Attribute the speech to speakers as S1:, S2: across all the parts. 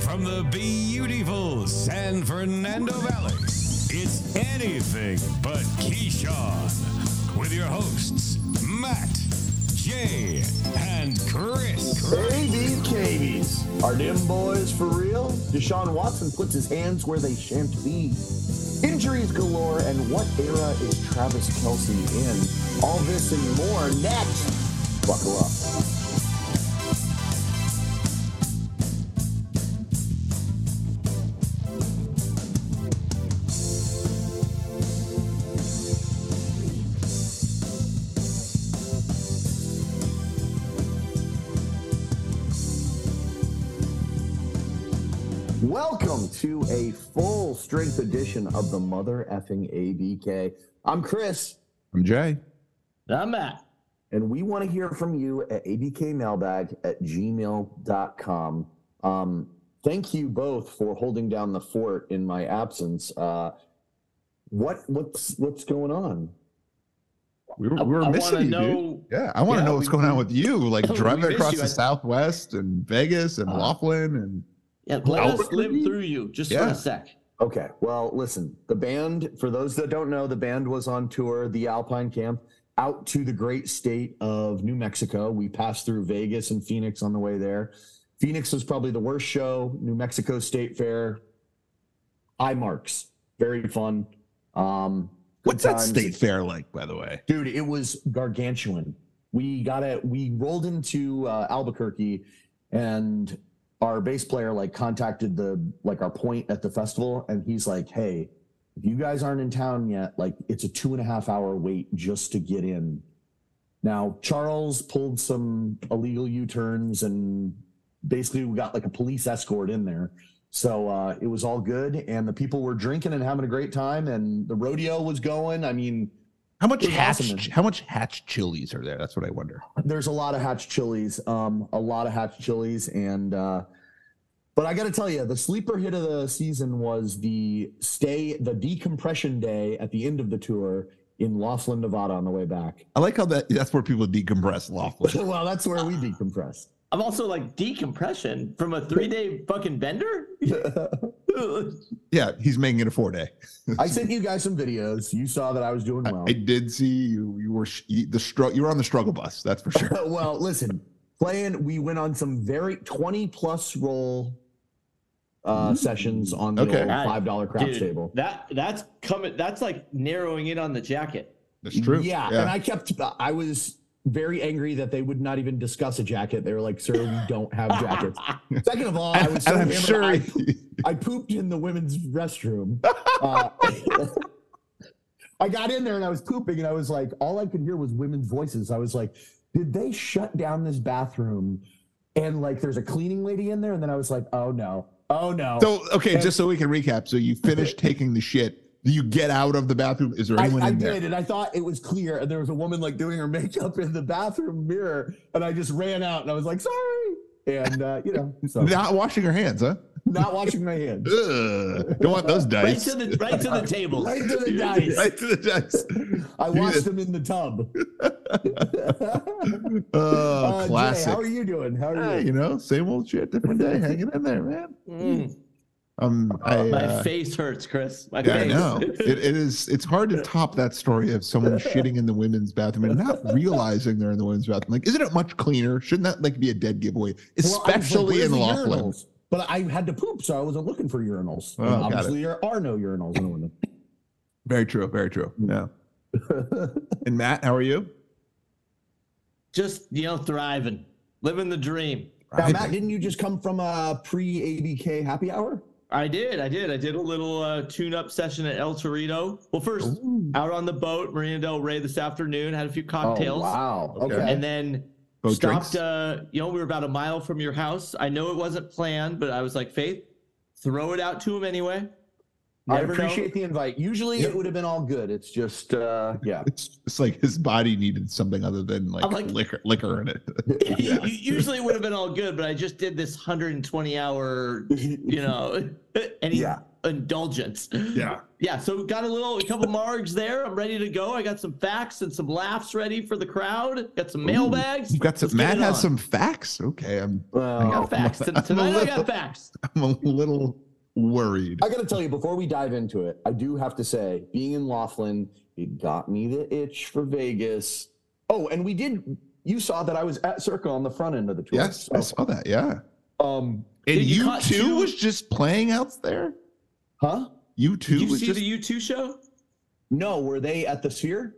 S1: From the beautiful San Fernando Valley, it's anything but Keyshawn with your hosts, Matt, Jay, and Chris.
S2: Babies, cavies. Are them boys for real? Deshaun Watson puts his hands where they shan't be. Injuries galore, and what era is Travis Kelsey in? All this and more next. Buckle up. Welcome to a full strength edition of the Mother Effing ABK. I'm Chris,
S3: I'm Jay.
S4: I'm Matt.
S2: and we want to hear from you at abkmailbag at gmail.com. Um, thank you both for holding down the fort in my absence. Uh, what what's what's going on?
S3: We were,
S4: I-
S3: we were
S4: I
S3: missing
S4: wanna
S3: you, dude.
S4: know-
S3: Yeah, I want to
S4: Yeah,
S3: know what's
S4: we-
S3: going on with you. Like
S4: we
S3: driving
S4: missed
S3: across
S4: you.
S3: the
S4: I-
S3: Southwest and Vegas and
S4: Uh,
S3: Laughlin and
S4: Yeah, let
S3: Oh,
S4: us live
S3: really?
S4: through you just for
S3: Yeah.
S4: a sec.
S2: Okay, well, listen, the band, for those that don't know, the band was on tour, the Alpine Camp, out to the great state of New Mexico. We passed through Vegas and Phoenix on the way there. Phoenix was probably the worst show, New Mexico State Fair, high marks, very fun. Um, good
S3: what's that
S2: times.
S3: state fair like, by the way?
S2: Dude, it was gargantuan. We got it. We rolled into uh, Albuquerque, and our bass player like contacted the like our point at the festival, and he's like, "Hey, if you guys aren't in town yet, like it's a two and a half hour wait just to get in." Now Charles pulled some illegal U turns, and basically we got like a police escort in there. So uh, it was all good, and the people were drinking and having a great time, and the rodeo was going. I mean.
S3: How much
S2: It was
S3: hatch?
S2: awesome, man.
S3: How much hatch chilies are there? That's what I wonder.
S2: there's a lot of hatch chilies um a lot of hatch chilies and uh but i gotta tell you the sleeper hit of the season was the stay the decompression day at the end of the tour in laughlin nevada on the way back
S3: I like how that that's where people decompress Laughlin.
S2: well that's where we decompressed
S4: I'm also like decompression from a three day fucking bender.
S3: yeah, he's making it a four day.
S2: i sent you guys some videos you saw that i was doing
S3: I,
S2: well
S3: I did see you. You were sh- you, the struggle. You were on the struggle bus. That's for sure.
S2: well listen playing we went on some very 20 plus roll uh sessions on the
S3: Mm. Okay.
S2: old five dollar craps
S4: Dude,
S2: table
S4: That that's coming. That's like narrowing in on the jacket.
S3: That's true.
S2: Yeah, and I kept. I was very angry that they would not even discuss a jacket. They were like, "Sir, we don't have jackets." Second of all, I was. So
S3: and I'm
S2: hammered,
S3: sure.
S2: I, I pooped in the women's restroom. Uh, I got in there and I was pooping, and I was like, all I could hear was women's voices. I was like, "Did they shut down this bathroom?" And like, there's a cleaning lady in there, and then I was like, "Oh no, oh no."
S3: So okay, just so we can recap. So you finish taking the shit. Do you get out of the bathroom? Is there
S2: I,
S3: anyone
S2: I
S3: in there?
S2: did, and I thought it was clear. And there was a woman like doing her makeup in the bathroom mirror, and I just ran out and I was like, "Sorry," and uh, you know, so
S3: Not washing her hands, huh?
S2: not washing my hands.
S3: Ugh, don't want those
S4: Right
S3: dice.
S4: to the right to the table.
S2: Right to the dice.
S3: Right to the dice.
S2: I washed them in the tub.
S3: Oh,
S2: Uh, Jay,
S3: classic.
S2: how are you doing? How are
S3: Hey,
S2: you?
S3: you know, same old shit, different day. Hanging in there, man.
S4: Mm,
S3: Um, I,
S4: Oh, my
S3: uh,
S4: face hurts, Chris. My
S3: yeah, I
S4: face.
S3: know. It, it is. It's hard to top that story of someone shitting in the women's bathroom and not realizing they're in the women's bathroom. Like, isn't it much cleaner? Shouldn't that like be a dead giveaway,
S2: Well, I was like,
S3: especially
S2: "Where's
S3: in
S2: the
S3: Laughlin?
S2: urinals?" But I had to poop, so I wasn't looking for urinals.
S3: Oh,
S2: And
S3: got
S2: obviously, there are no urinals in a woman.
S3: Very true. Very true. Yeah. and Matt, how are you?
S4: Just you know, thriving, living the dream.
S2: Now,
S3: Right.
S2: Matt, didn't you just come from a pre-ABK happy hour?
S4: I did. I did. I did a little uh, tune-up session at El Torito. Well, first out on the boat, Marina Del Rey this afternoon. Had a few cocktails,
S2: Oh, wow.
S3: Okay.
S2: Okay.
S4: and then
S3: Boat
S4: stopped.
S3: drinks?
S4: Uh, you know, we were about a mile from your house. I know it wasn't planned, but I was like, Faith, throw it out to him anyway.
S2: I
S4: Never know.
S2: appreciate the invite. Usually
S3: Yeah.
S2: it would have been all good. It's just uh yeah.
S3: It's, it's like his body needed something other than like,
S4: I'm like-
S3: liquor, liquor in it.
S4: U- Usually it would have been all good, but I just did this 120 hour, you know, any
S2: Yeah.
S4: indulgence.
S3: Yeah.
S4: yeah, so got a little, a couple margs there. I'm ready to go. I got some facts and some laughs ready for the crowd. Got some mailbags.
S3: You've got some.
S4: Let's get
S3: Matt
S4: it
S3: has
S4: on.
S3: some Oh, facts. Okay, I'm
S4: I
S2: Well,
S4: got facts.
S3: I'm a
S4: Tonight I
S3: little-
S4: got facts.
S3: I'm a little worried.
S2: I got to tell you, before we dive into it, I do have to say, being in Laughlin, it got me the itch for Vegas. Oh, and we did. You saw that I was at Circa on the front end of the tour.
S3: Yes, I
S2: So,
S3: saw that. Yeah,
S2: um.
S3: and
S4: Did you
S3: you
S4: cut
S3: too
S4: two?
S3: was just playing out there.
S2: Huh?
S3: You
S4: Did
S3: too
S4: you
S3: was
S4: see
S3: just
S4: the U2 show?
S2: No, were they at the Sphere?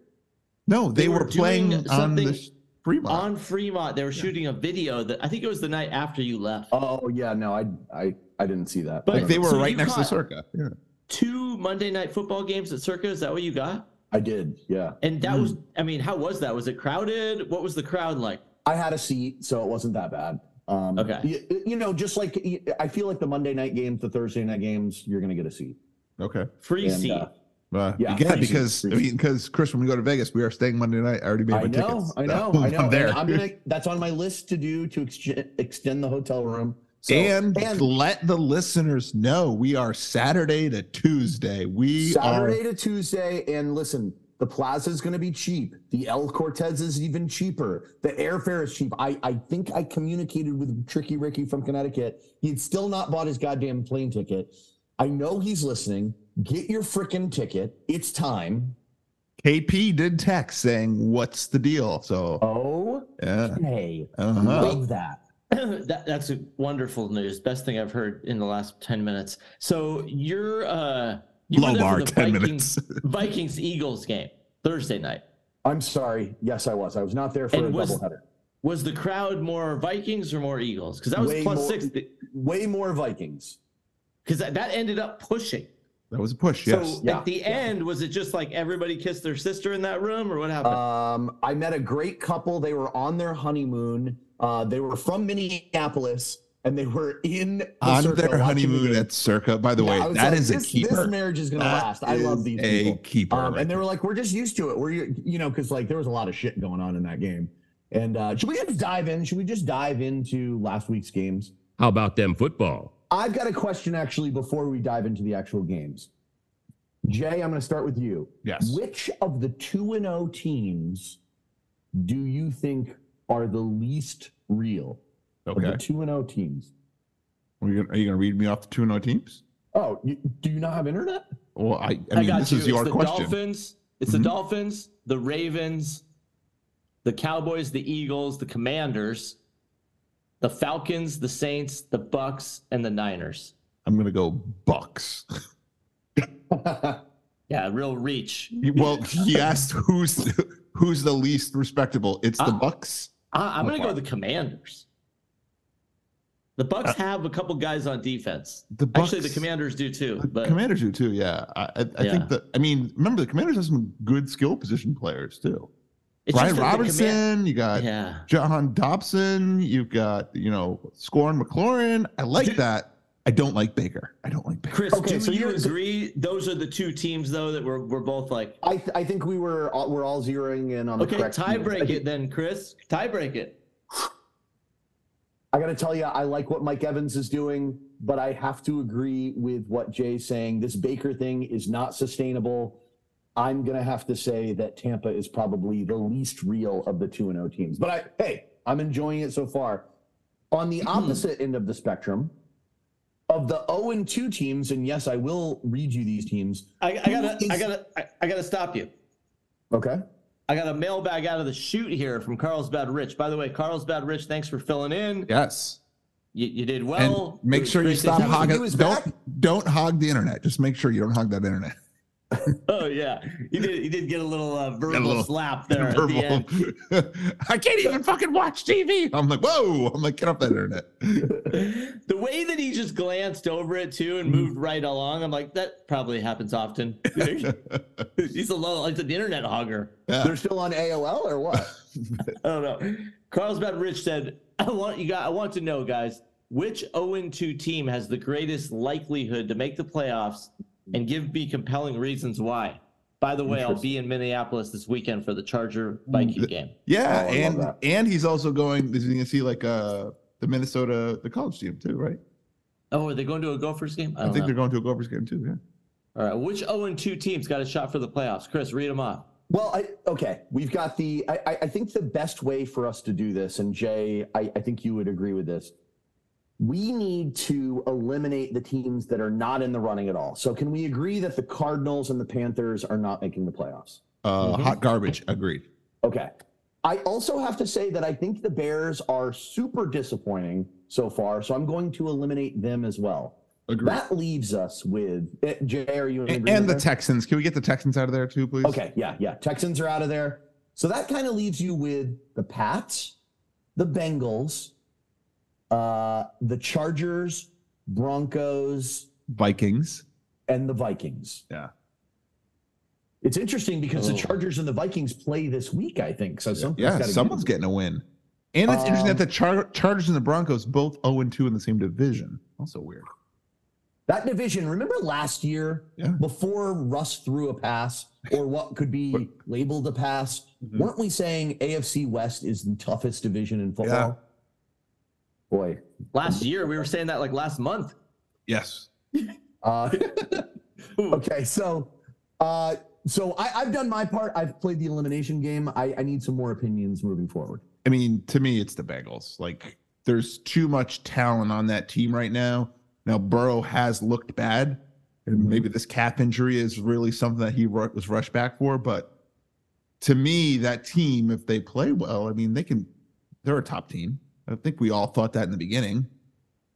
S3: no. They,
S4: they
S3: were,
S4: were
S3: playing
S4: doing
S3: on the
S4: something
S3: sh- Fremont.
S4: On Fremont, they were shooting a video that I think it was the night after you left.
S2: Oh yeah, no, I I I didn't see that.
S4: But-
S2: I,
S3: like
S2: don't
S3: they
S2: know.
S3: were
S4: So
S3: right
S4: you
S3: next to
S4: got-
S3: Circa. Yeah.
S4: Two Monday night football games at Circa. Is that what you got?
S2: I did. Yeah,
S4: And that was, I mean, how was that? Was it crowded? What was the crowd like?
S2: I had a seat, so it wasn't that bad. Um,
S4: Okay.
S2: You, you know, just like I feel like the Monday night games, the Thursday night games, you're gonna get a seat.
S3: Okay.
S4: Free
S2: And,
S4: seat.
S2: uh,
S3: Uh, yeah,
S2: Yeah, freezing,
S3: because I
S2: freezing.
S3: mean, because Chris, when we go to Vegas, we are staying Monday night. I already made my
S2: I know,
S3: tickets.
S2: I know,
S3: So
S2: I know.
S3: I'm
S2: and
S3: there.
S2: I'm gonna. That's on my list to do to ex- extend the hotel room. So,
S3: and, let the listeners know we are Saturday to Tuesday. We
S2: Saturday
S3: are
S2: to Tuesday, and listen, the plaza is going to be cheap. The El Cortez is even cheaper. The airfare is cheap. I, I think I communicated with Tricky Ricky from Connecticut. He'd still not bought his goddamn plane ticket. I know he's listening. Get your freaking ticket. It's time.
S3: KP did text saying, "What's the deal?" So
S2: Oh,
S3: yeah,
S2: hey,
S3: uh-huh.
S2: love that.
S4: that, that's a wonderful news. Best thing I've heard in the last 10 minutes. So you're uh you were
S3: low
S4: there for
S3: bar
S4: the
S3: ten
S4: Vikings-
S3: minutes.
S4: Vikings Eagles game Thursday night.
S2: I'm sorry. Yes, I was. I was not there for
S4: And
S2: a
S4: was-
S2: doubleheader.
S4: Was the crowd more Vikings or more Eagles? Because that was
S2: Way
S4: plus
S2: more-
S4: six.
S2: Way more Vikings.
S4: Because that, that ended up pushing.
S3: That was a push. Yes.
S4: So
S2: Yeah,
S4: at the end, was it just like everybody kissed their sister in that room, or what happened?
S3: Uh,
S2: Um, I met a great couple. They were on their honeymoon. Uh, they were from Minneapolis, and they were in the
S3: on
S2: circle
S3: their
S2: watching
S3: honeymoon
S2: the game.
S3: at Circa. By the
S2: Yeah, I
S3: way,
S2: was
S3: that
S2: like,
S3: is
S2: this,
S3: a keeper.
S2: This marriage is gonna
S3: That
S2: last. I love
S3: is
S2: these
S3: a
S2: people.
S3: keeper.
S2: Um,
S3: right
S2: and they were like, "We're just used to it. We're you know, because like there was a lot of shit going on in that game." And uh, should we just dive in? Should we just dive into last week's games?
S5: How about them football?
S2: I've got a question actually before we dive into the actual games. Jay, I'm going to start with you.
S3: Yes.
S2: Which of the 2 and 0 teams do you think are the least real
S3: there.
S2: of the
S3: okay.
S2: 2 and 0 teams?
S3: Are you, gonna, are you gonna read me off the two and O teams?
S2: Oh, you, do you not have internet?
S3: Well, I, I mean, this is
S4: it's
S3: your
S4: the
S3: question.
S4: Dolphins. It's
S3: Mhm.
S4: the Dolphins, the Ravens, the Cowboys, the Eagles, the Commanders, the Falcons, the Saints, the Bucks, and the Niners.
S3: I'm gonna go Bucks.
S4: Yeah, real reach.
S3: Well, he asked who's who's the least respectable. It's the
S4: Uh,
S3: Bucks.
S4: I, I'm going to
S3: Okay.
S4: go the Commanders. The Bucks have a couple guys on defense.
S3: The Bucks. Uh,
S4: Actually, the Commanders do too.
S3: the
S4: But
S3: Commanders do too. Yeah, I, I, I
S4: Yeah.
S3: think that. I mean, remember the Commanders have some good skill position players too.
S4: it's
S3: Brian
S4: just that the
S3: Robertson.
S4: Command-
S3: you got
S4: yeah.
S3: John Dobson. You've got you know Scorn McLaurin. I like that. I don't like Baker. I don't like Baker.
S4: Chris,
S2: Okay,
S4: do
S2: so
S4: you
S2: you're-
S4: agree? Those are the two teams though that we're we're both like.
S2: I, th- I think we were all, we're all zeroing in on the
S4: Okay,
S2: correct
S4: tie
S2: teams.
S4: break it then, Chris. Tie break it.
S2: I got to tell you, I like what Mike Evans is doing, but I have to agree with what Jay's saying. This Baker thing is not sustainable. I'm going to have to say that Tampa is probably the least real of the 2 0 teams. But I, hey, I'm enjoying it so far. On the opposite end of the spectrum, of the 0 2 teams, and yes, I will read you these teams.
S4: I, I gotta, I gotta, I, I gotta stop you.
S2: Okay.
S4: I got a mailbag out of the chute here from Carlsbad Rich. By the way, Carlsbad Rich, thanks for filling in.
S3: Yes,
S4: You, you did
S3: and
S4: well.
S3: make sure you
S4: Great
S3: stop
S4: to have
S2: hog-
S3: hogging.
S2: He was
S3: Don't don't hog the internet. Just make sure you don't hog that internet.
S4: Oh yeah, you did. You did get a little uh, verbal
S3: little-
S4: slap there. At the
S3: Verbal.
S4: end.
S3: I can't even fucking watch TV. I'm like, whoa. I'm like, get off that internet.
S4: The way that he just glanced over it too
S3: Mm-hmm.
S4: and moved right along, I'm like, that probably happens often. He's a little like the internet hogger.
S3: Yeah.
S2: They're still on AOL or what?
S4: I don't know. Carlsbad Rich said, "I want you guys. I want to know, guys, which 0-2 team has the greatest likelihood to make the playoffs, and give me compelling reasons why." By the way, I'll be in Minneapolis this weekend for the Charger Viking
S3: Mm,
S4: game.
S2: Oh, I
S3: Yeah,
S2: love
S3: and
S2: that.
S3: and he's also going. Is he gonna see like uh the Minnesota the college team too? Right?
S4: Oh, are they going to a Gophers game? I,
S3: I,
S4: don't
S3: think
S4: know.
S3: they're going to a Gophers game too. Yeah.
S4: All right. Which 0 2 team's got a shot for the playoffs? Chris, read them off.
S2: Well, I, okay, we've got the. I, I- I think the best way for us to do this, and Jay, I, I think you would agree with this. We need to eliminate the teams that are not in the running at all. So, can we agree that the Cardinals and the Panthers are not making the playoffs?
S3: Uh,
S2: Mm-hmm.
S3: Hot garbage. Agreed.
S2: Okay. I also have to say that I think the Bears are super disappointing so far, so I'm going to eliminate them as well.
S3: Agreed.
S2: That leaves us with eh, Jay. Are you in
S3: and,
S2: agreement
S3: the
S2: there?
S3: Texans. Can we get the Texans out of there too, please?
S2: Okay, yeah, yeah. Texans are out of there. So that kind of leaves you with the Pats, the Bengals, uh, the Chargers, Broncos,
S3: Vikings.
S2: and the Vikings.
S3: Yeah.
S2: It's interesting because
S4: Oh.
S2: the Chargers and the Vikings play this week, I think. So something's
S3: Yeah,
S2: gotta
S3: someone's
S2: give.
S3: getting a win. And it's interesting
S2: Um,
S3: that the Char- Chargers and the Broncos both 0 and 2 in the same division. Also weird.
S2: that division. Remember last year
S3: Yeah.
S2: before Russ threw a pass or what could be labeled a pass?
S3: Mhm.
S2: Weren't we saying AFC West is the toughest division in football?
S3: Yeah.
S2: Boy,
S4: Last year, we were saying that like last month.
S3: Yes.
S2: uh,
S4: Ooh.
S2: Okay, so uh so I, I've done my part. I've played the elimination game. I, I need some more opinions moving forward.
S3: I mean, to me, it's the Bengals. Like, there's too much talent on that team right now. Now, Burrow has looked bad, and
S2: Mhm.
S3: maybe this calf injury is really something that he ru- was rushed back for. But to me, that team, if they play well, I mean, they can. They're a top team. I think we all thought that in the beginning.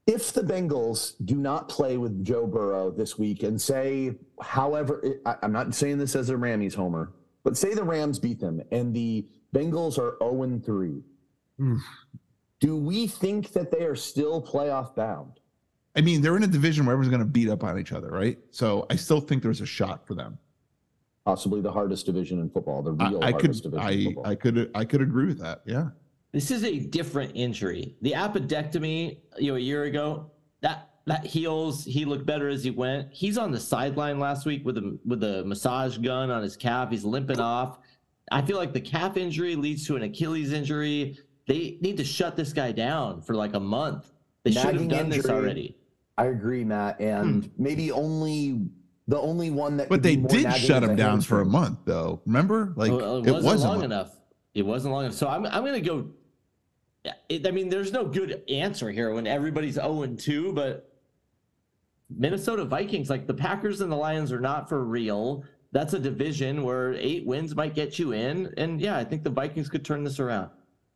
S2: If the Bengals do not play with Joe Burrow this week and say, however, I, I'm not saying this as a Rammies homer, but say the Rams beat them and the Bengals are 0 3,
S3: Oof.
S2: do we think that they are still playoff bound?
S3: I mean, they're in a division where everyone's going to beat up on each other, right? So I still think there's a shot for them.
S2: Possibly the hardest division in football, the
S3: I,
S2: real
S3: I could,
S2: hardest division in
S3: I,
S2: football.
S3: I could, I could agree with that. Yeah.
S4: This is a different injury. The appendectomy, you know, a year ago, that that heals. He looked better as he went. He's on the sideline last week with a with a massage gun on his calf. He's limping off. I feel like the calf injury leads to an Achilles injury. They need to shut this guy down for like a month. They should have
S2: Nagging
S4: done this
S2: injury.
S4: already.
S2: I agree, Matt. And maybe only the only one that.
S3: Hmm. But
S2: could
S3: they
S2: be more
S3: did
S2: nagging
S3: shut
S2: is
S3: him
S2: a
S3: down for a
S2: hamstring.
S3: month, though. Remember? Like
S4: Well,
S3: it was a
S4: long
S3: month.
S4: enough. It wasn't long enough. So I'm I'm gonna go. Yeah, It, I mean, there's no good answer here when everybody's 0 2, but Minnesota Vikings, like the Packers and the Lions, are not for real. That's a division where eight wins might get you in, and yeah, I think the Vikings could turn this around.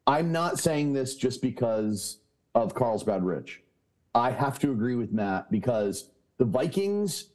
S2: I'm not saying this just because of Carlsbad Rich. I have to agree with Matt because the Vikings,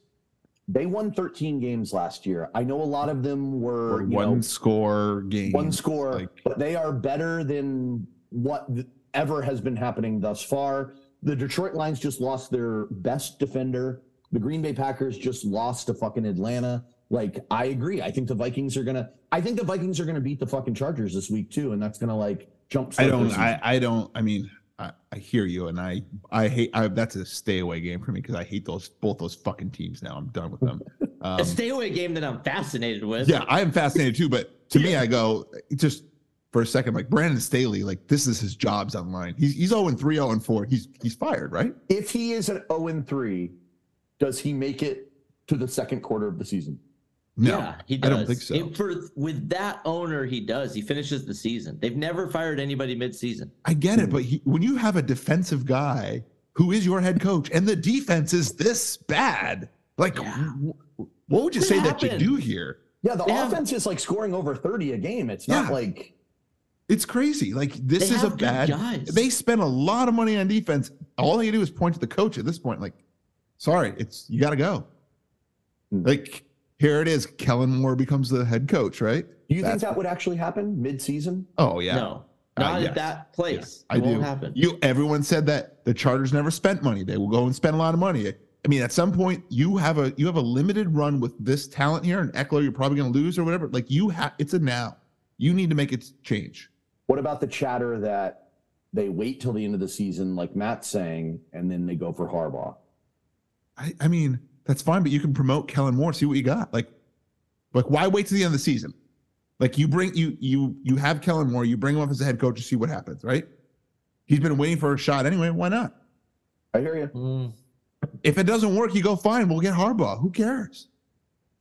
S2: they won 13 games last year. I know a lot of them were
S3: Or
S2: you
S3: one
S2: know,
S3: score game.
S2: one score,
S3: like-
S2: but they are better than what th- ever has been happening thus far. The Detroit Lions just lost their best defender. The Green Bay Packers just lost to fucking Atlanta. Like, I agree. I think the Vikings are gonna. I think the Vikings are gonna beat the fucking Chargers this week too, and that's gonna like jump.
S3: I don't. I, I don't. I mean, I, I hear you, and I I hate. I, that's a stay away game for me because I hate those both those fucking teams. Now I'm done with them.
S4: a
S3: Um,
S4: stay away game that I'm fascinated with.
S3: yeah, I am fascinated too. But to me, I go just for a second. Like Brandon Staley, like this is his job's online. He's he's zero and three, zero and four. He's he's fired, right?
S2: if he is an zero and three, does he make it to the second quarter of the season?
S3: No,
S4: Yeah, he
S3: I
S4: does.
S3: don't think so.
S4: It- for, with that owner, he does. He finishes the season. They've never fired anybody mid-season.
S3: I get
S4: Hmm.
S3: it, but he, when you have a defensive guy who is your head coach and the defense is this bad, like,
S4: Yeah.
S3: w- w- what would you
S4: What
S3: say that
S4: happened?
S3: you do here?
S2: Yeah, the
S4: They have-
S2: offense is like scoring over 30 a game. It's not
S3: Yeah.
S2: like
S3: It's crazy. Like, this
S4: They
S3: is a
S4: have good
S3: bad.
S4: guys.
S3: They spent a lot of money on defense. All they do is point to the coach at this point. Like, sorry, it's you got to go.
S2: Hmm.
S3: Like, here it is. Kellen Moore becomes the head coach, right?
S2: Do you
S3: That's-
S2: think that would actually happen mid-season?
S3: Oh yeah.
S4: No,
S3: Uh,
S4: not
S3: yes.
S4: at that place.
S3: I
S4: it won't
S3: do.
S4: happen.
S3: You everyone said that the Chargers never spent money. They will go and spend a lot of money. I mean, at some point you have a you have a limited run with this talent here, and Eckler you're probably going to lose or whatever. Like you have, it's a now. You need to make it change.
S2: What about the chatter that they wait till the end of the season, like Matt's saying, and then they go for Harbaugh?
S3: I, I mean, that's fine, but you can promote Kellen Moore. See what you got. Like, like why wait to the end of the season? Like you bring you you you have Kellen Moore. You bring him up as a head coach to see what happens. Right? He's been waiting for a shot anyway. Why not?
S2: I hear you.
S4: Mm.
S3: If it doesn't work, you go fine. We'll get Harbaugh. Who cares?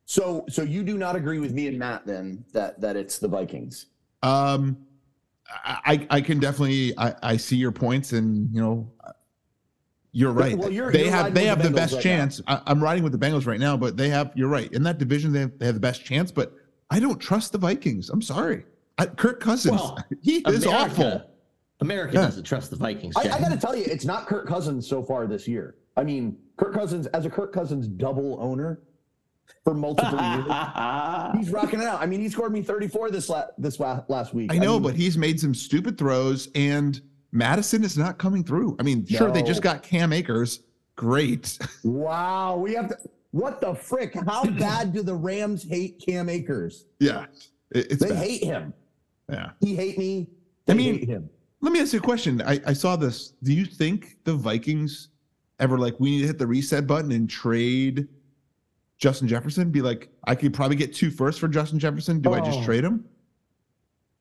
S2: So so you do not agree with me and Matt then that that it's the Vikings.
S3: Um, I I can definitely I, I see your points, and you know, you're right.
S2: Well, you're-
S3: they
S2: you're
S3: have
S2: riding
S3: they
S2: with
S3: have
S2: the Bengals
S3: the, best
S2: right now.
S3: chance. I, I'm riding with the Bengals right now, but they have. You're right in that division. They have, they have the best chance, but I don't trust the Vikings. I'm sorry, I, Kirk Cousins.
S4: Well,
S3: he is awful.
S4: America- America
S3: Yeah.
S4: doesn't trust the Vikings.
S2: I,
S4: Jack.
S2: I got to tell you, it's not Kirk Cousins so far this year. I mean, Kirk Cousins as a Kirk Cousins double owner for multiple years. He's rocking it out. I mean, he scored me 34 this la- this la- last week.
S3: I know,
S2: mean,
S3: but he's made some stupid throws, and Madison is not coming through. I mean, sure, they just
S2: No.
S3: got Cam Akers. Great.
S2: wow, we have to. What the frick? How bad do the Rams hate Cam Akers?
S3: yeah. It- it's
S2: They
S3: bad.
S2: hate him.
S3: yeah.
S2: He hate me. They
S3: I mean-
S2: hate him.
S3: Let me ask you a question. I, I saw this. Do you think the Vikings ever like we need to hit the reset button and trade Justin Jefferson? Be like, I could probably get two first for Justin Jefferson. Do I just
S2: Oh.
S3: trade him?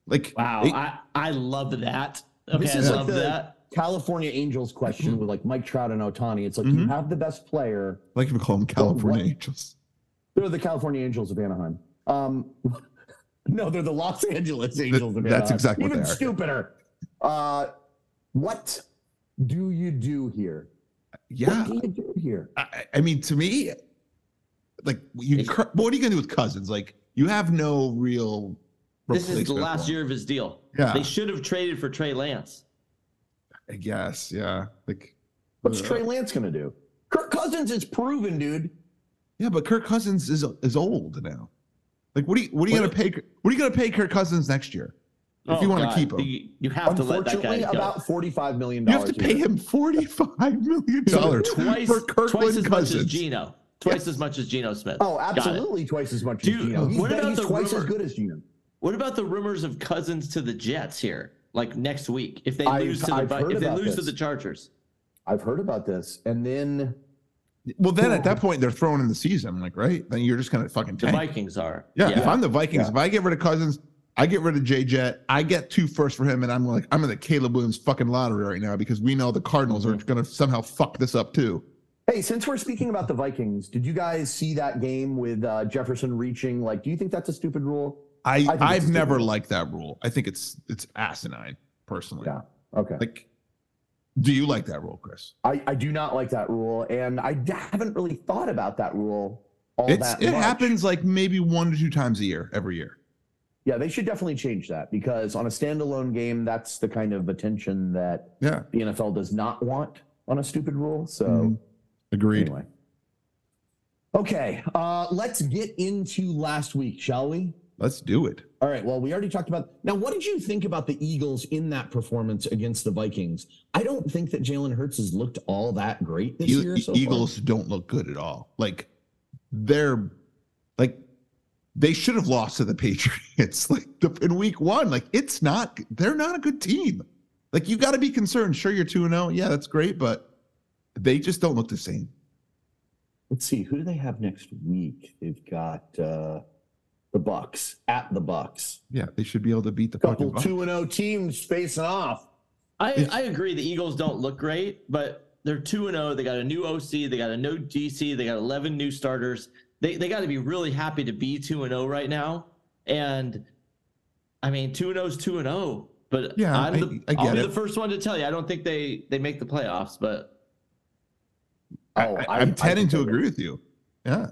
S3: Like
S4: wow,
S3: it-
S4: I, I love that. Okay,
S2: This
S4: I
S2: is like
S4: love
S2: the-
S4: that.
S2: California Angels question with like Mike Trout and Otani. It's like you
S3: Mhm.
S2: have the best player.
S3: like if you call them California
S2: What?
S3: Angels.
S2: They're the California Angels of Anaheim. Um, no, they're the Los Angeles Angels of Anaheim.
S3: that's exactly what
S2: even
S3: they are.
S2: stupider. Uh, what do you do here?
S3: Yeah.
S2: What do you do here?
S3: I, I- I mean, to me, like you.
S4: It's-
S3: cur- What are you gonna do with Cousins? Like you have no real.
S4: This is the
S3: replacement
S4: last
S3: for him.
S4: year of his deal.
S3: Yeah.
S4: They should have traded for Trey Lance.
S3: I guess. Yeah. Like
S2: What's
S3: Uh,
S2: Trey Lance gonna do? Kirk Cousins is proven, dude.
S3: Yeah, but Kirk Cousins is is old now. Like, what do you what are you
S4: What-
S3: gonna pay? What are you gonna pay Kirk Cousins next year? If you wanna keep him.
S4: Oh, you, you have to let that guy
S2: Unfortunately,
S4: go.
S2: about forty-five million
S3: You
S2: dollars.
S3: have to pay him forty five million dollars
S4: twice,
S3: for Kirkland
S4: twice as
S3: Cousins.
S4: much as Geno. Twice as much as Geno Smith.
S2: Oh,
S4: Got it.
S2: absolutely, twice as much
S4: Dude,
S2: as Gino. He's,
S4: what about
S2: he's
S4: the
S2: twice
S4: rumor-
S2: as good as Gino.
S4: What about the rumors of Cousins to the Jets here? Like next week, if they
S2: I've-
S4: lose to the
S2: I've
S4: Vi-
S2: heard
S4: if they
S2: about
S4: lose to
S2: this.
S4: the Chargers,
S2: I've heard about this, and then
S3: well, then at that point they're throwing in the season, like right? Then you're just gonna fucking
S4: the
S3: tank.
S4: Vikings are.
S3: yeah, If I'm the Vikings,
S2: Yeah.
S3: if I get rid of Cousins, I get rid of J Jet, I get two first for him, and I'm like, I'm in the Caleb Williams fucking lottery right now because we know the Cardinals
S4: Mm-hmm.
S3: are gonna somehow fuck this up too.
S2: Hey, since we're speaking about the Vikings, did you guys see that game with uh, Jefferson reaching? Like, do you think that's a stupid rule?
S3: I,
S2: think it's
S3: I have
S2: stupid.
S3: never liked that rule. I think it's it's asinine personally.
S2: Yeah. Okay.
S3: Like, do you like that rule, Chris?
S2: I, I do not like that rule, and I d- haven't really thought about that rule all
S3: It's
S2: that
S3: it
S2: much.
S3: happens like maybe one to two times a year, every year.
S2: Yeah, they should definitely change that because on a standalone game, that's the kind of attention that
S3: Yeah,
S2: the NFL does not want on a stupid rule. So
S3: Mhm. agreed.
S2: Mm-hmm. anyway. Okay, uh, let's get into last week, shall we?
S3: Let's do it.
S2: All right. Well, we already talked about. Now, what did you think about the Eagles in that performance against the Vikings? I don't think that Jalen Hurts has looked all that great this
S3: E-
S2: year.
S3: E-
S2: So far.
S3: Eagles don't look good at all. Like they're like they should have lost to the Patriots like the, in week one. Like it's not they're not a good team. Like you got to be concerned. Sure, you're two and zero. Yeah, that's great, but they just don't look the same.
S2: Let's see. Who do they have next week? They've got uh, the Bucks at the Bucks.
S3: Yeah, they should be able to beat the
S2: Couple
S3: fucking Bucs.
S2: two and O teams facing off.
S4: I,
S3: It's-
S4: I agree. The Eagles don't look great, but they're two and zero. They got a new OC. They got a new DC. They got eleven new starters. They they got to be really happy to be two and zero right now. And I mean, two and zero is two and zero. But
S3: Yeah,
S4: I'm
S3: I-
S4: the,
S3: I
S4: will
S3: get
S4: be
S3: it.
S4: the first one to tell you. I don't think they they make the playoffs, but
S3: I,
S2: Oh,
S3: I,
S2: I-
S3: I'm
S2: I
S3: tending
S2: think
S3: to
S2: they're-
S3: agree with you. Yeah.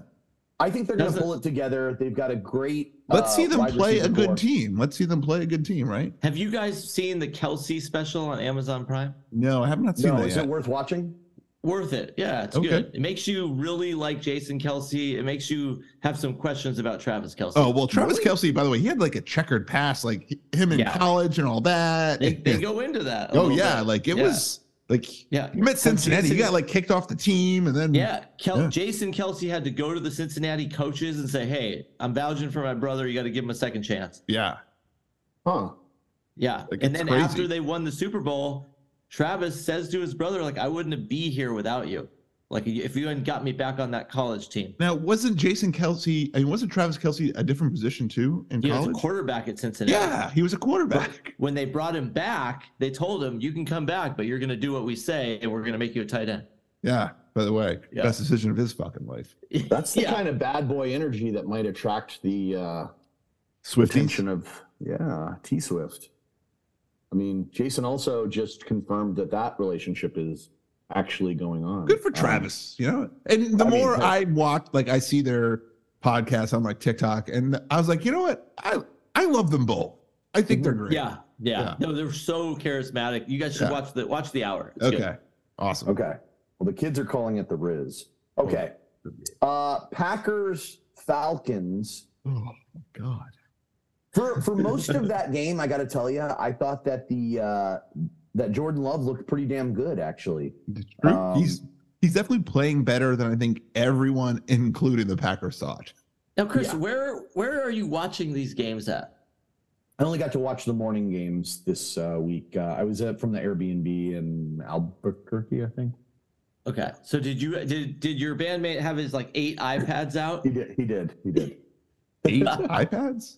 S2: I think they're going to
S4: Doesn't-
S2: pull it together. They've got a great.
S3: Let's
S2: uh,
S3: see them
S2: wide
S3: play a
S2: receiver
S3: good
S2: core.
S3: team. Let's see them play a good team, right?
S4: have you guys seen the Kelsey special on Amazon Prime?
S3: No, I have not seen
S2: No,
S3: that
S2: is
S3: yet.
S2: it worth watching?
S4: Worth it. Yeah, it's
S3: Okay.
S4: good. It makes you really like Jason Kelsey. It makes you have some questions about Travis Kelsey.
S3: Oh well, Travis Kelsey. By the way, he had like a checkered past, like him in
S4: Yeah.
S3: college and all that.
S4: they, they go into that. a
S3: oh
S4: little
S3: yeah,
S4: bit.
S3: like it
S4: Yeah.
S3: was like he
S4: yeah.
S3: met Cincinnati. He
S4: Jason-
S3: got like kicked off the team, and then
S4: Yeah, Kel-
S3: Mm. Yeah.
S4: Jason Kelsey had to go to the Cincinnati coaches and say, "Hey, I'm vouching for my brother. You got to give him a second chance."
S3: yeah,
S2: Huh.
S4: Yeah,
S3: Like,
S4: and
S3: it's
S4: then
S3: crazy.
S4: after they won the Super Bowl, Travis says to his brother, "Like I wouldn't be here without you. Like if you hadn't got me back on that college team."
S3: Now wasn't Jason Kelsey? I mean, wasn't Travis Kelsey a different position too in
S4: He was a
S3: college?
S4: quarterback at Cincinnati.
S3: yeah, he was a quarterback.
S4: When they brought him back, they told him, "You can come back, but you're going to do what we say, and we're going to make you a tight end."
S3: yeah, by the way.
S4: Yeah.
S3: Best decision of his fucking life.
S2: That's the
S4: Yeah.
S2: kind of bad boy energy that might attract the uh,
S3: Swifties.
S2: attention of yeah T Swift. I mean, Jason also just confirmed that that relationship is actually going on.
S3: Good for
S2: Um,
S3: Travis, you know? And the
S2: I mean,
S3: more
S2: hey.
S3: I watch, like, I see their podcast on like TikTok, and I was like, you know what? I, I love them both. I think they're great.
S4: Yeah, yeah,
S3: Yeah.
S4: No, they're so charismatic. You guys should
S3: Yeah.
S4: watch the watch the hour. It's
S3: Okay.
S4: good.
S3: Awesome.
S2: Okay. Well, the kids are calling it the Riz. Okay. Uh, Packers Falcons.
S3: Oh, my God.
S2: For for most of that game, I got to tell you, I thought that the uh, that Jordan Love looked pretty damn good actually.
S3: Drew,
S2: Um,
S3: he's he's definitely playing better than I think everyone, including the Packers, thought.
S4: Now, Chris,
S2: Yeah.
S4: where where are you watching these games at?
S2: I only got to watch the morning games this uh, week. Uh, I was at, from the Airbnb in Albuquerque, I think.
S4: Okay, so did you did did your bandmate have his like eight iPads out?
S2: He did. He did. He did.
S3: Eight iPads.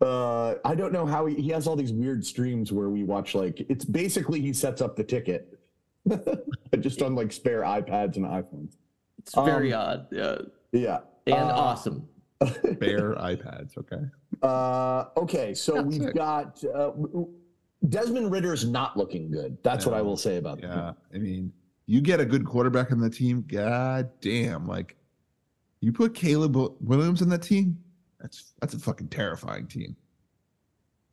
S2: Uh, I don't know how he, he has all these weird streams where we watch like it's basically he sets up the ticket, but just on like spare iPads and iPhones.
S4: It's very
S2: Um,
S4: odd. Yeah,
S2: Yeah.
S4: and
S2: uh,
S4: awesome.
S3: Bare iPads. Okay.
S2: Uh, okay, so
S3: That's
S2: we've
S3: it.
S2: got uh, Desmond Ritter's not looking good. That's what
S3: Yeah.
S2: I will say about that.
S3: Yeah. I mean, you get a good quarterback on the team. God damn. Like, you put Caleb Wi- Williams on that team. That's that's a fucking terrifying team.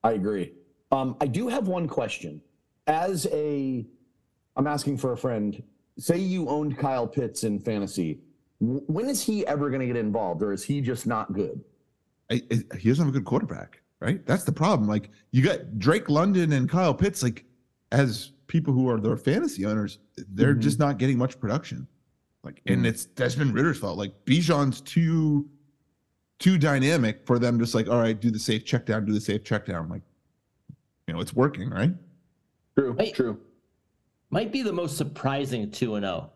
S2: I agree. Um, I do have one question. As a, I'm asking for a friend. Say you owned Kyle Pitts in fantasy. W- When is he ever going to get involved, or is he just not good?
S3: I, I- he doesn't have a good quarterback, right? That's the problem. Like, you got Drake London and Kyle Pitts. Like, as people who are their fantasy owners, they're
S2: Mhm.
S3: just not getting much production. Like, and
S2: Mm.
S3: it's Desmond Ritter's fault. Like, Bijan's too too dynamic for them. Just like, all right, do the safe check down, do the safe check down. Like, you know, it's working, right?
S2: True.
S4: Wait.
S2: True.
S4: Might be the most surprising two and zero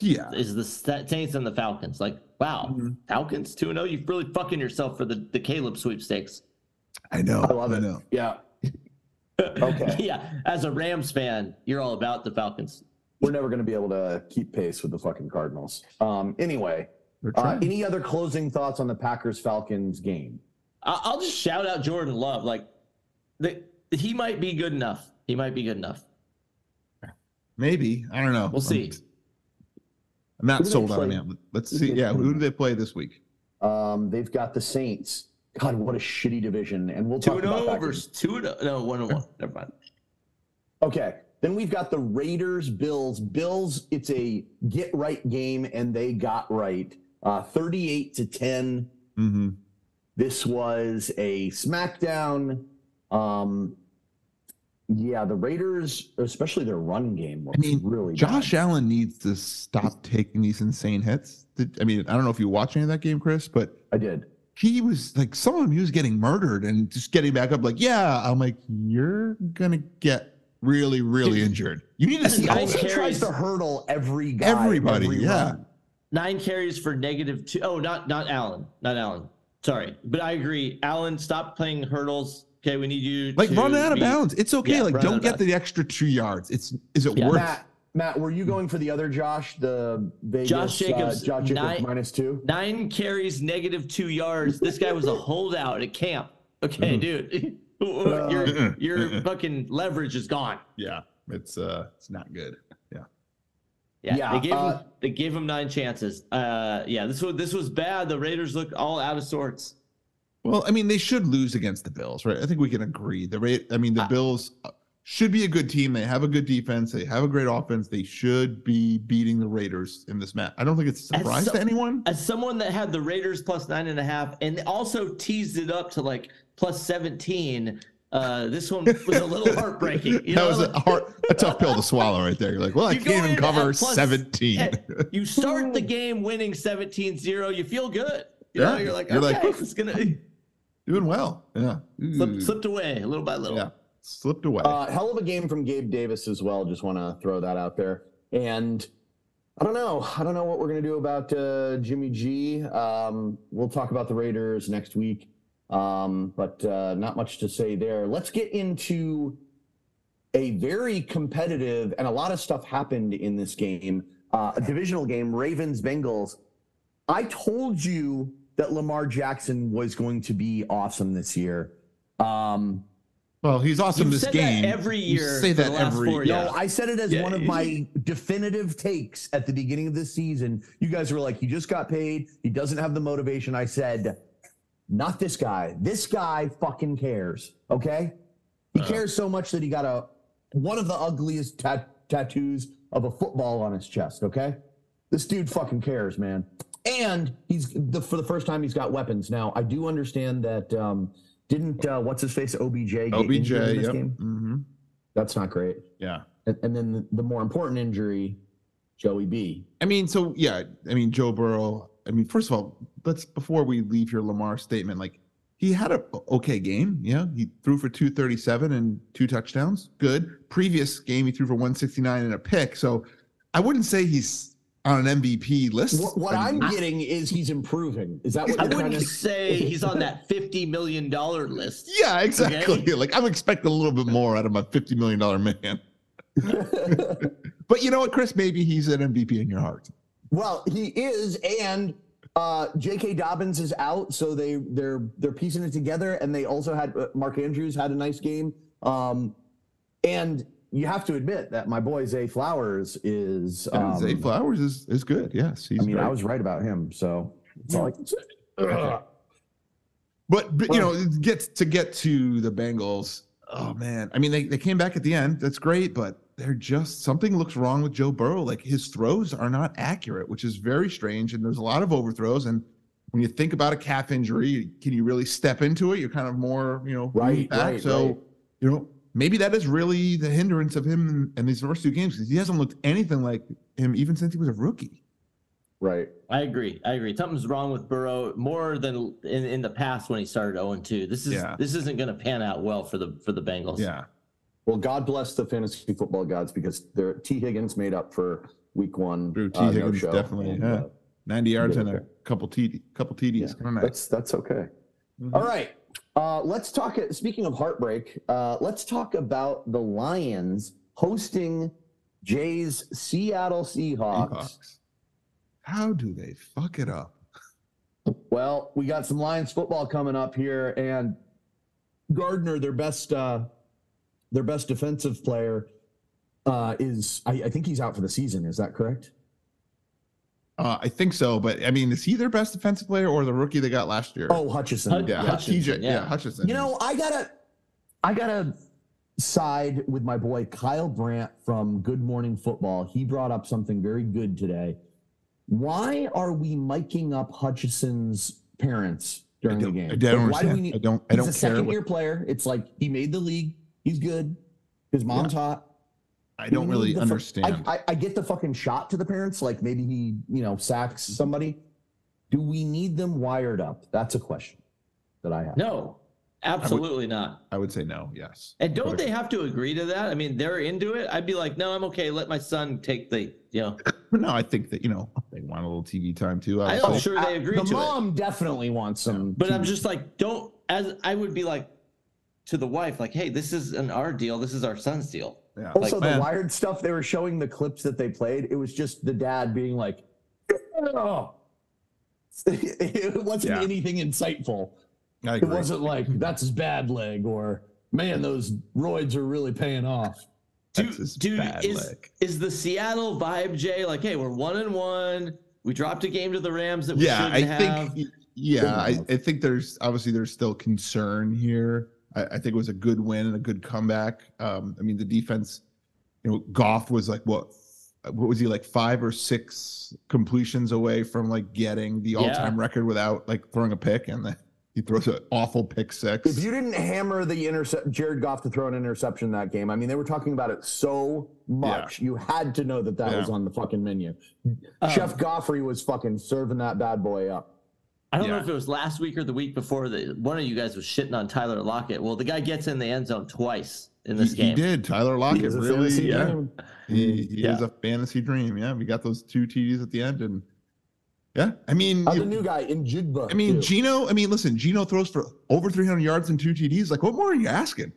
S3: Yeah.
S4: is the Sa- Saints and the Falcons. Like, wow,
S2: Mm-hmm.
S3: Mhm.
S4: Falcons two and zero. You're really fucking yourself for the the Caleb sweepstakes.
S3: I know.
S2: I love it.
S3: know.
S2: Yeah. Okay.
S4: yeah, as a Rams fan, you're all about the Falcons.
S2: We're never going to be able to keep pace with the fucking Cardinals. Um, anyway,
S3: They're
S2: uh,
S3: trying.
S2: any other closing thoughts on the Packers Falcons game?
S4: I- I'll just shout out Jordan Love. Like, the, he might be good enough. He might be good enough.
S3: Maybe. I don't know.
S2: Um,
S4: We'll see.
S3: I'm not
S2: Who do they
S3: sold on
S2: play?
S3: him. Let's
S2: Who do
S3: see.
S2: they
S3: Yeah.
S2: play?
S3: Who do they play this week?
S2: Um, they've got the Saints. God, what a shitty division. And we'll
S4: Two
S2: talk
S4: and
S2: about
S4: zero
S2: that.
S4: versus two and oh- no one and one. Never mind.
S2: Okay. Then we've got the Raiders, Bills. Bills, it's a get right game, and they got right. Uh, 38 to 10.
S3: Mm-hmm.
S2: This was a SmackDown. Um, yeah, the Raiders, especially their run game, was
S3: I mean,
S2: really
S3: Josh
S2: bad.
S3: Allen needs to stop taking these insane hits. Did, I mean, I don't know if you watched any of that game, Chris, but
S2: I did.
S3: he was like, some of him, he was getting murdered and just getting back up, like, yeah. I'm like, you're going to get really, really injured. You need to
S4: This is
S2: He
S3: stop.
S4: nine
S2: also tries
S4: carries.
S2: to hurdle every guy.
S3: Everybody,
S2: every
S3: yeah.
S2: run.
S4: Nine carries for negative two. Oh, not not Allen. Not Allen. Sorry, but I agree. Allen, stop playing hurdles. Okay, we need you
S3: Like,
S4: to
S3: run out of
S4: be-
S3: bounds. It's okay.
S4: Yeah,
S3: like,
S4: run out
S3: don't
S4: of
S3: get the extra two yards. It's, is it
S4: Yeah.
S3: worth
S2: Matt, Matt, were you going for the other Josh, the Vegas,
S4: Josh Jacobs,
S2: uh, Josh Jacobs
S4: nine-
S2: minus two?
S4: Nine carries, negative two yards. This guy was a holdout at camp.
S3: Mm-hmm.
S4: Okay, dude,
S3: Uh,
S4: your your fucking leverage is gone.
S3: yeah it's uh it's not good
S4: Yeah,
S2: Yeah,
S4: they gave
S2: uh,
S4: him they gave him nine chances. Uh, yeah, this was this was bad. The Raiders looked all out of sorts.
S3: well i mean they should lose against the bills right i think we can agree the rate i mean the
S4: I-
S3: bills uh, should be a good team they have a good defense they have a great offense they should be beating the raiders in this match i don't think it's a
S4: As
S3: surprise
S4: so-
S3: to anyone
S4: As someone that had the Raiders plus nine and a half, and also teased it up to like plus seventeen, uh, this one was a little heartbreaking. You
S3: that
S4: know,
S3: was a
S4: like,
S3: hard a tough pill to swallow right there you're like well i
S4: You go
S3: can't even
S4: in
S3: cover
S4: at plus-
S3: 17
S4: eh, you start the game winning 17-0, You feel good. You know,
S3: Yeah,
S4: you're like,
S3: you're like, Hmm.
S4: okay, it's gonna
S3: doing well yeah Ooh.
S4: slip, slipped away little by little.
S3: yeah slipped away
S2: Uh, hell of a game from Gabe Davis as well. Just want to throw that out there. And I don't know. I don't know what we're going to do about uh, Jimmy G. Um, we'll talk about the Raiders next week, um, but uh, not much to say there. Let's get into a very competitive, and a lot of stuff happened in this game. uh, a divisional game, Ravens Bengals. I told you that Lamar Jackson was going to be awesome this year. Um,
S3: Well, he's awesome
S4: You've
S3: this
S4: said that
S3: game.
S4: every
S3: You
S4: year
S3: say
S4: for the
S3: that
S4: last
S3: every
S4: four
S3: year.
S4: years.
S2: No, I said it as
S4: Yeah.
S2: one of my definitive takes at the beginning of this season. You guys were like, he just got paid. He doesn't have the motivation. I said, not this guy. This guy fucking cares. Okay. He
S4: Uh-huh.
S2: cares so much that he got a one of the ugliest tat- tattoos of a football on his chest. Okay. This dude fucking cares, man. And he's the, for the first time he's got weapons. Now I do understand that um, didn't uh, what's his face OBJ get
S3: OBJ.
S2: injured in this
S3: Yep.
S2: game?
S3: hmm
S2: That's not great.
S3: Yeah.
S2: And, and then the, the more important injury, Joey B.
S3: I mean, so yeah, I mean Joe Burrow. I mean, first of all, let's before we leave your Lamar statement, like he had a okay game. Yeah, he threw for two thirty seven and two touchdowns. Good. Previous game, he threw for one sixty nine and a pick. So I wouldn't say he's on an MVP list.
S2: What, what
S3: I
S2: I'm
S3: mean,
S2: getting is he's improving. Is that what
S4: I
S2: you're trying
S4: wouldn't
S2: to
S4: say he's on that fifty million dollar list.
S3: yeah, exactly.
S4: Okay.
S3: Like I'm expecting a little bit more out of my fifty million dollar man. But you know what, Chris? Maybe he's an MVP in your heart.
S2: Well, he is, and uh, J.K. Dobbins is out, so they they're they're piecing it together, and they also had uh, Mark Andrews had a nice game, um, and you have to admit that my boy Zay Flowers is. Um,
S3: Zay Flowers is is good. Yes, he's
S2: I mean,
S3: great.
S2: I was right about him, so it's all I can say.
S3: But, but you know,
S2: Well-
S3: it gets to get to the Bengals. Oh man, I mean, they, they came back at the end. That's great, but they're just something looks wrong with Joe Burrow. Like his throws are not accurate, which is very strange. And there's a lot of overthrows. And when you think about a calf injury, can you really step into it? You're kind of more, you know, leaning
S2: Right,
S3: back.
S2: right,
S3: Uh, so
S2: right.
S3: you know, maybe that is really the hindrance of him in these first two games because he hasn't looked anything like him even since he was a rookie.
S2: Right.
S4: I agree. I agree. Something's wrong with Burrow more than in, in the past when he started 0 2. This is
S3: Yeah.
S4: this isn't going to pan out well for the for the Bengals.
S3: Yeah,
S2: Well, God bless the fantasy football gods because their T. Higgins made up for week one.
S3: Drew T.
S2: uh,
S3: Higgins
S2: no-show.
S3: definitely,
S2: And,
S3: yeah.
S2: uh,
S3: 90 yards
S2: Yeah,
S3: and a
S2: okay.
S3: couple TD, couple TDs.
S2: Yeah.
S3: Kinda nice.
S2: That's that's okay.
S3: Mhm.
S2: All right. Uh, let's talk. Speaking of heartbreak, uh, let's talk about the Lions hosting Jay's Seattle Seahawks.
S3: Seahawks. How do they fuck it up?
S2: Well, we got some Lions football coming up here, and Gardner, their best, uh, their best defensive player, uh, is I, I think he's out for the season. Is that correct?
S3: Uh, I think so, but I mean, is he their best defensive player or the rookie they got last year?
S2: Oh, Hutchison.
S4: Hutch-
S3: yeah,
S4: Hutchinson,
S3: TJ, yeah.
S4: yeah.
S3: Hutchinson.
S2: You know, I gotta, I gotta side with my boy Kyle Brandt from Good Morning Football. He brought up something very good today. Why are we miking up Hutchison's parents
S3: I
S2: during the
S3: don't,
S2: game?
S3: I don't
S2: Like,
S3: understand. I don't. I
S2: he's
S3: don't
S2: a
S3: care.
S2: second
S3: What,
S2: year player. It's like he made the league. He's good. His mom's hot.
S3: I
S2: We
S3: don't
S2: need
S3: really
S2: the fu-
S3: understand.
S2: I, I, I get the fucking shot to the parents. Like maybe he, you know, sacks somebody. Do we need them wired up? That's a question that I have.
S4: No, absolutely not.
S3: I, would say no. Yes.
S4: And don't they have to agree to that? I mean, they're into it. I'd be like, no, I'm okay. Let my son take the, you know,
S3: No, I think that you know they want a little TV time too. I,
S4: I'm
S3: would say-
S4: sure they
S2: Uh,
S4: agree
S2: the
S4: to it.
S2: mom definitely wants some.
S4: But I'm
S2: TV.
S4: just like, don't, as I would be like to the wife, like, hey, this is an our deal. This is our son's deal.
S3: yeah.
S2: also
S3: Like,
S2: the
S3: man,
S2: wired stuff. They were showing the clips that they played. It was just the dad being like, "Oh." it wasn't
S3: Yeah.
S2: anything insightful.
S3: I
S2: It
S3: agree.
S2: wasn't like that's his bad leg or man, those roids are really paying off.
S4: Do-
S3: That's his
S4: dude,
S3: bad
S4: is-
S3: leg.
S4: Is the Seattle vibe, Jay, like, hey, we're one and one. We dropped a game to the Rams that we
S3: yeah
S4: shouldn't
S3: i
S4: have.
S3: think yeah I,
S2: Shouldn't
S3: I think there's obviously there's still concern here I, I think it was a good win and a good comeback um i mean the defense you know goff was like what what was he like five or six completions away from like getting the all-time record without like throwing a pick and then he throws an awful pick six
S2: If you didn't hammer the intercept Jared Goff to throw an interception that game, I mean, they were talking about it so much. You had to know that that
S3: Yeah.
S2: was on the fucking menu.
S4: Um,
S2: Chef Goffrey was fucking serving that bad boy up.
S4: I don't know
S3: Yeah.
S4: if it was last week or the week before that one of you guys was shitting on Tyler Lockett. Well, the guy gets in the end zone twice in
S3: he,
S4: this
S3: he
S4: game.
S3: did tyler
S2: He
S3: lockett
S2: was a
S3: really
S2: fantasy
S3: yeah
S2: dream.
S3: he, he
S4: Yeah.
S3: was a fantasy dream yeah we got those two td's at the end and yeah i mean
S2: Uh,
S3: you-
S2: the new guy in Jigba.
S3: I mean,
S2: too.
S3: Gino. I mean, listen, Gino throws for over 300 yards and two TDs. Like, what more are you asking?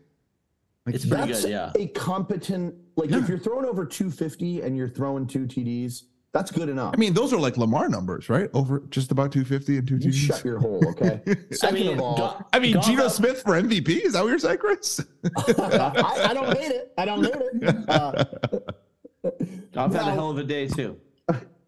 S3: Like,
S4: It's pretty
S2: that's
S4: good, yeah.
S2: a competent. Like,
S3: Yeah.
S2: if you're throwing over 250 and you're throwing two TDs, That's good enough.
S3: I mean, those are like Lamar numbers, right? Over just about 250 and two
S2: you shut
S3: TDs.
S2: your hole, okay? Second of all,
S4: Go-
S3: I mean,
S4: Goff-
S3: Geno Smith for MVP. Is that what you're saying, Chris?
S2: I, I don't hate it. I don't hate it. Uh,
S4: Goff had a
S2: No.
S4: hell of a day too.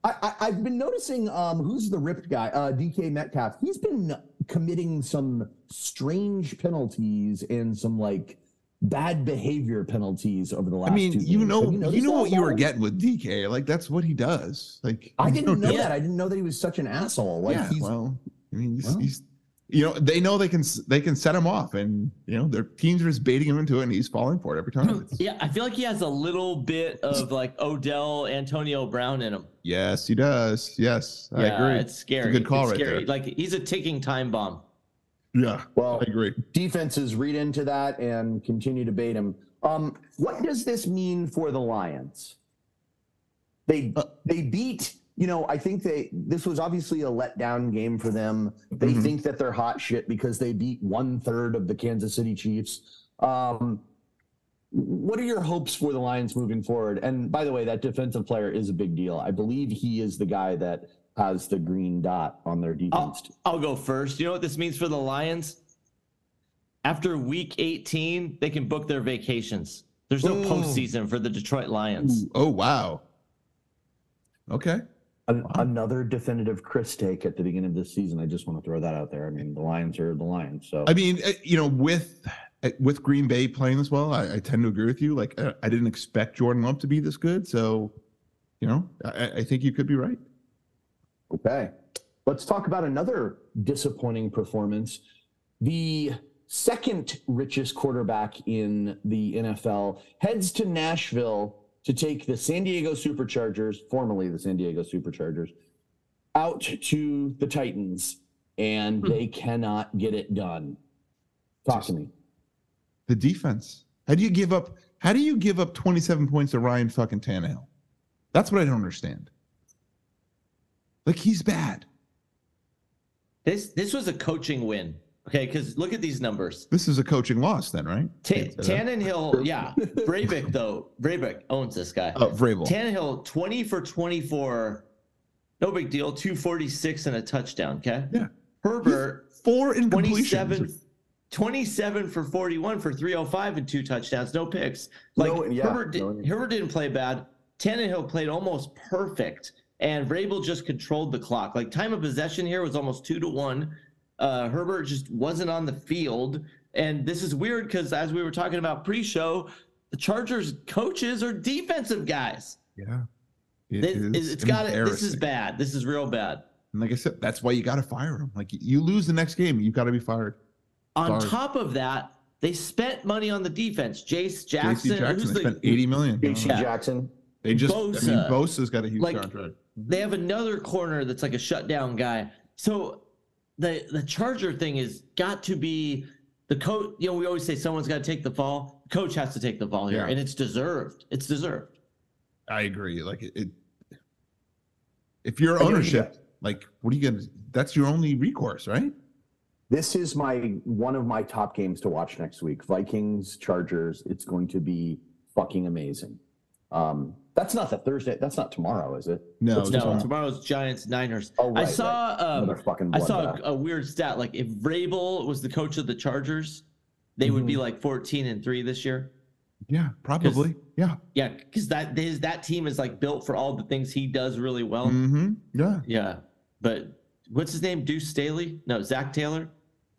S2: I, I, I've been noticing um, who's the ripped guy, uh, DK Metcalf. He's been committing some strange penalties and some like bad behavior penalties over the last.
S3: I mean,
S2: two
S3: you
S2: games.
S3: know,
S2: Have
S3: you
S2: noticed
S3: know
S2: that,
S3: what you were
S2: Adam?
S3: getting with DK. Like that's what he does. Like
S2: I didn't know
S3: Yeah,
S2: that. I didn't know that he was such an asshole. Like
S3: yeah.
S2: he's
S3: Well, I mean, he's,
S2: Well.
S3: he's, you know, they know they can s- they can set him off, and you know their teams are just baiting him into it, and he's falling for it every time. It's-
S4: Yeah, I feel like he has a little bit of like Odell Antonio Brown in him.
S3: yes, he does. Yes, I
S4: yeah,
S3: agree.
S4: It's scary.
S3: good call
S4: It's
S3: right
S4: scary.
S3: there.
S4: Like he's a ticking time bomb.
S3: yeah,
S2: well,
S3: I agree.
S2: defenses read into that and continue to bait him. Um, what does this mean for the Lions? They
S3: Uh,
S2: they beat you know I think they this was obviously a letdown game for them. They
S3: Mhm.
S2: think that they're hot shit because they beat one third of the Kansas City Chiefs. Um, what are your hopes for the Lions moving forward? And by the way, that defensive player is a big deal. I believe he is the guy that has the green dot on their defense.
S4: I'll go first. You know what this means for the Lions? After week 18, they can book their vacations. There's no
S3: Ooh.
S4: postseason for the Detroit Lions.
S3: Ooh, oh wow. Okay.
S2: An, another definitive Chris take at the beginning of this season. I just want to throw that out there. I mean, the Lions are the Lions. So
S3: I mean, uh, you know, with uh, with Green Bay playing this well, I, I tend to agree with you. Like, uh, I didn't expect Jordan Love to be this good, so you know, I, I think you could be right.
S2: okay, let's talk about another disappointing performance. The second richest quarterback in the NFL heads to Nashville to take the San Diego Superchargers, formerly the San Diego Superchargers, out to the Titans, and
S4: Hmm.
S2: they cannot get it done. Talk to me.
S3: The defense. How do you give up? How do you give up 27 points to Ryan fucking Tannehill? That's what I don't understand. Like he's bad.
S4: This this was a coaching win. Okay, because look at these numbers.
S3: This is a coaching loss, then, right? uh,
S4: T- Tannenhill, yeah. Breivik though, Breivik owns this guy.
S3: Oh, Vrabel.
S4: Tannehill, 20 for 24. No big deal. 246 and a touchdown. Okay.
S3: Yeah.
S4: Herbert,
S3: Four incompletions.
S4: 27, 27 for 41 for 305 and two touchdowns. No picks. Like
S2: No, yeah,
S4: Herbert, di-
S2: no, no.
S4: Herbert didn't play bad. Tannehill played almost perfect. And Rabel just controlled the clock. Like time of possession here was almost two to one. Uh, Herbert just wasn't on the field. And this is weird because as we were talking about pre show, the Chargers coaches are defensive guys.
S3: Yeah. It
S4: This,
S3: is
S4: it's got to This is
S3: embarrassing.
S4: bad. This is real bad.
S3: And like I said, that's why you got to fire him. Like you lose the next game, you got to be fired.
S4: On
S3: Sorry.
S4: top of that, they spent money on the defense. Jace Jackson,
S3: JC Jackson
S4: who's
S3: they
S4: the,
S3: spent 80 million.
S2: JC
S4: Yeah.
S2: Jackson,
S3: They just I mean,
S4: Bosa.
S3: Bosa's got a huge
S4: Like-
S3: contract.
S4: they have another corner that's like a shutdown guy. So the the Charger thing is got to be the coach. You know, we always say someone's got to take the fall. coach has to take the fall here,
S3: Yeah.
S4: and it's deserved. It's deserved.
S3: I agree. Like it, it if you're
S2: I know you
S3: ownership, like what are you gonna? That's your only recourse, right?
S2: This is my one of my top games to watch next week. Vikings, Chargers. It's going to be fucking amazing. Um, that's not the Thursday. That's not tomorrow, is it?
S3: No,
S2: It's
S3: just
S4: No,
S3: on-
S4: tomorrow's Giants Niners.
S2: Oh,
S4: I
S2: right,
S4: saw. Um,
S2: Another fucking
S4: I saw
S2: bloodbath.
S4: a, a weird stat. Like if Vrabel was the coach of the Chargers, they would
S3: Mm-hmm.
S4: be like fourteen and three this year.
S3: yeah, probably, yeah,
S4: Yeah, because that his that team is like built for all the things he does really well.
S3: hmm yeah.
S4: Yeah, but what's his name? Deuce Staley? No, Zach Taylor.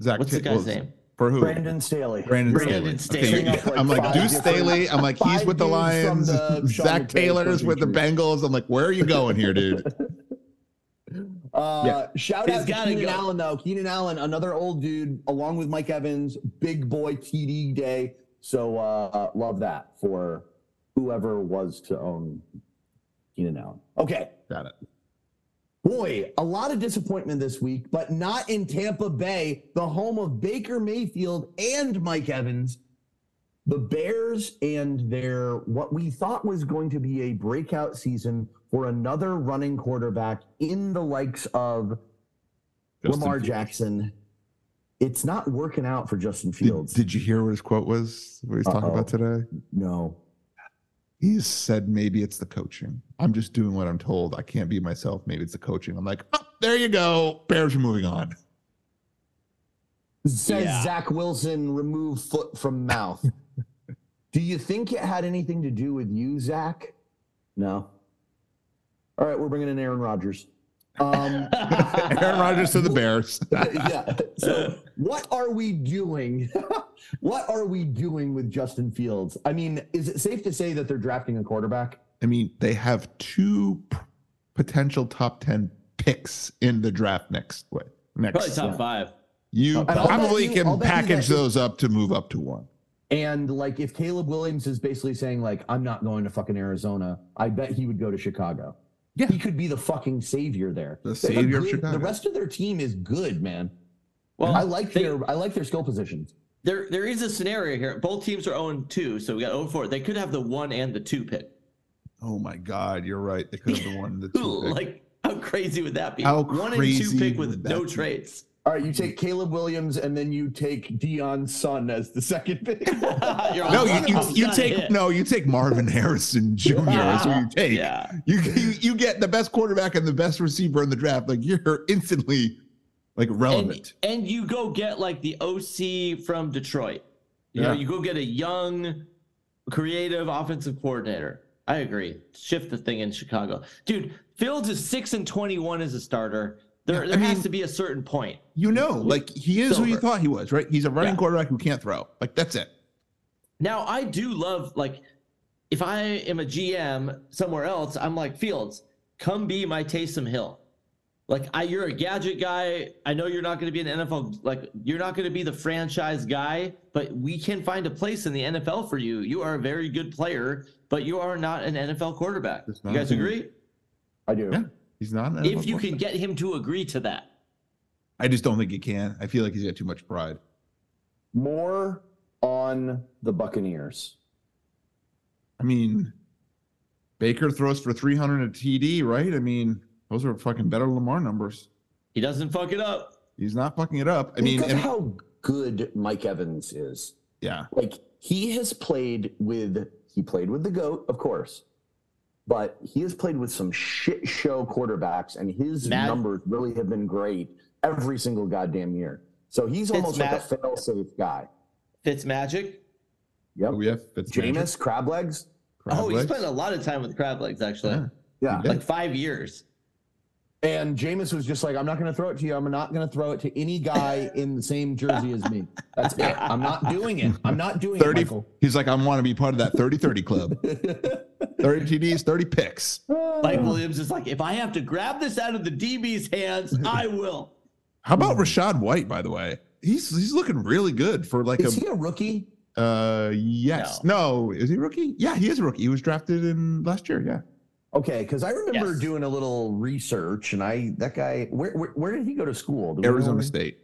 S3: Zach,
S4: What's the
S3: Ta- well,
S4: guy's name?
S3: for who?
S2: Brandon Staley.
S3: Brandon,
S4: Brandon
S3: Staley. Okay,
S4: Staley.
S3: you- I'm like
S2: Five
S3: Deuce
S2: different-
S3: Staley. I'm like he's
S2: five
S3: with the
S2: dudes from
S3: Lions.
S2: the Sean
S3: Zach
S2: McVay
S3: Taylor's
S2: coaching
S3: with the
S2: tree.
S3: Bengals. I'm like, where are you going here, dude?
S2: Uh, Shout
S4: He's
S2: out to
S4: gotta
S2: Keenan
S4: go.
S2: Allen though. Keenan Allen, another old dude, along with Mike Evans, big boy TD day. So uh, love that for whoever was to own Keenan Allen. Okay,
S3: got it.
S2: Boy, a lot of disappointment this week, but not in Tampa Bay, the home of Baker Mayfield and Mike Evans. The Bears and their what we thought was going to be a breakout season for another running quarterback in the likes of
S3: Justin
S2: Lamar
S3: Fields.
S2: Jackson. It's not working out for Justin
S3: Did,
S2: Fields.
S3: did you hear what his quote was? What he's talking about today?
S2: no.
S3: He said maybe it's the coaching. I'm just doing what I'm told. I can't be myself. Maybe it's the coaching. I'm like, oh, there you go. Bears are moving on.
S2: Says
S4: Yeah.
S2: Zach Wilson, remove foot from mouth. do you think it had anything to do with you, Zach? No. All right, we're bringing in Aaron Rodgers. Um,
S3: Aaron Rodgers to the Bears.
S2: yeah. So, what are we doing? what are we doing with Justin Fields? I mean, is it safe to say that they're drafting a quarterback?
S3: I mean, they have two p- potential top 10 picks in the draft next way.
S4: Probably
S3: Next.
S4: top five.
S3: You
S2: And I'll bet
S3: probably
S2: you- I'll
S3: can
S2: bet you
S3: package
S2: that-
S3: those up to move up to one.
S2: And like, if Caleb Williams is basically saying like, I'm not going to fucking Arizona, I bet he would go to Chicago.
S3: Yeah.
S2: he could be the fucking savior there.
S3: The
S2: They have a
S3: savior of
S2: good-
S3: Chicago.
S2: The rest of their team is good, man.
S4: Well,
S2: I like
S4: they-
S2: their I like their skill positions.
S4: There, there is a scenario here. Both teams are 0 2, so we got 0 4. They could have the one and the two pick.
S3: Oh my God, you're right. They could have the one, the two. pick.
S4: like, how crazy would that be?
S3: How
S4: one and
S3: crazy
S4: two pick with
S3: would that
S4: no
S3: be?
S4: trades.
S2: All right, you take Caleb Williams and then you take Dion Sun as the second pick.
S3: no,
S4: no,
S3: you, you, you take no, you take Marvin Harrison Jr. That's what you take.
S4: Yeah.
S3: You, you you get the best quarterback and the best receiver in the draft. Like you're instantly like
S4: And,
S3: relevant.
S4: and you go get like the OC from Detroit. You know,
S3: Yeah.
S4: you go get a young, creative offensive coordinator. I agree. Shift the thing in Chicago. Dude, Fields is 6 and 21 as a starter. There,
S3: Yeah, I
S4: there has
S3: mean-
S4: to be a certain point.
S3: you know, like he is who you
S4: Silver.
S3: thought he was, right? He's a running
S4: Yeah.
S3: quarterback who can't throw. Like that's it.
S4: Now I do love like if I am a GM somewhere else, I'm like Fields, come be my Taysom Hill. Like I, you're a gadget guy. I know you're not going to be an NFL like you're not going to be the franchise guy, but we can find a place in the NFL for you. You are a very good player, but you are not an NFL quarterback.
S3: That's
S4: You
S3: not
S4: guys
S3: him.
S4: agree?
S2: I do.
S3: Yeah. He's not. An
S4: If
S3: NFL
S4: you can
S3: quarterback.
S4: get him to agree to that,
S3: I just don't think he can. I feel like he's got too much pride.
S2: More on the Buccaneers.
S3: I mean, Baker throws for 300 a TD, right? I mean, those are fucking better Lamar numbers.
S4: he doesn't fuck it up.
S3: He's not fucking it up. I mean,
S2: Think of
S3: and-
S2: how good Mike Evans is.
S3: yeah,
S2: Like he has played with he played with the goat, of course, but he has played with some shit show quarterbacks, and his
S4: Matt-
S2: numbers really have been great every single goddamn year. So he's almost like a
S4: Matt-
S2: fail-safe guy.
S4: Fitz magic.
S2: Yep.
S3: we have oh, Fitzmagic,
S2: Jameis crab legs.
S3: Crab
S4: Oh, he's
S3: legs.
S4: spent a lot of time with crab legs actually,
S3: Yeah.
S2: Yeah.
S3: Yeah.
S4: like five years.
S2: And Jameis was just like, I'm not going to throw it to you. I'm not going to throw it to any guy in the same jersey as me. That's it. I'm not doing it. I'm not doing
S3: 30
S2: it. Michael.
S3: he's like i want to be part of that 30 30 club
S2: Uh,
S3: 30 td's 30 picks
S4: Mike Williams is like, if I have to grab this out of the DB's hands, I will.
S3: how about
S2: Hmm.
S3: rashad white by the way he's he's looking really good for like
S2: Is he
S3: a
S2: a rookie?
S3: uh yes no. is he a rookie yeah he is a rookie he was drafted in last year yeah
S2: Okay, because I remember
S4: Yes.
S2: doing a little research, and I that guy where where, where did he go to school? Do we know
S3: arizona
S2: where-
S3: State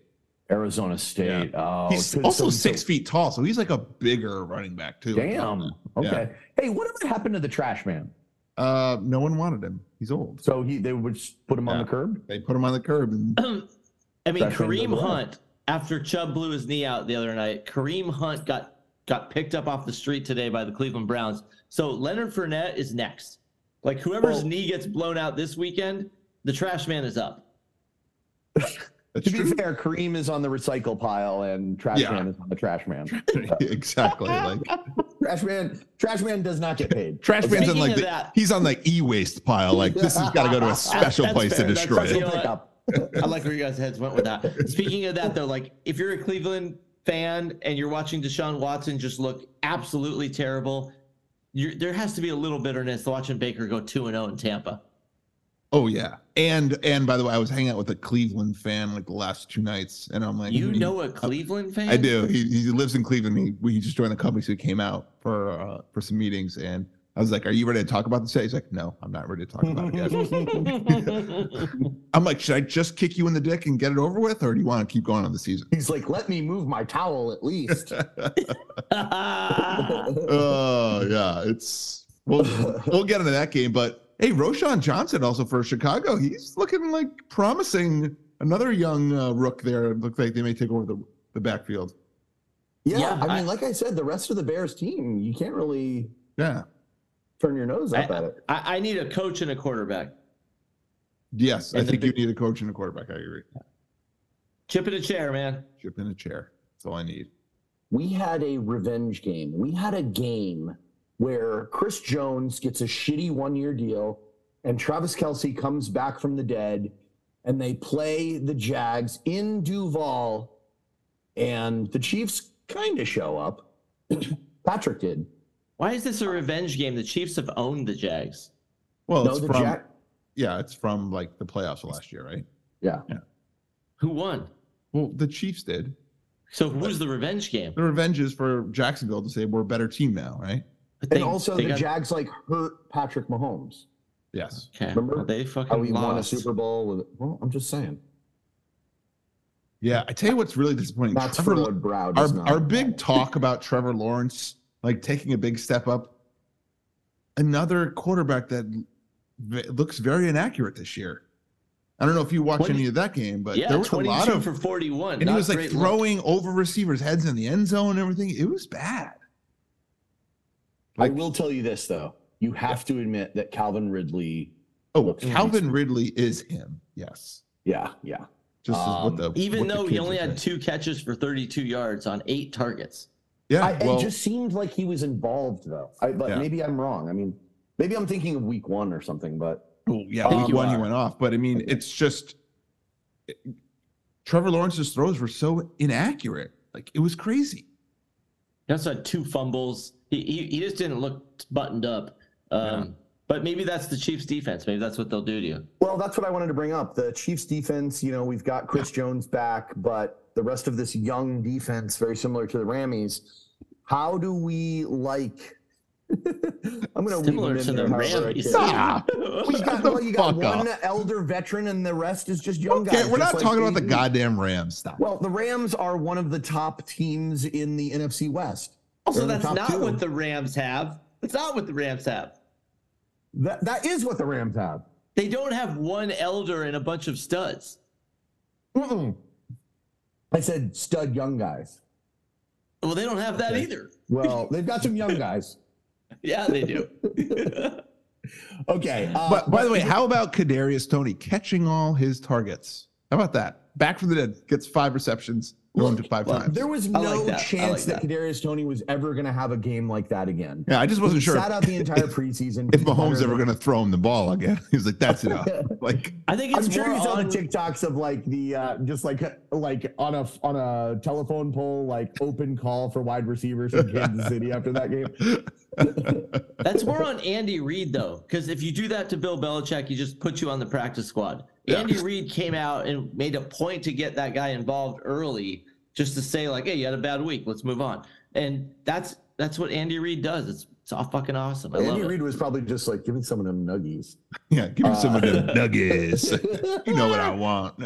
S2: Arizona State. Oh,
S3: he's
S2: so-
S3: also
S2: so-
S3: six feet tall so he's like a bigger running back too
S2: Damn.
S3: Yeah.
S2: Okay. Hey, whatever happened to the trash man?
S3: uh no one wanted him he's old
S2: So he they would just put him on
S3: Yeah.
S2: the curb.
S3: they put him on the curb and
S4: I mean,
S2: That thing
S4: Kareem
S2: goes well.
S4: Hunt, after Chubb blew his knee out the other night, Kareem Hunt got got picked up off the street today by the Cleveland Browns. So Leonard Fournette is next. Like whoever's
S2: Well-
S4: knee gets blown out this weekend, the trash man is up.
S3: that's
S2: To be
S3: true
S2: fair, Kareem is on the recycle pile, and trash
S3: Yeah.
S2: man is on the trash man.
S3: exactly like
S2: Trash man, trash man does not get paid.
S3: Trash man's in
S4: Speaking
S3: like
S4: of
S3: the,
S4: that-
S3: he's on like e-waste pile. Like this has got to go to a special
S4: That's
S3: place
S4: fair,
S3: to
S4: that's
S3: destroy
S4: fair.
S2: Special
S3: it.
S4: know what?
S2: pickup.
S4: I like where you guys' heads went with that. Speaking of that, though, like if you're a Cleveland fan and you're watching Deshaun Watson just look absolutely terrible, you're, there has to be a little bitterness watching Baker go two and zero in Tampa.
S3: Oh yeah. And and by the way, I was hanging out with a Cleveland fan like the last two nights, and I'm like,
S4: You
S2: Mm-hmm.
S3: he-
S4: know a Cleveland fan?
S3: I do. He, he lives in Cleveland. He we just joined the company, so he came out for uh, for some meetings, and I was like, "Are you ready to talk about this?" yet?" He's like, "No, I'm not ready to talk about it yet." I'm like, "Should I just kick you in the dick and get it over with, or do you want to keep going on the season?"
S2: He's like, let me move my towel at least.
S3: Oh yeah, it's we'll we'll get into that game. But hey, Roshan Johnson also for Chicago, he's looking like promising. Another young uh, rook there. It Looks like they may take over the the backfield.
S2: Yeah,
S4: Yeah,
S2: I
S4: I-
S2: mean, like I said, the rest of the Bears team, you can't really.
S3: Yeah,
S2: turn your nose up at it.
S4: I, I need a coach and a quarterback.
S3: Yes, I
S4: And the
S3: think
S4: big-
S3: you need a coach and a quarterback. I agree.
S4: Chip in a chair, man.
S3: Chip in a chair. That's all I need.
S2: we had a revenge game. We had a game where Chris Jones gets a shitty one year deal and Travis Kelsey comes back from the dead and they play the Jags in Duval and the Chiefs kind of show up. Patrick did.
S4: Why is this a revenge game? The Chiefs have owned the Jags.
S3: Well,
S2: No,
S3: Oh, it's
S2: the
S3: from
S2: Jag-
S3: yeah, it's from like the playoffs last year, right?
S2: Yeah.
S4: Who won?
S3: Well, the Chiefs did.
S4: So who's the revenge game?
S3: The revenge is for Jacksonville to say we're a better team now, right?
S4: But
S2: And
S4: they-
S2: also
S4: they
S2: the
S4: got-
S2: Jags like hurt Patrick Mahomes.
S3: Yes.
S4: Okay.
S2: remember
S4: Well, they fucking
S2: How he won a
S4: lost.
S2: Super Bowl with well, I'm just saying.
S3: Yeah, I tell you what's really disappointing.
S2: That's
S3: Trevor-
S2: Floyd Brow does
S3: our,
S2: not.
S3: our big talk about Trevor Lawrence like taking a big step up. Another quarterback that v- looks very inaccurate this year. I don't know if you watched
S4: Twenty-
S3: any of that game, but
S4: yeah,
S3: there was a
S4: 22
S3: lot of
S4: for 41.
S3: and he
S4: Not
S3: was like
S4: great luck.
S3: throwing over receivers' heads in the end zone and everything. It was bad. Like-
S2: I will tell you this though. You have to admit that Calvin Ridley
S3: Oh,
S2: Mhm.
S3: Calvin Ridley is him. Yes,
S2: Yeah, yeah.
S3: just as
S2: Um,
S3: what the
S4: Even
S3: what the
S4: though he
S3: kids
S4: only
S3: are
S4: had
S3: saying.
S4: two catches for 32 yards on eight targets.
S3: Yeah,
S2: I,
S3: well,
S2: it just seemed like he was involved though. I, but
S3: Yeah.
S2: maybe I'm wrong. I mean, maybe I'm thinking of week one or something. But
S3: Oh, yeah,
S2: Um,
S3: week
S2: you
S3: one he
S2: are.
S3: went off, but I mean, it's just it- Trevor Lawrence's throws were so inaccurate. Like it was crazy.
S4: He also had two fumbles. He he, he just didn't look buttoned up. Um,
S3: Yeah.
S4: But maybe that's the Chiefs' defense. Maybe that's what they'll do to you.
S2: well, that's what I wanted to bring up. The Chiefs defense. You know, we've got Chris Jones back, but the rest of this young defense, very similar to the Rammies. How do we like? I'm going to
S4: Similar to the Rams.
S3: Stop.
S2: We
S3: Ah, Shut
S2: got,
S3: the
S2: well, you got
S3: fuck
S2: one
S3: up.
S2: elder veteran, and the rest is just young guys.
S3: Okay, we're
S2: just
S3: not
S2: like
S3: talking about the
S2: Aiden.
S3: goddamn Rams. Stop.
S2: Well, the Rams are one of the top teams in the NFC West.
S4: Also,
S2: They're in the
S4: that's
S2: top
S4: not
S2: two.
S4: what the Rams have. That's not what the Rams have.
S2: That that is what the Rams have.
S4: They don't have one elder and a bunch of studs.
S2: Mm-mm. I said stud young guys.
S4: Well, they don't have that
S3: Okay.
S4: either.
S2: Well, they've got some young guys.
S4: Yeah, they do.
S2: Okay. uh,
S3: but by the way, how about Kadarius Tony catching all his targets? How about that? Back from the dead, gets five receptions, going to five
S4: well,
S3: times.
S2: there was
S4: I
S2: no
S4: like that. I
S2: chance
S4: like
S2: that Kadarius Tony was ever going to have a game like that again.
S3: Yeah, I just
S2: He
S3: wasn't sure
S2: Sat out
S3: if,
S2: the entire preseason.
S3: if Mahomes ever going to throw him the ball again. He was like, "That's enough." Like,
S4: I think it's
S2: I'm sure
S4: more
S2: you saw
S4: on.
S2: the TikToks of like the uh, just like like on a on a telephone pole like open call for wide receivers in Kansas City after that game.
S4: That's more on Andy Reid though, because if you do that to Bill Belichick, he just puts you on the practice squad.
S3: Yeah.
S4: Andy Reid came out and made a point to get that guy involved early, just to say like, "Hey, you had a bad week. Let's move on." And that's that's what Andy Reid does. It's it's all fucking awesome. I love
S2: Andy
S4: it.
S2: Reid was probably just like give me some of them nuggies.
S3: yeah, give me some of them
S2: Uh,
S3: nuggets.
S2: you
S3: you know what I want.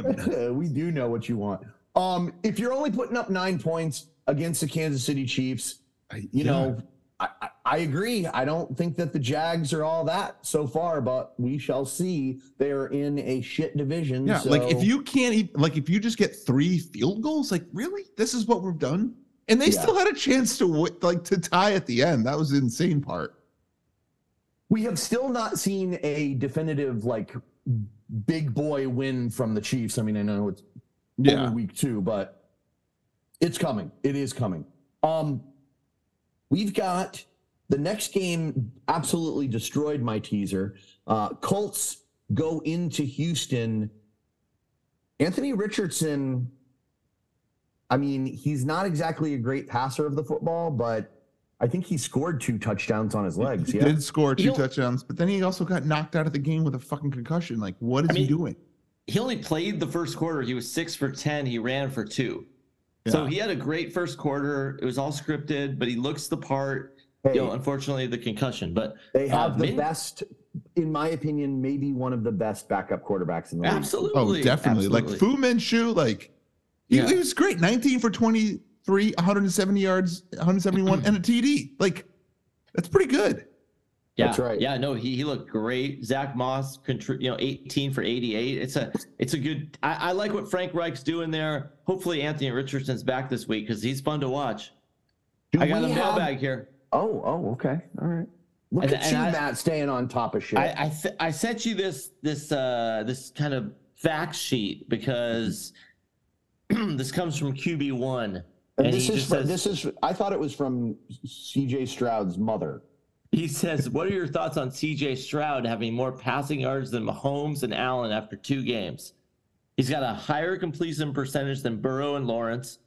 S2: we do know what you want. Um, if you're only putting up nine points against the Kansas City Chiefs,
S3: I-
S2: you
S3: yeah.
S2: know, I, I, I agree. I don't think that the Jags are all that so far, but we shall see. They are in a shit division.
S3: Yeah, like
S2: so-
S3: if you can't even like if you just get three field goals, like really, this is what we've done, and they
S2: Yeah.
S3: still had a chance to wi- like to tie at the end. That was the insane part.
S2: we have still not seen a definitive like big boy win from the Chiefs. I mean, I know it's only week two, but it's coming. It is coming. Um, we've got the next game absolutely destroyed my teaser. Uh, Colts go into Houston. Anthony Richardson, I mean, he's not exactly a great passer of the football, but I think he scored two touchdowns on his legs.
S3: he
S2: Yeah.
S3: did score two
S4: You know-
S3: touchdowns, but then he also got knocked out of the game with a fucking concussion. Like, what is
S4: I
S3: he
S4: mean-
S3: doing?
S4: he only played the first quarter. He was six for 10. He ran for two. So
S3: Yeah.
S4: he had a great first quarter. It was all scripted, but he looks the part.
S2: Hey,
S4: You know, unfortunately, the concussion. But
S2: they have
S4: uh,
S2: the
S4: Min-
S2: best, in my opinion, maybe one of the best backup quarterbacks in the league.
S3: Oh,
S4: absolutely.
S3: definitely. Like
S4: absolutely.
S3: Fu Manchu, like he,
S4: Yeah.
S3: he was great. 19 for 23, 170 yards, 171, and a TD. Like, that's pretty good.
S4: Yeah,
S2: That's right.
S4: Yeah, no, he, he looked great. Zach Moss, contri- you know, 18 for 88. It's a it's a good. I, I like what Frank Reich's doing there. Hopefully, Anthony Richardson's back this week because he's fun to watch.
S2: Do
S4: I got
S2: we
S4: a
S2: have-
S4: mailbag here.
S2: Oh, oh, okay. All right. Look
S4: And-
S2: at
S4: and
S2: you,
S4: I-
S2: Matt, staying on top of shit.
S4: I I, th- I sent you this this uh, this kind of fact sheet because this comes from QB one, and,
S2: and this
S4: he
S2: is
S4: just
S2: from,
S4: says
S2: this is. I thought it was from C.J. Stroud's mother.
S4: he says, "What are your thoughts on C.J. Stroud having more passing yards than Mahomes and Allen after two games? He's got a higher completion percentage than Burrow and Lawrence,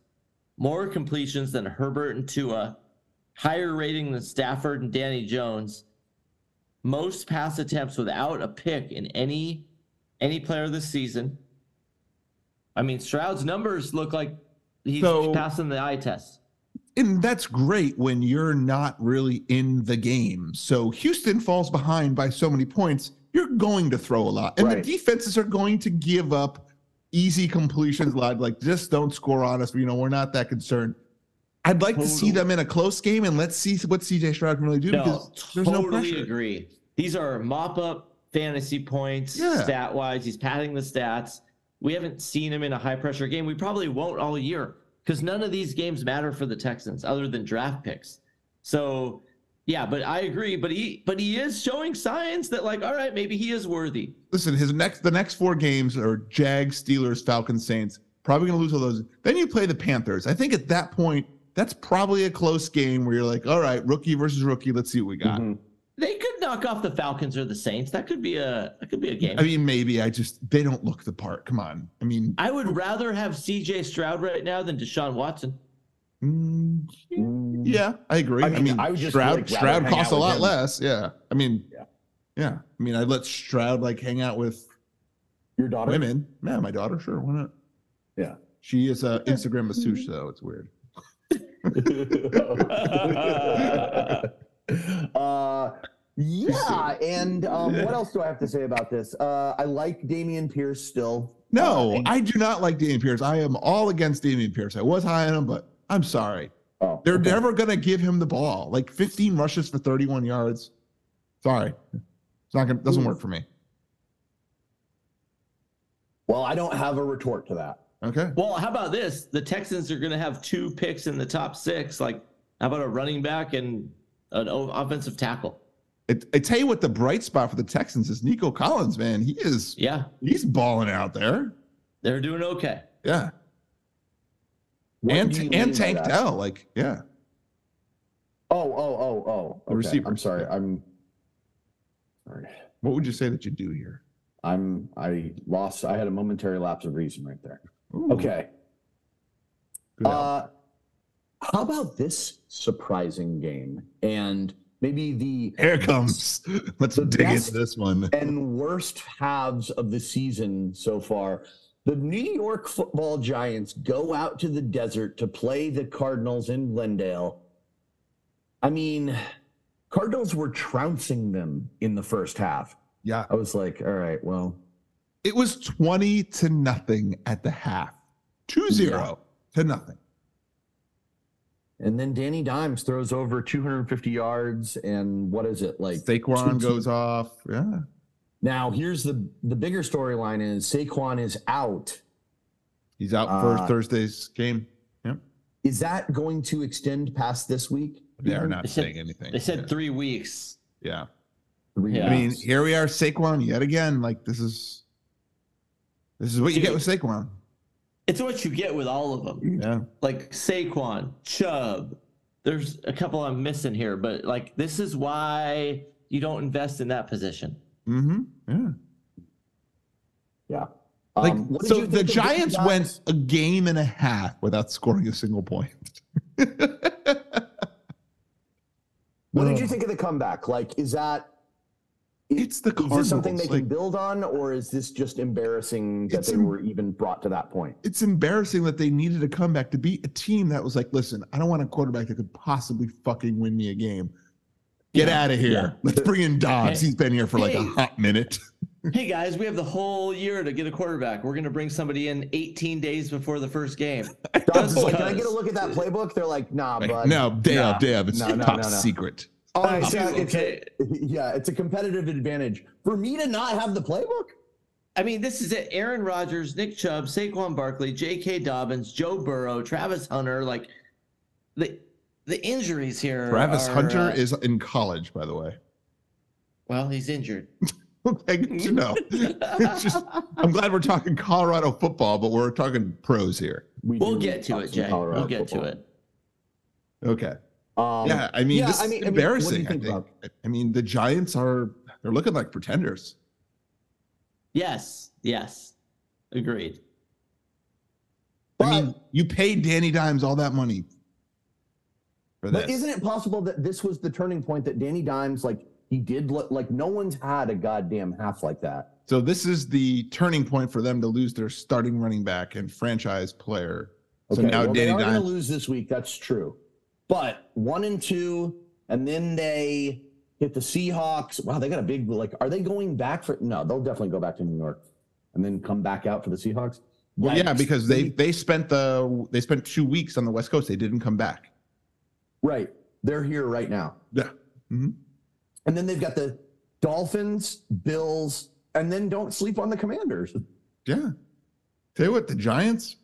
S4: more completions than Herbert and Tua, higher rating than Stafford and Danny Jones." most pass attempts without a pick in any any player this season. I mean, Stroud's numbers look like he's
S3: So-
S4: passing the eye test.
S3: And that's great when you're not really in the game. So Houston falls behind by so many points. You're going to throw a lot. And
S2: Right.
S3: the defenses are going to give up easy completions, lot like just don't score on us. You know, we're not that concerned. I'd like to see
S4: Totally.
S3: them in a close game and let's see what CJ Stroud can really do
S4: No,
S3: because there's no
S4: totally
S3: pressure.
S4: agree. These are mop up fantasy points,
S3: Yeah.
S4: stat wise. He's padding the stats. We haven't seen him in a high pressure game. We probably won't all year because none of these games matter for the Texans other than draft picks. So, yeah, but I agree. But he but he is showing signs that like, all right, maybe he is worthy.
S3: Listen, his next the next four games are Jags, Steelers, Falcons, Saints. Probably going to lose all those. Then you play the Panthers. I think at that point, that's probably a close game where you're like, all right, rookie versus rookie. Let's see what we got.
S2: Mhm.
S4: They could knock off the Falcons or the Saints. That could be a that could be a
S2: Mm-hmm.
S4: game.
S3: I mean, maybe I just they don't look the part. Come on. I mean,
S4: I would rather have C.J. Stroud right now than Deshaun Watson.
S3: mm,
S2: Mm.
S3: yeah, I agree.
S2: I mean, I would just,
S3: Stroud
S2: like, rather
S3: Stroud
S2: hang
S3: costs
S2: out
S3: a
S2: with
S3: lot
S2: him.
S3: less. Yeah, I mean,
S2: Yeah.
S3: yeah, I mean, I'd let Stroud like hang out with
S2: Your daughter.
S3: women. Yeah, my daughter, sure, why not?
S2: Yeah. Mm-hmm.
S3: she is uh, Instagram masseuse though. It's weird.
S2: uh, yeah, and um, what else do I have to say about this? Uh, I like Damian Pierce still.
S3: No,
S2: Uh, and-
S3: I do not like Damian Pierce. I am all against Damian Pierce. I was high on him, but I'm sorry.
S2: oh,
S3: They're
S2: okay.
S3: never going to give him the ball. Like 15 rushes for 31 yards. Sorry. It's not gonna, doesn't work for me.
S2: Well, I don't have a retort to that.
S3: Okay.
S4: Well, how about this? The Texans are going to have two picks in the top six. Like, how about a running back and an o- offensive tackle?
S3: It, I tell you what, the bright spot for the Texans is Nico Collins, man. He is,
S4: Yeah,
S3: he's balling out there.
S4: they're doing okay.
S3: Yeah.
S2: What
S3: and
S2: do you mean by
S3: and Tank
S2: that?
S3: Dell. Like, yeah.
S2: Oh, oh, oh, oh.
S3: The
S2: Okay.
S3: receiver.
S2: I'm sorry. I'm sorry.
S3: What would you say that you do here?
S2: I'm I lost. I had a momentary lapse of reason right there.
S3: Ooh,
S2: Okay.
S3: good out.
S2: Uh, how about this surprising game and maybe the
S3: here it comes. Let's
S2: the
S3: dig
S2: best-
S3: into this one.
S2: and worst halves of the season so far. The New York Football Giants go out to the desert to play the Cardinals in Glendale. I mean, Cardinals were trouncing them in the first half.
S3: Yeah.
S2: I was like, all right, well,
S3: It was 20 to nothing at the half. 2 0 to nothing.
S2: And then Danny Dimes throws over 250 yards and what is it like?
S3: Saquon
S2: two-
S3: goes off. Yeah.
S2: Now here's the the bigger storyline is Saquon is out.
S3: He's out for
S2: Uh,
S3: Thursday's game.
S2: Is that going to extend past this week?
S3: They're not
S4: They said-
S3: saying anything.
S4: They said
S3: yeah.
S4: three weeks.
S3: yeah.
S2: Three
S4: Yeah.
S3: I mean,
S2: weeks.
S3: here we are, Saquon yet again. Like this is this is what you get with Saquon.
S4: It's what you get with all of them.
S3: Yeah.
S4: like Saquon, Chubb. There's a couple I'm missing here, but like this is why you don't invest in that position.
S3: Mm-hmm. Yeah.
S2: yeah.
S3: Like
S2: Um, what did
S3: so
S2: you think
S3: the
S2: of
S3: Giants
S2: Danny Dimes?
S3: went a game and a half without scoring a single point.
S2: What
S3: uh,
S2: did you think of the comeback? Like, is that is-
S3: It's the
S2: is this something
S3: Cardinals,
S2: they
S3: like-
S2: can build on, or is this just embarrassing that
S3: It's
S2: they
S3: em-
S2: were even brought to that point?
S3: it's embarrassing that they needed a comeback to beat a team that was like, listen, I don't want a quarterback that could possibly fucking win me a game. Get
S4: Yeah,
S3: out of here.
S2: yeah.
S3: Let's bring in Dobbs.
S4: Hey,
S3: He's been here for like a
S4: hey.
S3: hot minute.
S2: Hmm.
S4: hey guys, we have the whole year to get a quarterback. We're gonna bring somebody in 18 days before the first game.
S2: Dobbs is
S4: know.
S2: like, can I get a look at that playbook? They're like, nah,
S3: Like,
S2: bud.
S3: no, Dab, Dab. It's
S2: No, no,
S3: top
S2: no, no.
S3: secret.
S2: Oh, it's
S4: Dude,
S2: a- it's a-
S4: okay.
S2: yeah, it's a competitive advantage for me to not have the playbook.
S4: I mean, this is it. Aaron Rodgers, Nick Chubb, Saquon Barkley, J.K. Dobbins, Joe Burrow, Travis Hunter. Like the the injuries here.
S3: Travis
S4: are,
S3: Hunter
S4: uh,
S3: is in college, by the way.
S4: Well, he's injured.
S3: like, you know, it's just, I'm glad we're talking Colorado football, but we're talking pros here.
S2: We
S4: We'll
S2: do
S4: get to
S2: talk
S4: it,
S2: some
S4: Jay.
S2: Colorado
S4: We'll get to
S2: football.
S4: it.
S3: Okay.
S2: Um,
S3: yeah, I mean,
S2: yeah,
S3: this
S2: I
S3: is
S2: mean- I mean, what do you
S3: embarrassing. I,
S2: think
S3: think. I mean, the Giants are they're looking like pretenders.
S4: Yes, yes, agreed.
S3: I mean, you paid Danny Dimes all that money for
S2: But
S3: this.
S2: isn't it possible that this was the turning point that Danny Dimes, like, he did look like no one's had a goddamn half like that?
S3: so this is the turning point for them to lose their starting running back and franchise player. So now
S2: well, they
S3: Danny
S2: are going to
S3: Dimes.
S2: lose this week. That's true. But one and two, and then they hit the Seahawks. Wow, they got a big like. Are they going back for? No, they'll definitely go back to New York, and then come back out for the Seahawks.
S3: Well, yeah,
S2: Yikes.
S3: because they they spent the they spent two weeks on the West Coast. They didn't come back.
S2: right they're here right now,
S3: Yeah. Mhm.
S2: and then they've got the Dolphins, Bills, and then don't sleep on the Commanders.
S3: Yeah. Tell you what, the Giants,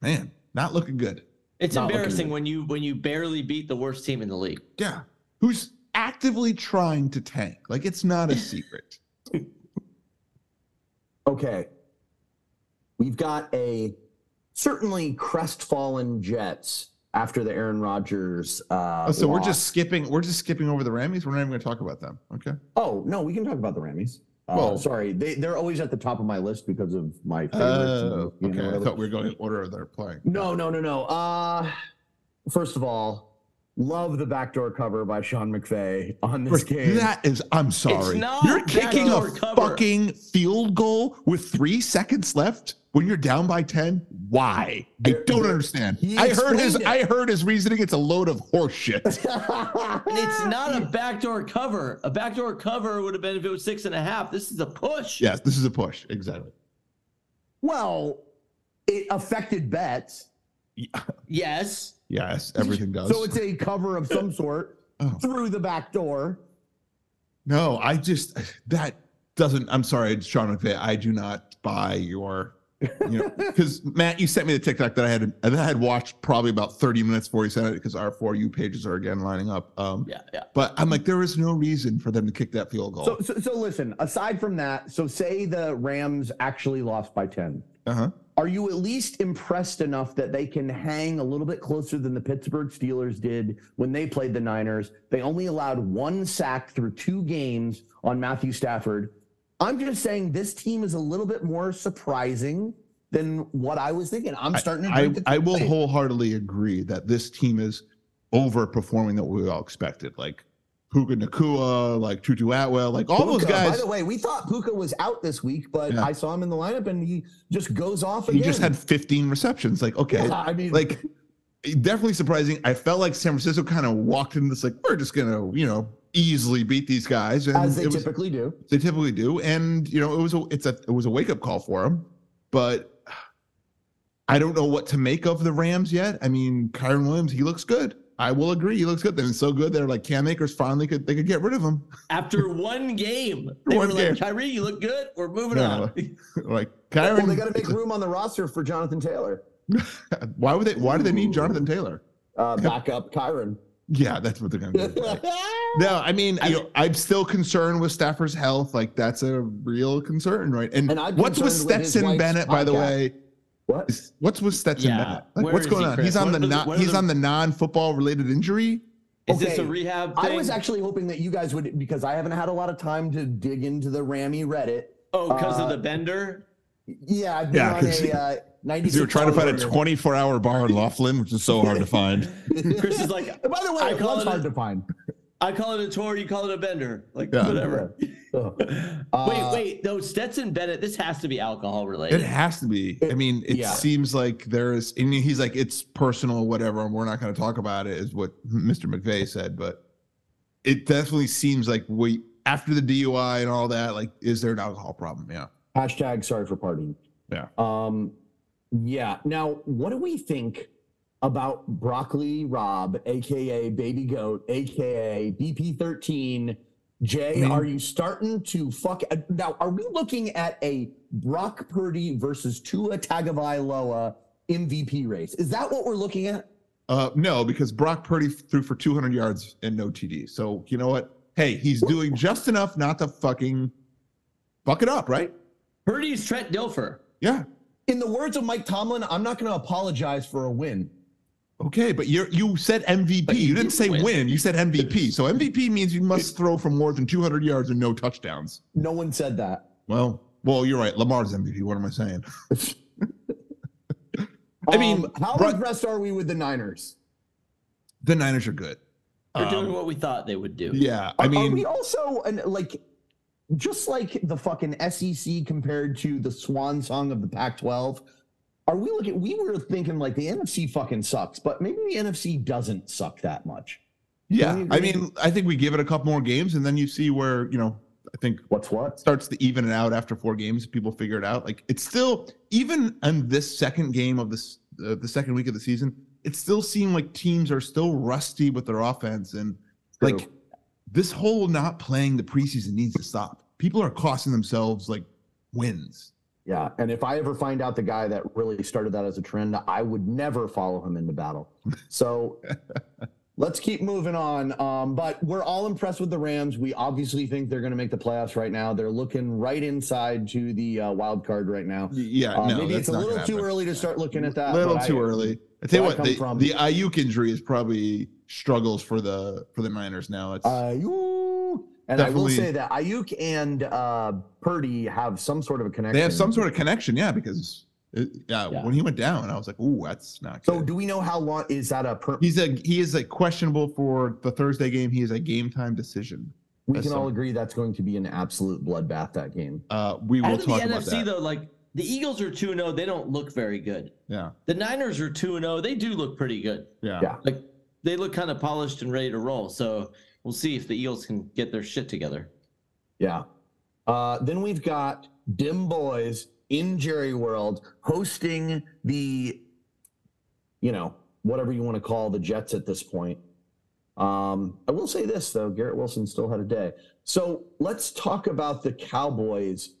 S3: man, not looking good.
S4: It's
S2: Not looking
S4: embarrassing
S2: good.
S4: when you when you barely beat the worst team in the league.
S3: Yeah. Who's actively trying to tank? Like it's not a secret.
S2: Okay, we've got a certainly crestfallen Jets after the Aaron Rodgers. Uh,
S3: Oh, so we're
S2: loss.
S3: just skipping. We're just skipping over the Rammies. We're not even going to talk about them. Okay.
S2: Oh no, we can talk about the Rammies. Uh,
S3: Well-
S2: sorry, they they're always at the top of my list because of my favorites.
S3: Oh,
S2: and, you know,
S3: okay. I
S2: whatever.
S3: thought we were going in order of their playing.
S2: no, no, no, no. Uh first of all, love the backdoor cover by Sean McVay on this
S3: First,
S2: game.
S3: That is, I'm sorry.
S4: not
S3: you're kicking a
S4: backdoor cover.
S3: fucking field goal with three seconds left when you're down by ten. Why? I
S2: There-
S3: don't
S2: there-
S3: understand.
S2: he
S3: I heard his.
S2: explained it.
S3: I heard his reasoning. It's a load of horseshit.
S4: And
S3: Ah,
S4: it's not a backdoor cover. A backdoor cover would have been if it was six and a half. This is a push.
S3: yes, this is a push. Exactly.
S2: well, it affected bets.
S4: Yes.
S3: Yes, everything does.
S2: So it's a cover of some sort
S3: Oh.
S2: through the back door.
S3: No, I just that doesn't. I'm sorry, Sean McVay. I do not buy your, you know, because Matt, you sent me the TikTok that I had that I had watched probably about 30 minutes before you sent it because our for you pages are again lining up. Um,
S4: Yeah, yeah.
S3: but I'm like, there is no reason for them to kick that field goal.
S2: So, so so listen, aside from that, so say the Rams actually lost by 10.
S3: uh huh.
S2: are you at least impressed enough that they can hang a little bit closer than the Pittsburgh Steelers did when they played the Niners? They only allowed one sack through two games on Matthew Stafford. I'm just saying this team is a little bit more surprising than what I was thinking. I'm starting to.
S3: I,
S2: drink the
S3: I will
S2: Kool-Aid.
S3: wholeheartedly agree that this team is overperforming that we all expected. Like Puka Nakua, like Tutu Atwell, like all those
S2: Puka,
S3: guys.
S2: By the way, we thought Puka was out this week, but
S3: Yeah.
S2: I saw him in the lineup and he just goes off
S3: he
S2: again.
S3: just had 15 receptions. Like, okay,
S2: Yeah, I mean,
S3: like definitely surprising. I felt like San Francisco kind of walked into this like we're just gonna you know easily beat these guys, and
S2: as they
S3: it was-
S2: typically do.
S3: they typically do. And you know it was a it's a it was a wake up call for them, but I don't know what to make of the Rams yet. I mean, Kyron Williams he looks good. I will agree, he looks good. They're so good. They're like Cam Akers finally could they could get rid of him.
S4: After one game, they
S3: One
S4: were
S3: game.
S4: like, Kyrie, you look good. We're moving
S3: Yeah.
S4: on.
S3: like
S2: Well,
S3: Kyron,
S2: they got to make room on the roster for Jonathan Taylor,
S3: why would they? Why do they need Jonathan Taylor?
S2: uh, backup Kyron.
S3: Yeah, that's what they're gonna do. Like, No, I mean, you know, I'm still concerned with Stafford's health. Like that's a real concern, right? And,
S2: And I'm
S3: what's with
S2: concerned with his
S3: Stetson
S2: wife's
S3: Bennett, by the
S2: podcast.
S3: way?
S2: What?
S3: Is- What's with Stetson
S4: Yeah,
S3: Bennett? Like,
S4: where
S3: what's
S4: is
S3: going
S4: he,
S3: on?
S4: Chris?
S3: He's on
S4: What
S3: the
S4: are the-
S3: non
S4: what are
S3: he's
S4: the-
S3: on the non football related injury.
S4: Is this a
S2: Okay.
S4: rehab thing?
S2: I was actually hoping that you guys would, because I haven't had a lot of time to dig into the Rammy Reddit.
S4: oh, because
S2: uh,
S4: of the bender?
S2: Yeah, I've been
S3: Yeah,
S2: on
S3: 'cause
S2: a
S3: you-
S2: uh, 96.
S3: You were trying to find a
S2: hour-
S3: 24 hour bar in Laughlin, which is so hard to find.
S4: Chris is like,
S2: By the way,
S4: I
S2: it
S4: call
S2: was
S4: it a-
S2: hard to find.
S4: I call it a tour, you call it a bender. Like,
S3: Yeah.
S4: whatever.
S2: Ugh.
S4: wait,
S2: Uh,
S4: wait. No, Stetson Bennett, this has to be alcohol
S3: It
S4: related.
S3: has to be. I
S2: It-
S3: mean, it
S2: yeah.
S3: seems like there is, and he's like, it's personal, whatever, and we're not going to talk about it, is what Mr. McVeigh said. But it definitely seems like we, after the DUI and all that, like, is there an alcohol problem? Yeah.
S2: Hashtag sorry for partying.
S3: Yeah.
S2: Um, yeah. Now, what do we think about Broccoli Rob, aka Baby Goat, aka BP13? Jay,
S3: Man.
S2: are you starting to fuck? uh, Now, are we looking at a Brock Purdy versus Tua Tagovailoa MVP race? Is that what we're looking at?
S3: Uh, no, because Brock Purdy threw for 200 yards and no TD. So you know what? hey, he's doing just enough not to fucking fuck it up, right?
S4: Purdy's Trent Dilfer.
S3: Yeah.
S5: In the words of Mike Tomlin, I'm not going to apologize for a win.
S3: Okay, but you you said MVP. You,
S4: you
S3: didn't
S4: did
S3: say win.
S4: win.
S3: You said MVP. So MVP means you must throw for more than 200 yards and no touchdowns.
S2: No one said that.
S3: Well, well, you're right. Lamar's MVP. What am I saying? I mean,
S5: Um, how
S3: Bru-
S5: impressed are we with the Niners?
S3: the Niners are good.
S4: They're doing
S3: Um,
S4: what we thought they would do.
S3: yeah, I
S2: are we
S3: mean,
S2: also and like just like the fucking SEC compared to the swan song of the Pac-12? Are we looking? We were thinking like the NFC fucking sucks, but maybe the NFC doesn't suck that much.
S3: yeah. I mean, I think we give it a couple more games, and then you see where you know. I think
S2: What's what?
S3: starts to even it out after four games. People figure it out. Like it's still even in this second game of this uh, the second week of the season, it still seemed like teams are still rusty with their offense and like this whole not playing the preseason needs to stop. People are costing themselves like wins.
S2: Yeah, and if I ever find out the guy that really started that as a trend, I would never follow him into battle. So let's keep moving on. Um, but we're all impressed with the Rams. We obviously think they're going to make the playoffs right now. They're looking right inside to the uh, wild card right now.
S3: Y- Yeah,
S2: Uh,
S3: no,
S2: maybe
S3: that's
S2: it's a
S3: not
S2: little
S3: gonna
S2: too
S3: happen.
S2: early to start looking at that.
S3: little
S2: but I-
S3: too early. I tell you
S2: where I
S3: what, the,
S2: come from-
S3: the Ayuk injury is probably struggles for the for the Niners now. It's
S2: Ayuk. And I will
S3: Definitely.
S2: say that Ayuk and uh, Purdy have some sort of a connection.
S3: they have some sort of connection, yeah, because it, yeah,
S4: Yeah.
S3: when he went down, I was like, "Ooh, that's not good."
S2: So do we know how long is that a per-
S3: He's a he is like questionable for the Thursday game. He is a game time decision.
S2: We can
S3: so-
S2: all agree that's going to be an absolute bloodbath that game.
S3: Uh, we will
S4: Out of the
S3: talk about
S4: NFC
S3: that.
S4: though, like the Eagles are 2-0, they don't look very good.
S3: yeah,
S4: The Niners are 2-0, they do look pretty good.
S3: yeah,
S2: Yeah.
S4: Like they look kind of polished and ready to roll. So we'll see if the Eagles can get their shit together.
S2: Yeah. Uh, then we've got Dim Boys in Jerry World hosting the, you know, whatever you want to call the Jets at this point. Um, I will say this though, Garrett Wilson still had a day. So let's talk about the Cowboys.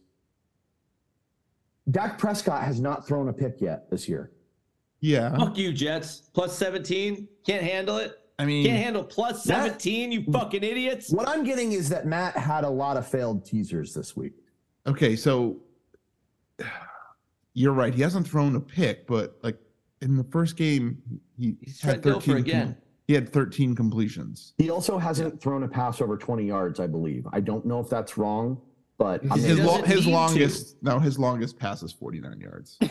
S2: Dak Prescott has not thrown a pick yet this year.
S3: yeah.
S4: Fuck you, Jets. Plus 17. Can't handle it.
S3: I mean,
S4: Can't handle plus 17, you fucking idiots.
S2: What I'm getting is that Matt had a lot of failed teasers this week.
S3: okay, so you're right. He hasn't thrown a pick, but like in the first game, he
S4: He's
S3: had
S4: Trent Dilfer
S3: 13. com-
S4: again.
S3: he had 13 completions.
S2: He also hasn't thrown a pass over 20 yards, I believe. I don't know if that's wrong, but I
S4: He
S3: his
S2: mean,
S4: doesn't
S3: lo- his
S4: need to.
S3: longest no, his longest pass is 49 yards.
S4: He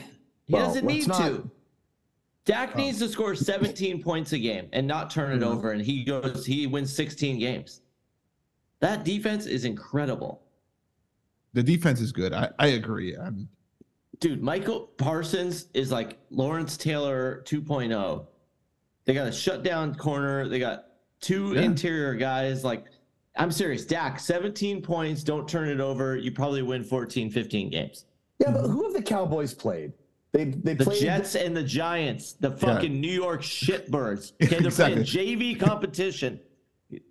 S2: Well,
S4: doesn't
S2: let's
S4: need
S2: not-
S4: to. Dak
S3: Oh.
S4: needs to score 17 points a game and not turn
S2: Mm-hmm.
S4: it over, and he goes, he wins 16 games. That defense is incredible.
S3: the defense is good. I I agree. I'm,
S4: Dude, Michael Parsons is like Lawrence Taylor 2.0. They got a shutdown corner, they got two
S3: Yeah.
S4: interior guys. Like, I'm serious, Dak, 17 points, don't turn it over. You probably win 14, 15 games.
S2: yeah, but who have the Cowboys played? They they
S4: The
S2: played
S4: Jets and the Giants, the fucking New York shitbirds. Okay, they're
S3: Exactly.
S4: playing JV competition.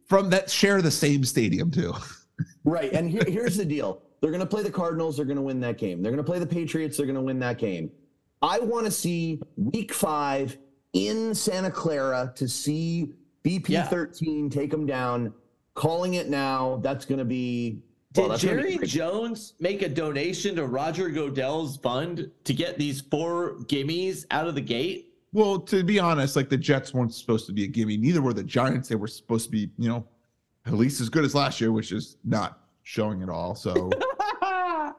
S3: from that share the same stadium too.
S2: right. And here, here's the deal: they're going to play the Cardinals. They're going to win that game. They're going to play the Patriots. They're going to win that game. I want to see Week Five in Santa Clara to see BP thirteen take them down. Calling it now. That's going to be. well,
S4: Did
S2: that's gonna be
S4: Jerry
S2: great.
S4: Jones make a donation to Roger Goodell's fund to get these four gimmies out of the gate?
S3: Well, to be honest, like the Jets weren't supposed to be a gimme. Neither were the Giants. They were supposed to be, you know, at least as good as last year, which is not showing at all. So,
S4: I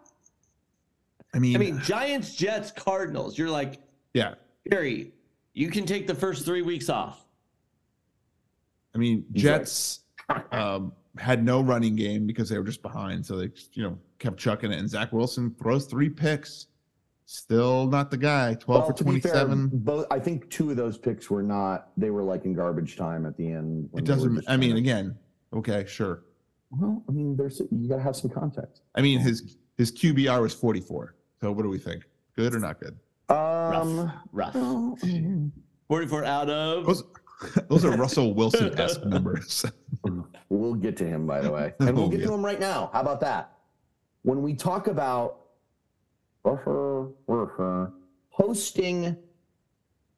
S3: I mean,
S4: mean, Giants, Jets, Cardinals. You're like,
S3: yeah,
S4: Jerry, you can take the first three weeks off.
S3: I mean,
S2: He's right.
S3: Jets um, had no running game because they were just behind. So they, just, you know, kept chucking it. And Zach Wilson throws three picks. Still not the guy. 12
S2: Well,
S3: for
S2: to be fair,
S3: 27.
S2: both I think two of those picks were not. They were like in garbage time at the end. when
S3: It
S2: they were
S3: doesn't,
S2: just
S3: I mean,
S2: kinda-
S3: again, okay, sure.
S2: Well, I mean, there's you gotta have some context.
S3: I mean, his his QBR was 44. So what do we think? Good or not good?
S2: Um,
S4: Rough.
S2: well, I mean,
S4: 44 out of.
S3: Those, those are Russell Wilson esque numbers.
S2: we'll get to him by the way, and we'll
S3: Oh,
S2: get
S3: yeah.
S2: to him right now. How about that? When we talk about hosting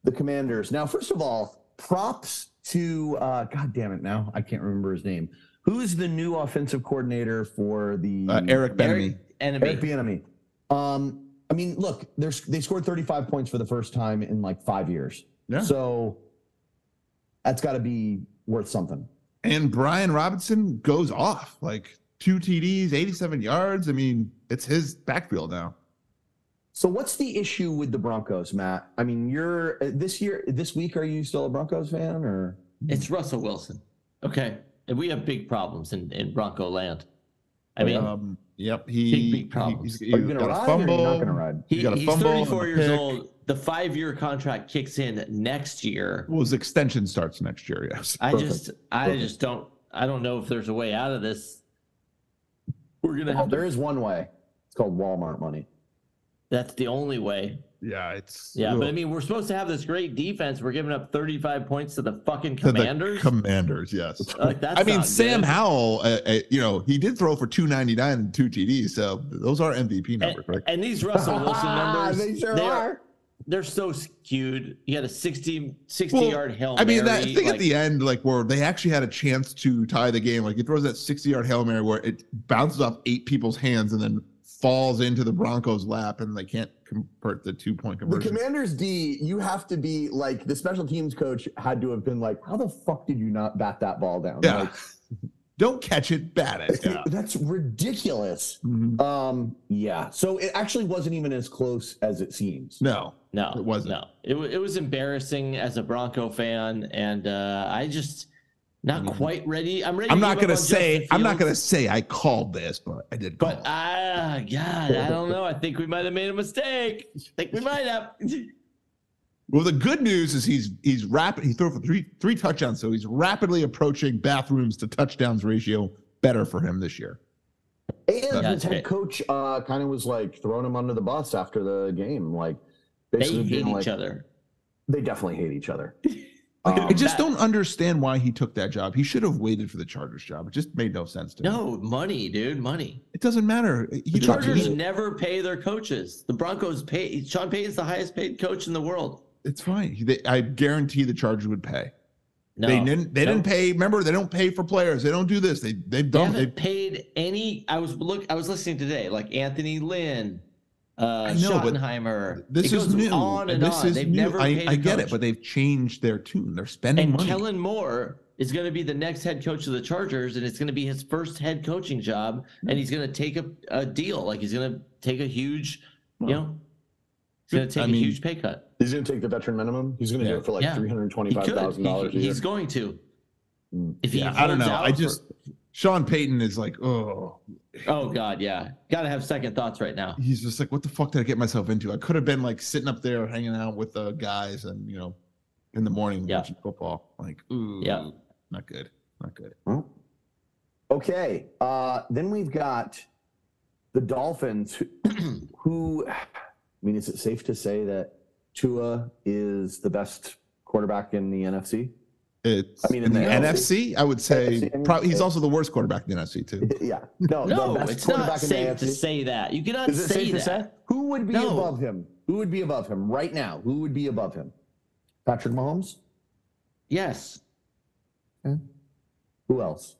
S2: the Commanders, now first of all, props to uh, God damn it now I can't remember his name. Who's the new offensive coordinator for the
S3: Uh, Eric Benemy.
S4: Eric, enemy.
S2: Eric Bieniemy? Um, I mean, look, there's they scored 35 points for the first time in like five years.
S3: Yeah.
S2: So that's got to be worth something.
S3: And Brian Robinson goes off like two TDs, 87 yards. I mean, it's his backfield now.
S2: So what's the issue with the Broncos, Matt? I mean, you're uh, this year, this week, are you still a Broncos fan or?
S4: It's Russell Wilson. Okay. And we have big problems in, in Bronco land.
S2: Oh,
S4: I mean,
S3: um, yep, he,
S4: big problems.
S3: he's,
S2: Are
S3: he's
S2: you going to
S3: got a
S2: ride or
S3: fumble.
S2: you're not going to ride?
S4: he,
S3: he's got a
S4: he's
S3: fumble and
S4: 34
S3: a
S4: years
S3: pick.
S4: old. The five year contract kicks in next year.
S3: Well, his extension starts next year. Yes.
S4: I
S2: Perfect.
S4: just, I just don't, I don't know if there's a way out of this. We're going to
S2: Well,
S4: have,
S2: there is one way. It's called Walmart money.
S4: that's the only way.
S3: Yeah, it's
S4: Yeah. But I
S3: ugh.
S4: mean, we're supposed to have this great defense. We're giving up 35 points to the fucking
S3: To the
S4: commanders.
S3: Commanders, yes.
S4: Like, that's
S3: I mean,
S4: not
S3: Sam
S4: good.
S3: Howell, uh, uh, you know, he did throw for 299 and two TDs, so those are MVP numbers,
S4: And,
S3: right?
S4: and these Russell Wilson numbers,
S2: They sure are.
S4: They're so skewed. He had a 60, 60
S3: Well,
S4: yard hail
S3: I mean, that
S4: Mary,
S3: thing
S4: like,
S3: at the end, like where they actually had a chance to tie the game, like he throws that 60 yard Hail Mary where it bounces off eight people's hands and then falls into the Broncos' lap and they can't convert the two point
S2: The
S3: conversion.
S2: Commanders D, you have to be like the special teams coach had to have been like, how the fuck did you not bat that ball down?
S3: yeah.
S2: Like,
S3: Don't catch it, bat it. Yeah.
S2: that's ridiculous.
S3: Mhm.
S2: Um, yeah. So it actually wasn't even as close as it seems.
S3: No.
S4: no,
S3: it wasn't.
S4: No, it, wa- it was embarrassing as a Bronco fan, and uh, I just not quite ready. I'm ready.
S3: Mm-hmm. I'm
S4: to
S3: not
S4: give
S3: gonna
S4: up on
S3: say
S4: Justin
S3: I'm not
S4: Fields,
S3: gonna say I called this, but I did call.
S4: But ah, God, I don't know. I think we might have made a mistake. I think we might have.
S3: Well, the good news is he's he's rapid. He threw for three three touchdowns, so he's rapidly approaching bathrooms to touchdowns ratio better for him this year.
S2: And
S4: That's
S2: his head
S4: it.
S2: coach uh, kind of was like throwing him under the bus after the game. Like,
S4: They
S2: basically
S4: hate
S2: being
S4: each
S2: like,
S4: other.
S2: They definitely hate each other.
S3: I
S2: Um,
S3: just
S4: Oh, that-
S3: don't understand why he took that job. He should have waited for the Chargers job. It just made no sense to me.
S4: No money, dude. Money.
S3: it doesn't matter. He
S2: The
S3: doesn't-
S4: Chargers
S2: Chargers-
S4: never pay their coaches. The Broncos pay. Sean Payton's the highest paid coach in the world.
S3: It's fine. He- They, I guarantee the Chargers would pay.
S4: No,
S3: they didn't. They
S4: no.
S3: didn't pay. Remember, they don't pay for players. They don't do this. They they've
S4: They
S3: done.
S4: haven't
S3: They,
S4: paid any. I was look. I was listening today, like Anthony Lynn,
S3: I
S4: uh,
S3: know, but
S4: Schottenheimer.
S3: this
S4: It
S3: is
S4: goes
S3: new.
S4: On and
S3: this
S4: on.
S3: is
S4: They've
S3: new.
S4: never
S3: I,
S4: paid
S3: I
S4: a
S3: get it,
S4: coach.
S3: but they've changed their tune. They're spending
S4: and
S3: money.
S4: Kellen Moore is going to be the next head coach of the Chargers, and it's going to be his first head coaching job, and he's going to take a, a deal. Like he's going to take a huge, you know, he's going to take
S3: I
S4: a
S3: mean,
S4: huge pay cut.
S2: He's going to take the veteran minimum. He's going to
S3: Yeah.
S2: do it for like
S4: Yeah.
S2: three hundred
S4: He
S2: twenty-five
S4: could.
S2: thousand dollars a
S4: He,
S2: year.
S4: he's going to.
S2: Mm.
S4: If he
S3: yeah, I don't
S4: holds
S3: know.
S4: out
S3: I
S4: for-
S3: just Sean Payton is like, oh,
S4: oh god, yeah, got to have second thoughts right now.
S3: he's just like, what the fuck did I get myself into? I could have been like sitting up there hanging out with the guys and you know, in the morning
S4: Yeah.
S3: watching football. Like, ooh,
S4: Yeah.
S3: not good, not good.
S2: Well, okay. Uh, then we've got the Dolphins, who, who, I mean, is it safe to say that Tua is the best quarterback in the NFC?
S3: It's
S2: I mean,
S3: in
S2: in
S3: the
S2: the
S3: NFC, I would say
S2: NFC, I mean,
S3: probably he's
S2: yeah.
S3: also the worst quarterback in the NFC too.
S2: yeah. No,
S4: No,
S2: the best
S4: it's
S2: Oh, quarterback
S4: not
S2: in
S4: safe
S2: the
S4: to
S2: NFC.
S4: say that. You cannot
S2: is it
S4: say
S2: safe
S4: that.
S2: to say? Who would be
S4: No.
S2: above him? Who would be above him right now? Who would be above him? Patrick Mahomes?
S4: Yes.
S2: Who else?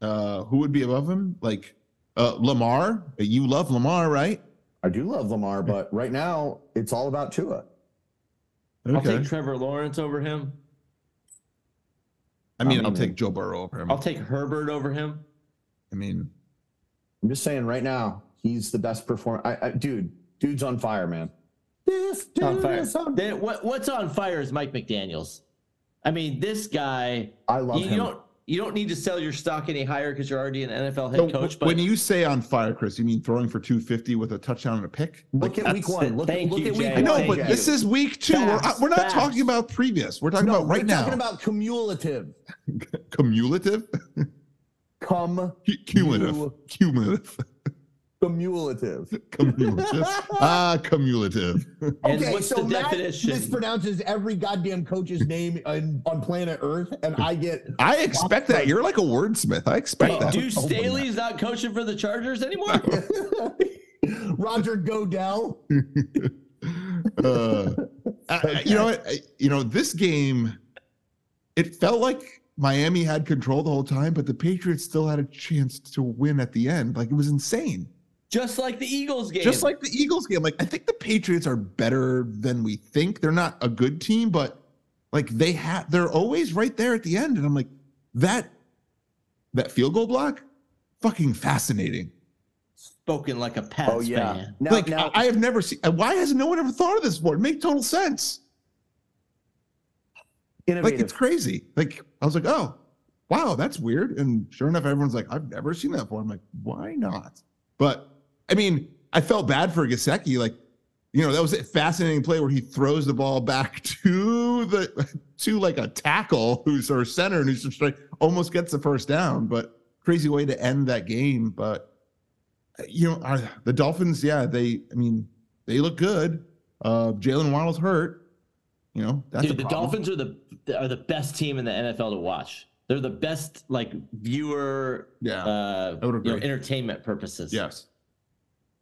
S3: Uh, who would be above him? Like uh, Lamar. You love Lamar, right?
S2: I do love Lamar, but right now it's all about Tua.
S4: I'll take Trevor Lawrence over him.
S3: I mean,
S2: I
S3: I'll
S2: mean-
S3: take Joe Burrow over him.
S4: I'll take Herbert over him.
S3: I mean,
S2: I'm just saying right now, he's the best performer. I, I, dude, dude's on fire, man. This dude
S4: On fire.
S2: is on
S4: Then what, what's on fire is Mike McDaniels. I mean, this guy.
S2: I love
S4: you
S2: him.
S4: don't you don't need to sell your stock any higher because you're already an NFL head
S3: So,
S4: coach.
S3: w-
S4: But
S3: when you say on fire, Chris, you mean throwing for 250 with a touchdown and a pick?
S2: look at week
S3: that's-
S2: one. Look,
S4: Thank
S2: look
S4: you,
S2: at
S4: Jay.
S2: week
S3: I know,
S2: one.
S4: Thank
S3: but
S4: you.
S3: this is week two.
S4: Facts,
S3: we're, we're not
S4: facts.
S3: talking about previous. We're talking
S2: No,
S3: about right
S2: we're
S3: now.
S2: talking about cumulative.
S3: cumulative,
S2: Cum
S3: Cu- cumulative,
S2: You-
S3: cumulative,
S2: cumulative.
S3: cumulative. ah, cumulative.
S4: and
S5: Okay,
S4: what's
S5: so
S4: the
S5: Matt
S4: definition?
S5: mispronounces every goddamn coach's name in, on planet Earth, and I get
S3: I expect that. You're like a wordsmith. I expect
S4: Wait,
S3: that. oh
S4: Deuce Staley's not coaching for the Chargers anymore.
S5: Roger Godell.
S3: Uh, I- I- you know what? I- You know this game. it felt like Miami had control the whole time, but the Patriots still had a chance to win at the end. Like it was insane.
S4: Just like the Eagles game.
S3: Just like the Eagles game. Like I think the Patriots are better than we think. They're not a good team, but like they have they're always right there at the end. And I'm like, that that field goal block? Fucking fascinating.
S4: spoken like a Pats
S2: oh yeah.
S4: fan.
S2: Now,
S3: like
S2: now
S3: I I have never seen why has no one ever thought of this before? It makes total sense. Like
S2: innovative.
S3: it's crazy. Like I was like, oh, wow, that's weird. And sure enough, everyone's like, I've never seen that before. I'm like, why not? But I mean, I felt bad for Gasecki. Like, you know, that was a fascinating play where he throws the ball back to the to like a tackle who's our center and who's just like almost gets the first down. But crazy way to end that game. But you know, I, the Dolphins, yeah, they. I mean, they look good. Uh, Jalen Waddle's hurt. You know, that's
S4: Dude,
S3: a
S4: the
S3: problem.
S4: Dolphins are the are the best team in the NFL to watch. They're the best like viewer
S3: Yeah.
S4: uh
S3: I would
S4: you know,
S3: agree.
S4: entertainment purposes.
S3: yes.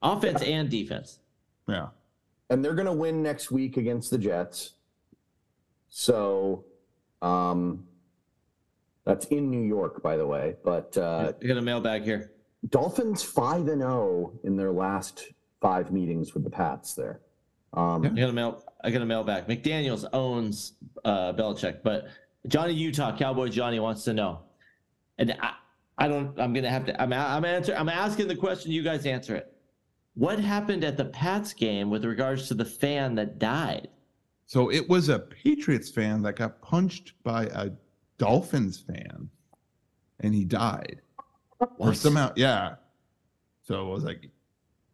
S4: Offense and defense.
S3: Yeah.
S2: and they're going to win next week against the Jets. So, um, that's in New York, by the way. But uh,
S4: I got a mailbag here.
S2: Dolphins five and zero in their last five meetings with the Pats. There, um,
S3: Yeah.
S4: I got a mail. I got a mailbag. McDaniel's owns uh, Belichick, but Johnny Utah Cowboy Johnny wants to know, and I, I don't. I'm gonna have to. I'm. I'm answer. I'm asking the question. You guys answer it. What happened at the Pats game with regards to the fan that died?
S3: So it was a Patriots fan that got punched by a Dolphins fan and he died. Or
S4: What?
S3: somehow, yeah. So I was like,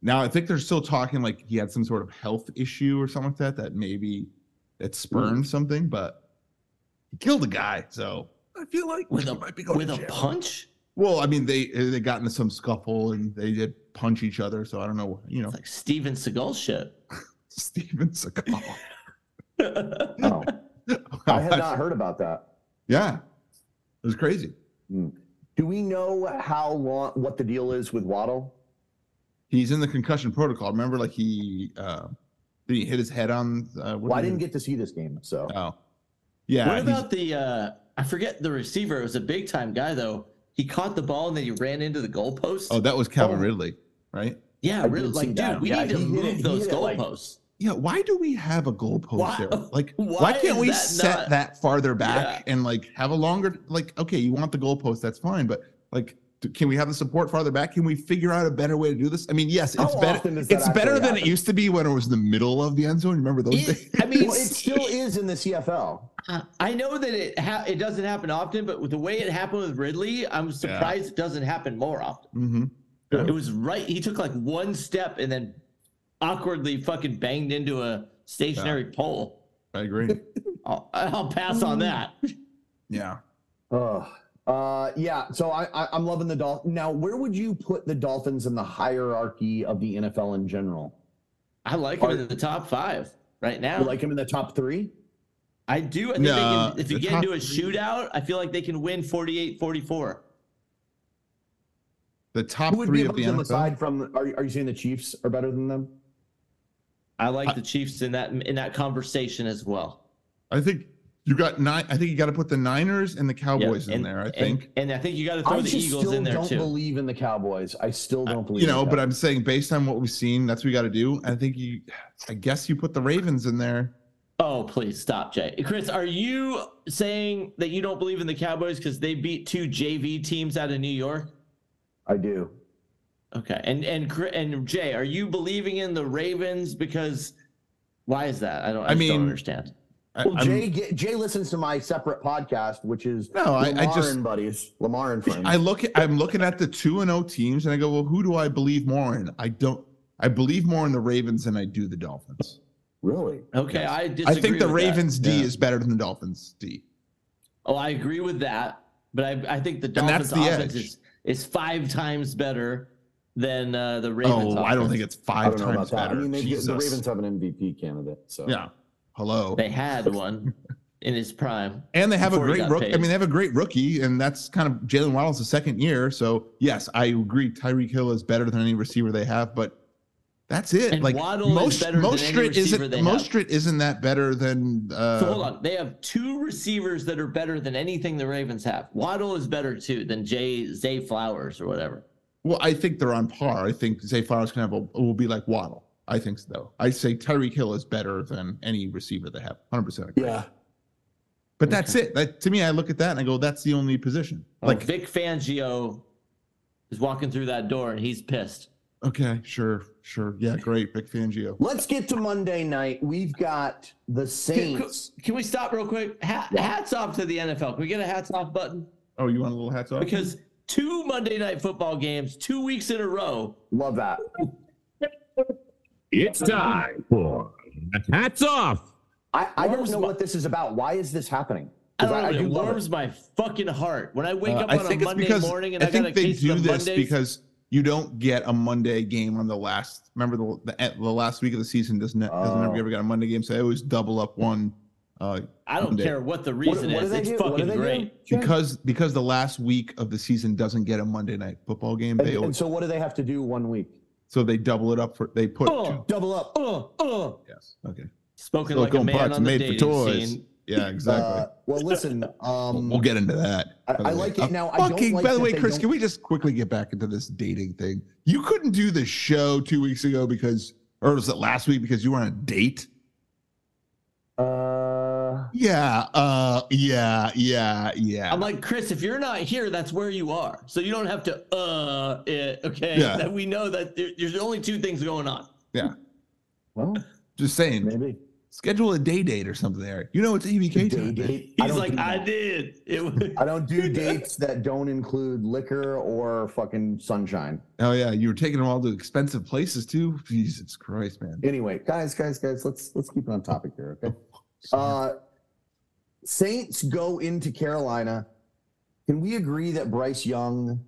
S3: now I think they're still talking like he had some sort of health issue or something like that, that maybe it spurned something, but he killed a guy. So I feel like
S4: with
S3: he
S4: a
S3: might be going
S4: with
S3: to
S4: a
S3: jail.
S4: punch?
S3: Well, I mean, they they got into some scuffle and they did punch each other. So I don't know, you know,
S4: It's like Steven Seagal shit.
S3: Steven Seagal.
S2: oh, I had not heard about that.
S3: Yeah, it was crazy.
S2: Do we know how long what the deal is with Waddle?
S3: He's in the concussion protocol. Remember, like he uh, did he hit his head on? Uh, what
S2: Well, I
S3: did
S2: didn't
S3: he-
S2: get to see this game, so
S3: Oh, yeah.
S4: what
S3: he's-
S4: about the? Uh, I forget the receiver. It was a big time guy though. He caught the ball and then he ran into the goalpost.
S3: oh, that was Calvin
S2: Oh.
S3: Ridley, right?
S4: yeah,
S2: I
S4: really.
S2: did see
S4: Like, dude,
S2: that.
S4: we
S2: Yeah,
S4: need to
S2: he hit
S4: move
S2: it- he
S4: those
S2: hit it, like-
S4: goalposts.
S3: Yeah. Why do we have a goalpost
S4: Why-
S3: there? Like, why,
S4: why
S3: can't
S4: is
S3: we
S4: that
S3: set
S4: not-
S3: that farther back and like have a longer? Like, okay, you want the goalpost? That's fine, but like. d- Can we have the support farther back? Can we figure out a better way to do this? I mean, yes,
S2: How
S3: it's better.
S2: often does that
S3: It's better
S2: actually
S3: than it
S2: happen?
S3: used to be when it was in the middle of the end zone. Remember those
S4: It-
S3: days?
S4: I mean,
S2: Well, it still is in the CFL.
S4: I know that it ha- it doesn't happen often, but with the way it happened with Ridley, I'm surprised it doesn't happen more often.
S3: Mm-hmm. Yeah.
S4: It was right. He took like one step and then awkwardly fucking banged into a stationary pole.
S3: I agree.
S4: I'll, I'll pass
S2: Mm.
S4: on that.
S3: Yeah.
S2: Oh, uh, yeah. So I, I, I'm loving the Dolphins. Now, where would you put the Dolphins in the hierarchy of the NFL in general?
S4: I like him in the top five right now.
S2: You like him in the top three?
S4: I do. I think they
S3: Nah,
S4: can, if you
S3: the
S4: get
S3: top
S4: into a
S3: three-
S4: shootout, I feel like they can win 48 44.
S3: The top
S2: Who would
S3: three
S2: be
S3: of
S2: above
S3: the
S2: them
S3: NFL.
S2: aside from? Are, you- are you saying the Chiefs are better than them?
S4: I like the Chiefs in that in that conversation as well.
S3: I think you got nine. I think you got to put the Niners and the
S4: Yeah,
S3: Cowboys in
S4: and-
S3: there. I
S4: and-
S3: think
S4: and, I think you got to throw
S2: I
S4: the
S2: just
S4: Eagles
S2: still
S4: in there
S2: don't
S4: too.
S2: believe in the Cowboys. I still don't believe.
S3: you
S2: in
S3: know,
S2: the
S3: but I'm saying based on what we've seen, that's what we got to do. I think you, I guess you put the Ravens in there.
S4: Oh, please stop, Jay. Chris, are you saying that you don't believe in the Cowboys because they beat two JV teams out of New York?
S2: I do.
S4: Okay, and and Chri- and Jay, are you believing in the Ravens because why is that? I don't. I,
S3: I
S4: just don't
S3: mean,
S4: understand.
S3: I,
S2: Well,
S3: I'm-
S2: Jay, get, Jay listens to my separate podcast, which is
S3: No, I- I
S2: Lamar
S3: just-
S2: and buddies, Lamar and friends.
S3: I look. At, I'm looking at the two and O teams, and I go, well, who do I believe more in? I don't. I believe more in the Ravens than I do the Dolphins.
S2: really?
S4: Okay, I
S3: I
S4: disagree.
S3: think the
S4: with that.
S3: Ravens D
S2: Yeah.
S3: is better than the Dolphins D.
S4: Oh, I agree with that, but I I think the
S3: And that's
S4: Dolphins
S3: the
S4: offense
S3: edge.
S4: is, is five times better than uh, the
S3: Oh,
S4: Ravens.
S3: I don't
S4: offense.
S3: think it's
S2: I
S3: five
S2: don't know about
S3: times
S2: that.
S3: better.
S2: I mean, they, the
S3: Jesus.
S2: Ravens have an MVP candidate, so
S3: Yeah. Hello.
S4: they had one in his prime.
S3: And they have
S4: Before
S3: a
S4: he
S3: great
S4: got
S3: rook. I
S4: paid.
S3: mean, they have a great rookie, and that's kind of Jalen Waddle's the second year. So yes, I agree. Tyreek Hill is better than any receiver they have, but That's it.
S4: And
S3: like
S4: Waddle is
S3: most
S4: better than any
S3: Mostrit
S4: receiver
S3: isn't
S4: they have.
S3: Mostrit isn't that better than uh,
S4: So hold on. They have two receivers that are better than anything the Ravens have. Waddle is better too than Jay Zay Flowers or whatever.
S3: Well, I think they're on par. I think Zay Flowers can have a, will be like Waddle. I think so. I say Tyreek Hill is better than any receiver they have. 100%. agree.
S2: Yeah.
S3: But that's it. That, to me, I look at that and I go, that's the only position.
S4: Like
S3: Like,
S4: Oh, Vic Fangio is walking through that door and he's pissed.
S3: okay, sure, sure. Yeah, great. Vic Fangio.
S2: Let's get to Monday night. We've got the
S4: Can, can-
S2: Saints.
S4: can we stop real quick? Ha- Hats off to the NFL. Can we get a hats off button?
S3: Oh, you want a little hats off?
S4: Because two Monday night football games, two weeks in a row.
S2: Love that.
S1: It's time for Hats Off.
S2: I, I don't
S4: Warms
S2: know
S4: my-
S2: what this is about. Why is this happening?
S4: I
S2: 'Cause
S4: don't know, but
S2: do
S4: it
S2: love
S4: warms my fucking heart when I wake
S3: Uh,
S4: up
S3: I
S4: on a
S3: think it's
S4: Monday
S3: because
S4: morning and
S3: I
S4: I, got
S3: think
S4: a
S3: they
S4: case
S3: do
S4: of the
S3: this
S4: Mondays.
S3: because you don't get a Monday game on the last. Remember the the, the last week of the season doesn't doesn't
S2: Oh.
S3: ever, ever got a Monday game, so they always double up one. Uh,
S4: I don't
S3: Monday.
S4: care what the
S2: What-
S4: reason
S2: what do
S4: is.
S2: they
S4: It's
S2: do? What do
S4: fucking
S2: they do?
S4: great.
S3: because because the last week of the season doesn't get a Monday night football game,
S2: And,
S3: they
S2: and
S3: always,
S2: so, what do they have to do one week?
S3: so they double it up for they put
S4: Oh.
S3: two.
S2: Double up.
S4: Uh, uh.
S2: oh.
S3: Yes. Okay.
S4: Spoken
S3: Silicone
S4: like a man
S3: butts
S4: on the
S3: made for
S4: dating
S3: toys.
S4: scene.
S3: Yeah, exactly.
S2: Uh, well, listen. Um,
S3: we'll get into that.
S2: I-
S3: by the
S2: I
S3: way.
S2: like it.
S3: Uh,
S2: Now, I don't
S3: fucking.
S2: like
S3: by the
S2: that
S3: way,
S2: they
S3: Chris,
S2: don't-
S3: can we just quickly get back into this dating thing? You couldn't do this show two weeks ago because, or was it last week because you were on a date?
S2: uh,
S3: Yeah. Uh. Yeah. Yeah. Yeah.
S4: I'm like, Chris, if you're not here, that's where you are. So you don't have to, uh, it, okay?
S3: Yeah.
S4: That we know that there, there's only two things going on.
S2: well,
S3: just saying.
S2: maybe.
S3: Schedule a day date or something there. You know it's EVK
S2: Day
S3: time. man.
S2: date. I
S4: He's
S2: don't
S4: like,
S2: do
S4: I
S2: that.
S4: did. It was,
S2: I don't do dates that don't include liquor or fucking sunshine.
S3: Oh yeah, you were taking them all to expensive places too. Jesus Christ, man.
S2: Anyway, guys, guys, guys, let's let's keep it on topic here, okay? Uh, Saints go into Carolina. Can we agree that Bryce Young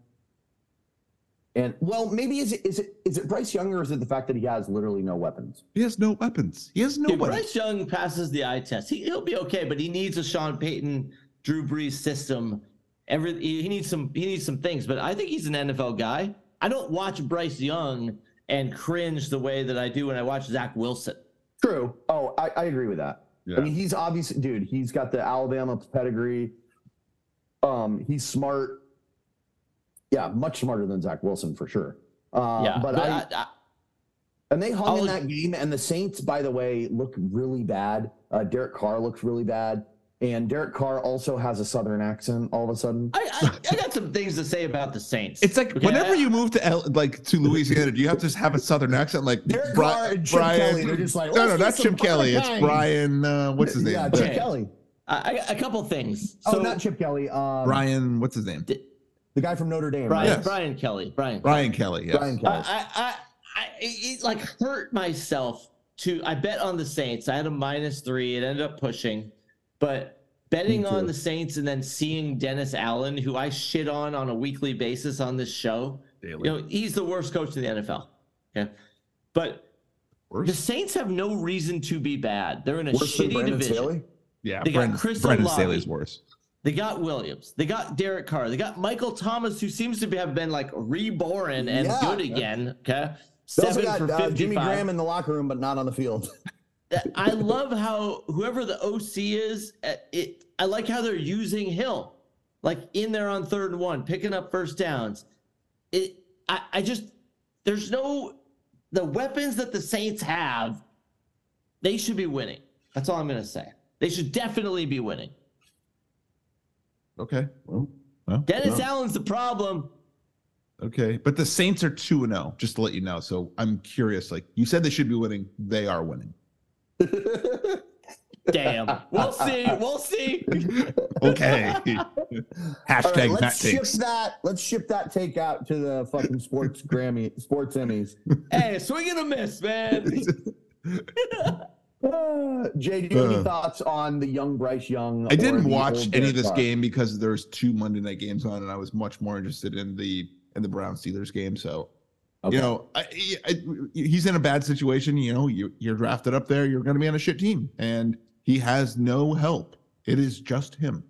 S2: and well, maybe is it is it is it Bryce Young or is it the fact that he has literally no weapons?
S3: he has no weapons. He has no
S4: if
S3: weapons.
S4: Bryce Young passes the eye test, he, he'll be okay. But he needs a Sean Payton, Drew Brees system. Every he he needs some he needs some things. But I think he's an NFL guy. I don't watch Bryce Young and cringe the way that I do when I watch Zach Wilson.
S2: True. Oh, I, I agree with that.
S3: Yeah.
S2: I mean, he's obviously dude, he's got the Alabama pedigree. Um, he's smart. Yeah, much smarter than Zach Wilson for sure. Uh,
S4: yeah,
S2: but, I,
S4: I,
S2: And they hung
S4: I'll-
S2: in that game. And the Saints, by the way, look really bad. Uh, Derek Carr looks really bad. And Derek Carr also has a Southern accent all of a sudden.
S4: I, I, I got some things to say about the Saints.
S3: It's like
S4: Okay,
S3: whenever
S4: I-
S3: you move to L, like to Louisiana, do you have to just have a southern accent? Like
S2: Derek
S3: Bri-
S2: Carr and Chip Kelly, they're just like,
S3: no, no,
S2: "Let's do
S3: not
S2: some
S3: Chip Kelly. It's
S2: Brian."
S3: Brian. Uh, what's his name?
S2: Yeah,
S3: Brian-
S2: Chip Kelly.
S4: I, I, a couple things.
S2: Oh,
S4: So
S2: not Chip Kelly. Um,
S3: Brian. What's his name?
S2: The guy from Notre Dame.
S4: Brian,
S2: right?
S3: Yes.
S4: Brian Kelly, Brian.
S3: Brian Kelly. Yeah.
S2: Brian
S4: I,
S2: Kelly.
S4: I, I, I, it it, like hurt myself to. I bet on the Saints. I had a minus three. It ended up pushing, but betting
S2: Me
S4: on
S2: too.
S4: the Saints and then seeing Dennis Allen, who I shit on on a weekly basis on this show.
S3: Daily.
S4: You know, he's the worst coach in the NFL. Yeah, but the
S3: Worse?
S4: Saints have no reason to be bad. They're in a
S2: Worse than
S4: shitty
S2: Brandon
S4: division.
S2: Staley?
S3: yeah.
S4: they got
S3: Brandon,
S4: Chris
S3: Brandon
S4: Olave.
S3: Staley's worse.
S4: They got Williams. They got Derek Carr. They got Michael Thomas, who seems to be, have been like reborn and
S2: Yeah.
S4: good again. Okay.
S2: They
S4: Seven
S2: also got
S4: for
S2: uh,
S4: 55.
S2: Jimmy Graham in the locker room, but not on the field.
S4: I love how whoever the OC is, uh, it. I like how they're using Hill, like in there on third and one, picking up first downs. It. I. I just. There's no. The weapons that the Saints have, they should be winning. That's all I'm gonna say. They should definitely be winning.
S3: Okay. Well, well,
S4: Dennis
S3: well,
S4: Allen's the problem.
S3: Okay. But the Saints are two and zero. Just to let you know. So I'm curious. Like you said, they should be winning. They are winning.
S4: Damn. We'll see. We'll see.
S3: Okay.
S2: All right,
S3: Hashtag that
S2: let's ship
S3: takes.
S2: that. Let's ship that take out to the fucking sports Grammy, sports Emmys.
S4: Hey, swing and a miss, man.
S2: Uh, Jay, do you have
S3: Uh.
S2: any thoughts on the young Bryce Young?
S3: I
S2: or
S3: didn't
S2: the
S3: watch
S2: old
S3: any
S2: Derek
S3: of this
S2: Carr?
S3: game because there's two Monday night games on, and I was much more interested in the in the Brown Steelers game. So,
S2: Okay.
S3: you know, I, I, he's in a bad situation. You know, you, you're drafted up there, you're going to be on a shit team, and he has no help. It is just him.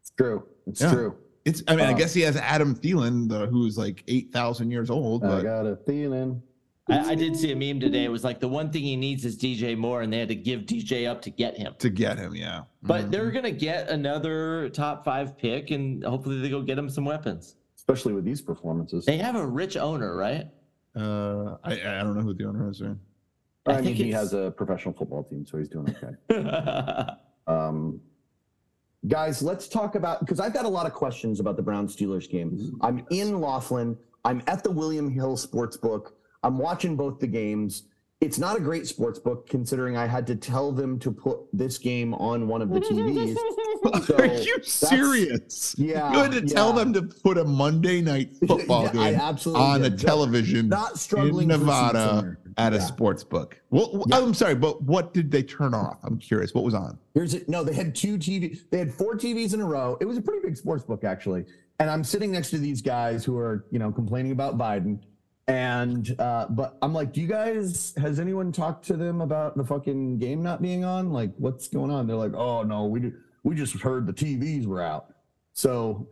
S2: It's true. It's
S3: Yeah.
S2: true.
S3: It's. I mean, I
S2: Uh, Oh,
S3: guess he has Adam Thielen, the, who's like eight thousand years old,
S2: I
S3: but
S2: got a feeling.
S4: I, I did see a meme today. It was like the one thing he needs is DJ Moore, and they had to give DJ up to get him.
S3: to get him. Yeah,
S4: But
S2: Mm-hmm.
S3: Mhm.
S4: they're gonna get another top five pick, and hopefully they go get him some weapons.
S2: especially with these performances.
S4: They have a rich owner, right?
S3: uh, I I don't know who the owner is. Right?
S2: I,
S4: I
S2: mean,
S4: think
S2: he
S4: it's-
S2: has a professional football team, so he's doing okay.
S4: yeah,
S2: Um, guys, let's talk about because I've got a lot of questions about the Browns Steelers game.
S4: Mm-hmm.
S2: I'm in Laughlin. I'm at the William Hill Sportsbook. I'm watching both the games. It's not a great sports book considering I had to tell them to put this game on one of the TVs. So
S3: Are you
S2: that's-
S3: serious?
S2: Yeah.
S3: you had to tell
S2: yeah.
S3: them to put a Monday night football
S2: Yeah, I
S3: game
S2: absolutely
S3: on a
S2: did.
S3: television
S2: Not struggling for seats
S3: Nevada.
S2: in there.
S3: at a
S2: yeah.
S3: sports book. Well, w-
S2: Yeah.
S3: I'm sorry, but what did they turn off? I'm curious. What was on?
S2: Here's it. No, they had two TV. They had four TVs in a row. It was a pretty big sports book actually. And I'm sitting next to these guys who are, you know, complaining about Biden. And uh, but I'm like, do you guys? Has anyone talked to them about the fucking game not being on? Like, what's going on? They're like, oh no, we ju- we just heard the TVs were out. So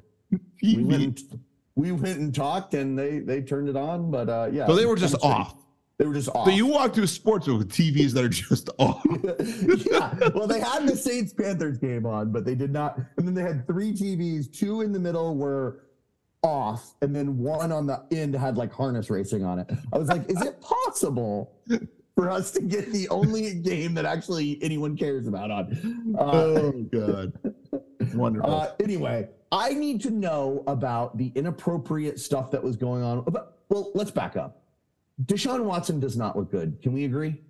S2: we went and, we went and talked, and they they turned it on. But uh, yeah,
S3: so they were just
S2: I'm sorry.
S3: off.
S2: They were just off.
S3: So you walk to a sports book with TVs that are just off.
S2: yeah. Well, they had the Saints Panthers game on, but they did not. And then they had three TVs. Two in the middle were off, and then one on the end had like harness racing on it. I was like, is it possible for us to get the only game that actually anyone cares about on? Uh,
S3: oh god, wonderful.
S2: uh, anyway, I need to know about the inappropriate stuff that was going on. But, well, let's back up. Deshaun Watson does not look good. Can we agree?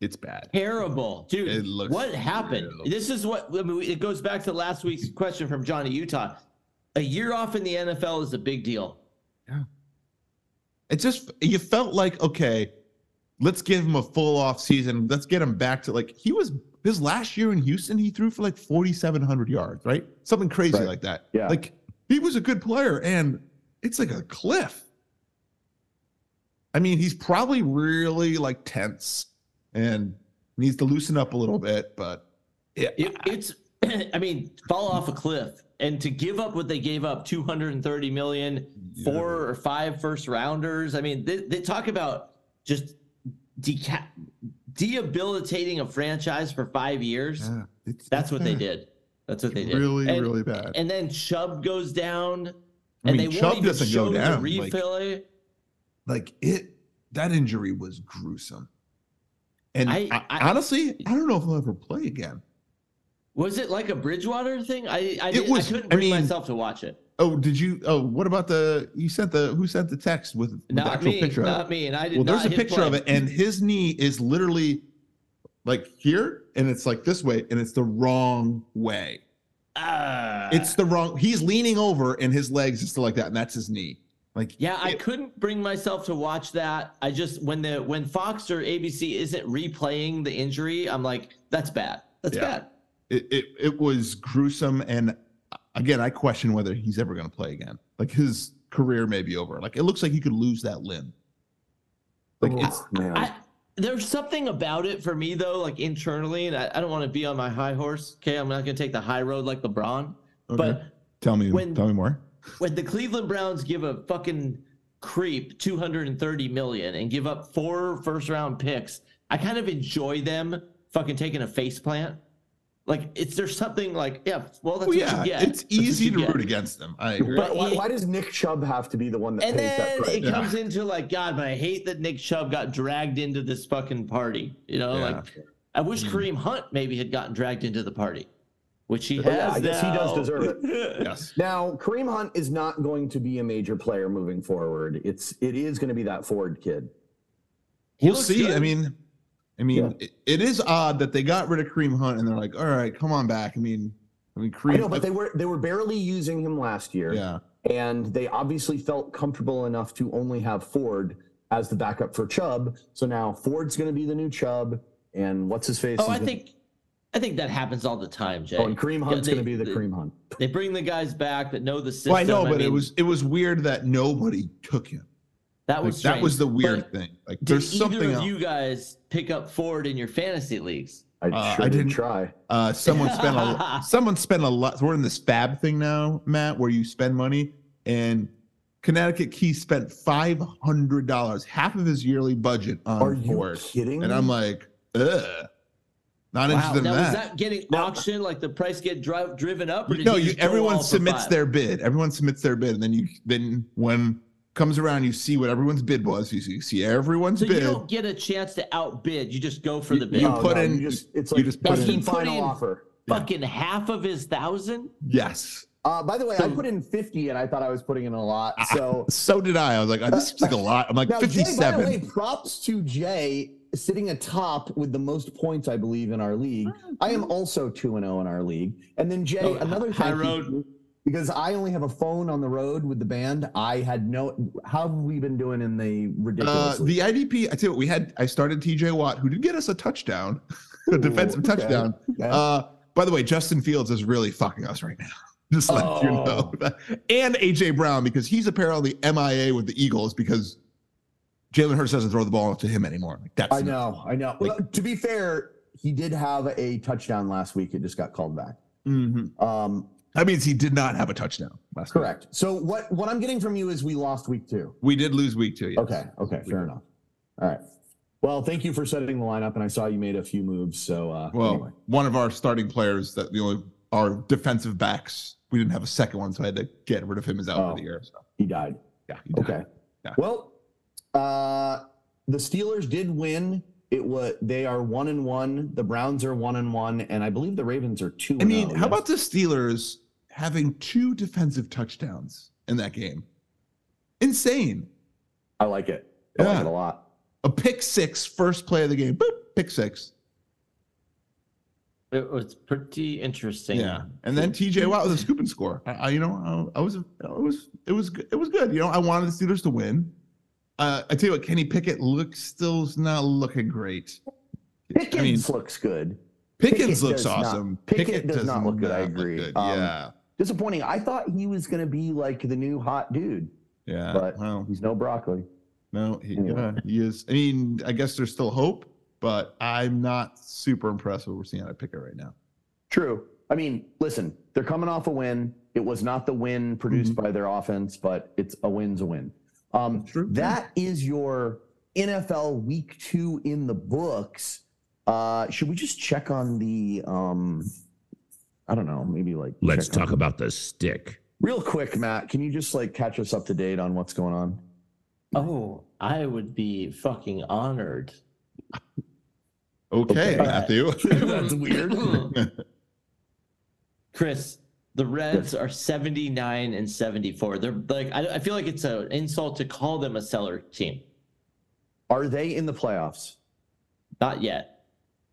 S3: it's bad.
S4: terrible, dude.
S3: It looks
S4: what happened?
S3: real.
S4: This is what I mean, it goes back to last week's question from Johnny Utah. A year off in the NFL is a big deal.
S3: It just you felt like okay, let's give him a full off season. Let's get him back to like he was his last year in Houston. He threw for like forty seven hundred yards, right? Something crazy
S2: Right.
S3: like that.
S2: Yeah.
S3: like he was a good player, and it's like a cliff. I mean, he's probably really like tense and needs to loosen up a little bit, but yeah,
S4: It, it's, I mean, fall off a cliff and to give up what they gave up 230 million, four or five first rounders. I mean, they, they talk about just deca- debilitating a franchise for five years.
S3: yeah, it's-
S4: That's what they
S3: bad.
S4: did. That's what they did.
S3: Really,
S4: And-
S3: really bad.
S4: And then Chubb goes down, and
S3: I mean,
S4: they
S3: Chubb
S4: won't even
S3: doesn't go
S4: show the
S3: down, like-
S4: refill.
S3: like it that injury was gruesome and
S4: I-
S3: I-
S4: I-
S3: honestly i don't know if he'll ever play again
S4: was it like a Bridgewater thing? I I,
S3: It
S4: did,
S3: was-
S4: I couldn't
S3: I
S4: bring
S3: mean-
S4: myself to watch it.
S3: oh did you oh what about the you sent the who sent the text with, with the
S4: Not
S3: actual
S4: me.
S3: picture of
S4: Not
S3: it
S4: me. And I did
S3: well
S4: not
S3: there's a
S4: hit
S3: picture
S4: play.
S3: of it and his knee is literally like here and it's like this way and it's the wrong way
S4: Ah.
S3: it's the wrong he's leaning over and his legs is still like that and that's his knee like
S4: Yeah, I
S3: it-
S4: couldn't bring myself to watch that. I just when the when Fox or ABC isn't replaying the injury, I'm like, that's bad. That's
S3: Yeah.
S4: bad.
S3: it, it it was gruesome and uh, again i question whether he's ever going to play again like his career may be over like it looks like he could lose that limb like it's
S2: oh, man.
S4: I, there's something about it for me though, like internally, and I, I don't want to be on my high horse. Okay, I'm not gonna take the high road like LeBron. But
S3: okay. tell me
S4: when-
S3: tell me more
S4: when the Cleveland Browns give a fucking creep 230 million and give up four first round picks, I kind of enjoy them fucking taking a face plant. Like it's there's something like yeah, well
S3: well,
S4: that's what
S3: yeah
S4: you get.
S3: it's
S4: That's what
S3: easy
S4: you
S3: to
S4: get.
S3: root against them i agree
S2: But
S4: But
S2: why,
S4: he-
S2: why does Nick Chubb have to be the one that
S4: And
S2: pays that
S4: then
S2: price?
S4: it
S3: Yeah.
S4: comes into like, God, man, I hate that Nick Chubb got dragged into this fucking party. You know,
S3: Yeah.
S4: like I wish
S3: Mm.
S4: Kareem Hunt maybe had gotten dragged into the party, which he
S2: Yeah,
S4: has.
S2: I guess he does
S4: now.
S2: deserve it.
S3: yes
S2: Now, Kareem Hunt is not going to be a major player moving forward. It's it is going to be that Ford kid.
S4: He
S3: we'll
S4: looks
S3: see i
S4: good.
S3: mean i mean it, it is odd that they got rid of kareem hunt and they're like all right come on back i mean i mean kareem
S2: I know, but they were they were barely using him last year,
S3: yeah
S2: and they obviously felt comfortable enough to only have Ford as the backup for Chubb. So now Ford's going to be the new Chubb, and what's his face?
S4: Oh, I
S2: is gonna-
S4: think I think that happens all the time, Jay.
S2: Oh, and Kareem Hunt's
S4: they-
S2: going to be the
S4: they-
S2: Kareem Hunt.
S4: They bring the guys back that know the system.
S3: well, i know but it
S4: mean,
S3: was it was weird that nobody took him
S4: that
S3: Like,
S4: was
S3: that was
S4: strange.
S3: the weird
S4: But
S3: thing like
S4: Did
S3: there's
S4: either
S3: something
S4: of
S3: else.
S4: you guys pick up Ford in your fantasy leagues?
S2: I
S3: Uh,
S2: sure
S3: I
S2: did
S3: didn't-
S2: try.
S3: Uh, someone spent a someone spent a lot. We're in this fab thing now, Matt, where you spend money, and Connecticut Key spent five hundred dollars, half of his yearly budget on
S2: Are you
S3: Ford.
S2: kidding?
S3: And
S2: me?
S3: I'm like, ugh, not
S4: Wow.
S3: interested
S4: Now,
S3: in
S4: was
S3: that.
S4: that getting
S2: No.
S4: auctioned? Like the price get drive, driven up? Or did
S3: no,
S4: you
S3: you,
S4: just go all
S3: everyone
S4: for
S3: submits
S4: five?
S3: their bid. Everyone submits their bid, and then you then when comes around, you see what everyone's bid was. You see, you see everyone's
S4: So you
S3: bid.
S4: don't get a chance to outbid. You just go for
S3: You-
S4: the bid.
S3: you put in-
S2: Oh, You just, it's
S3: you
S2: like
S3: just put
S2: best
S3: in-
S2: and final
S4: Put in-
S2: offer.
S3: yeah.
S4: Fucking half of his thousand.
S3: Yes,
S2: Uh, by the way, I
S4: So-
S2: put in 50 and I thought I was putting in a lot.
S3: Ah,
S2: So
S3: so did I. I was like, oh, this seems like a lot. I'm like
S2: now, Jay, by the way,
S3: 57.
S2: props to Jay sitting atop with the most points, I believe, in our league. I am also 2 and 0 in our league. And then, Jay,
S4: Oh,
S2: another
S4: high
S2: thank you
S4: road.
S2: to you, because I only have a phone on the road with the band. I had no. How have we been doing in the
S3: Uh,
S2: ridiculous? league?
S3: the IDP. I tell you what, we had. I started TJ Watt, who did get us a touchdown, a
S2: Ooh,
S3: defensive
S2: okay.
S3: touchdown.
S2: Yeah.
S3: Uh, by the way, Justin Fields is really fucking us right now. Just let you
S2: Oh.
S3: know. And AJ Brown because he's apparently MIA with the Eagles because Jalen Hurts doesn't throw the ball to him anymore. Like that's
S2: I know, I know.
S3: Like-
S2: Well, to be fair, he did have a touchdown last week. It just got called back.
S3: Mhm.
S2: Um,
S3: That means he did not have a touchdown last week.
S2: correct. So what what I'm getting from you is we lost week two.
S3: We did lose week two. yes.
S2: Okay, okay, fair enough. All right. Well, thank you for setting the lineup, and I saw you made a few moves. So uh,
S3: Well,
S2: anyway.
S3: one of our starting players that the only our defensive backs. We didn't have a second one, so I had to get rid of him as out
S2: Oh.
S3: for the year. So
S2: he died.
S3: yeah. he died.
S2: Okay.
S3: Yeah.
S2: Well, uh, the Steelers did win. It was they are one and one. The Browns are one and one, and I believe the Ravens are two.
S3: I
S2: and
S3: mean,
S2: oh,
S3: how
S2: yes.
S3: about the Steelers having two defensive touchdowns in that game? Insane.
S2: I like it. I like
S3: Yeah.
S2: it a lot.
S3: A pick six, first play of the game. Boop, pick six.
S4: It was pretty interesting.
S3: Yeah. And then TJ Watt with a scoop and score. I, I you know, I, I was, I was, it was, good- it was good. You know, I wanted the Steelers to win. Uh, I tell you what, Kenny Pickett looks still's not looking great.
S2: Pickens
S3: I mean,
S2: looks good.
S3: Pickens
S2: Pickett
S3: looks
S2: does not-
S3: awesome.
S2: Pickett does not look good, I agree. Um,
S3: yeah,
S2: Disappointing. I thought he was going to be like the new hot dude.
S3: yeah.
S2: but-
S3: well,
S2: He's no broccoli.
S3: No, he,
S2: Anyway.
S3: yeah, he is. I mean, I guess there's still hope, but I'm not super impressed with what we're seeing out of Pickett right now.
S2: True. I mean, listen, they're coming off a win. It was not the win produced by their offense, but it's a win's a win. Um,
S3: True.
S2: that is your NFL Week Two in the books. Uh, should we just check on the? Um, I don't know. Maybe like
S1: Let's
S2: check on-
S1: talk about the stick.
S2: real quick, Matt. Can you just like catch us up to date on what's going on?
S4: Oh, I would be fucking honored.
S3: okay,
S2: Okay.
S3: Matthew.
S2: That's weird.
S4: Chris, the Reds are 79 and 74. They're like, I, I feel like it's an insult to call them a seller team.
S2: Are they in the playoffs?
S4: Not yet,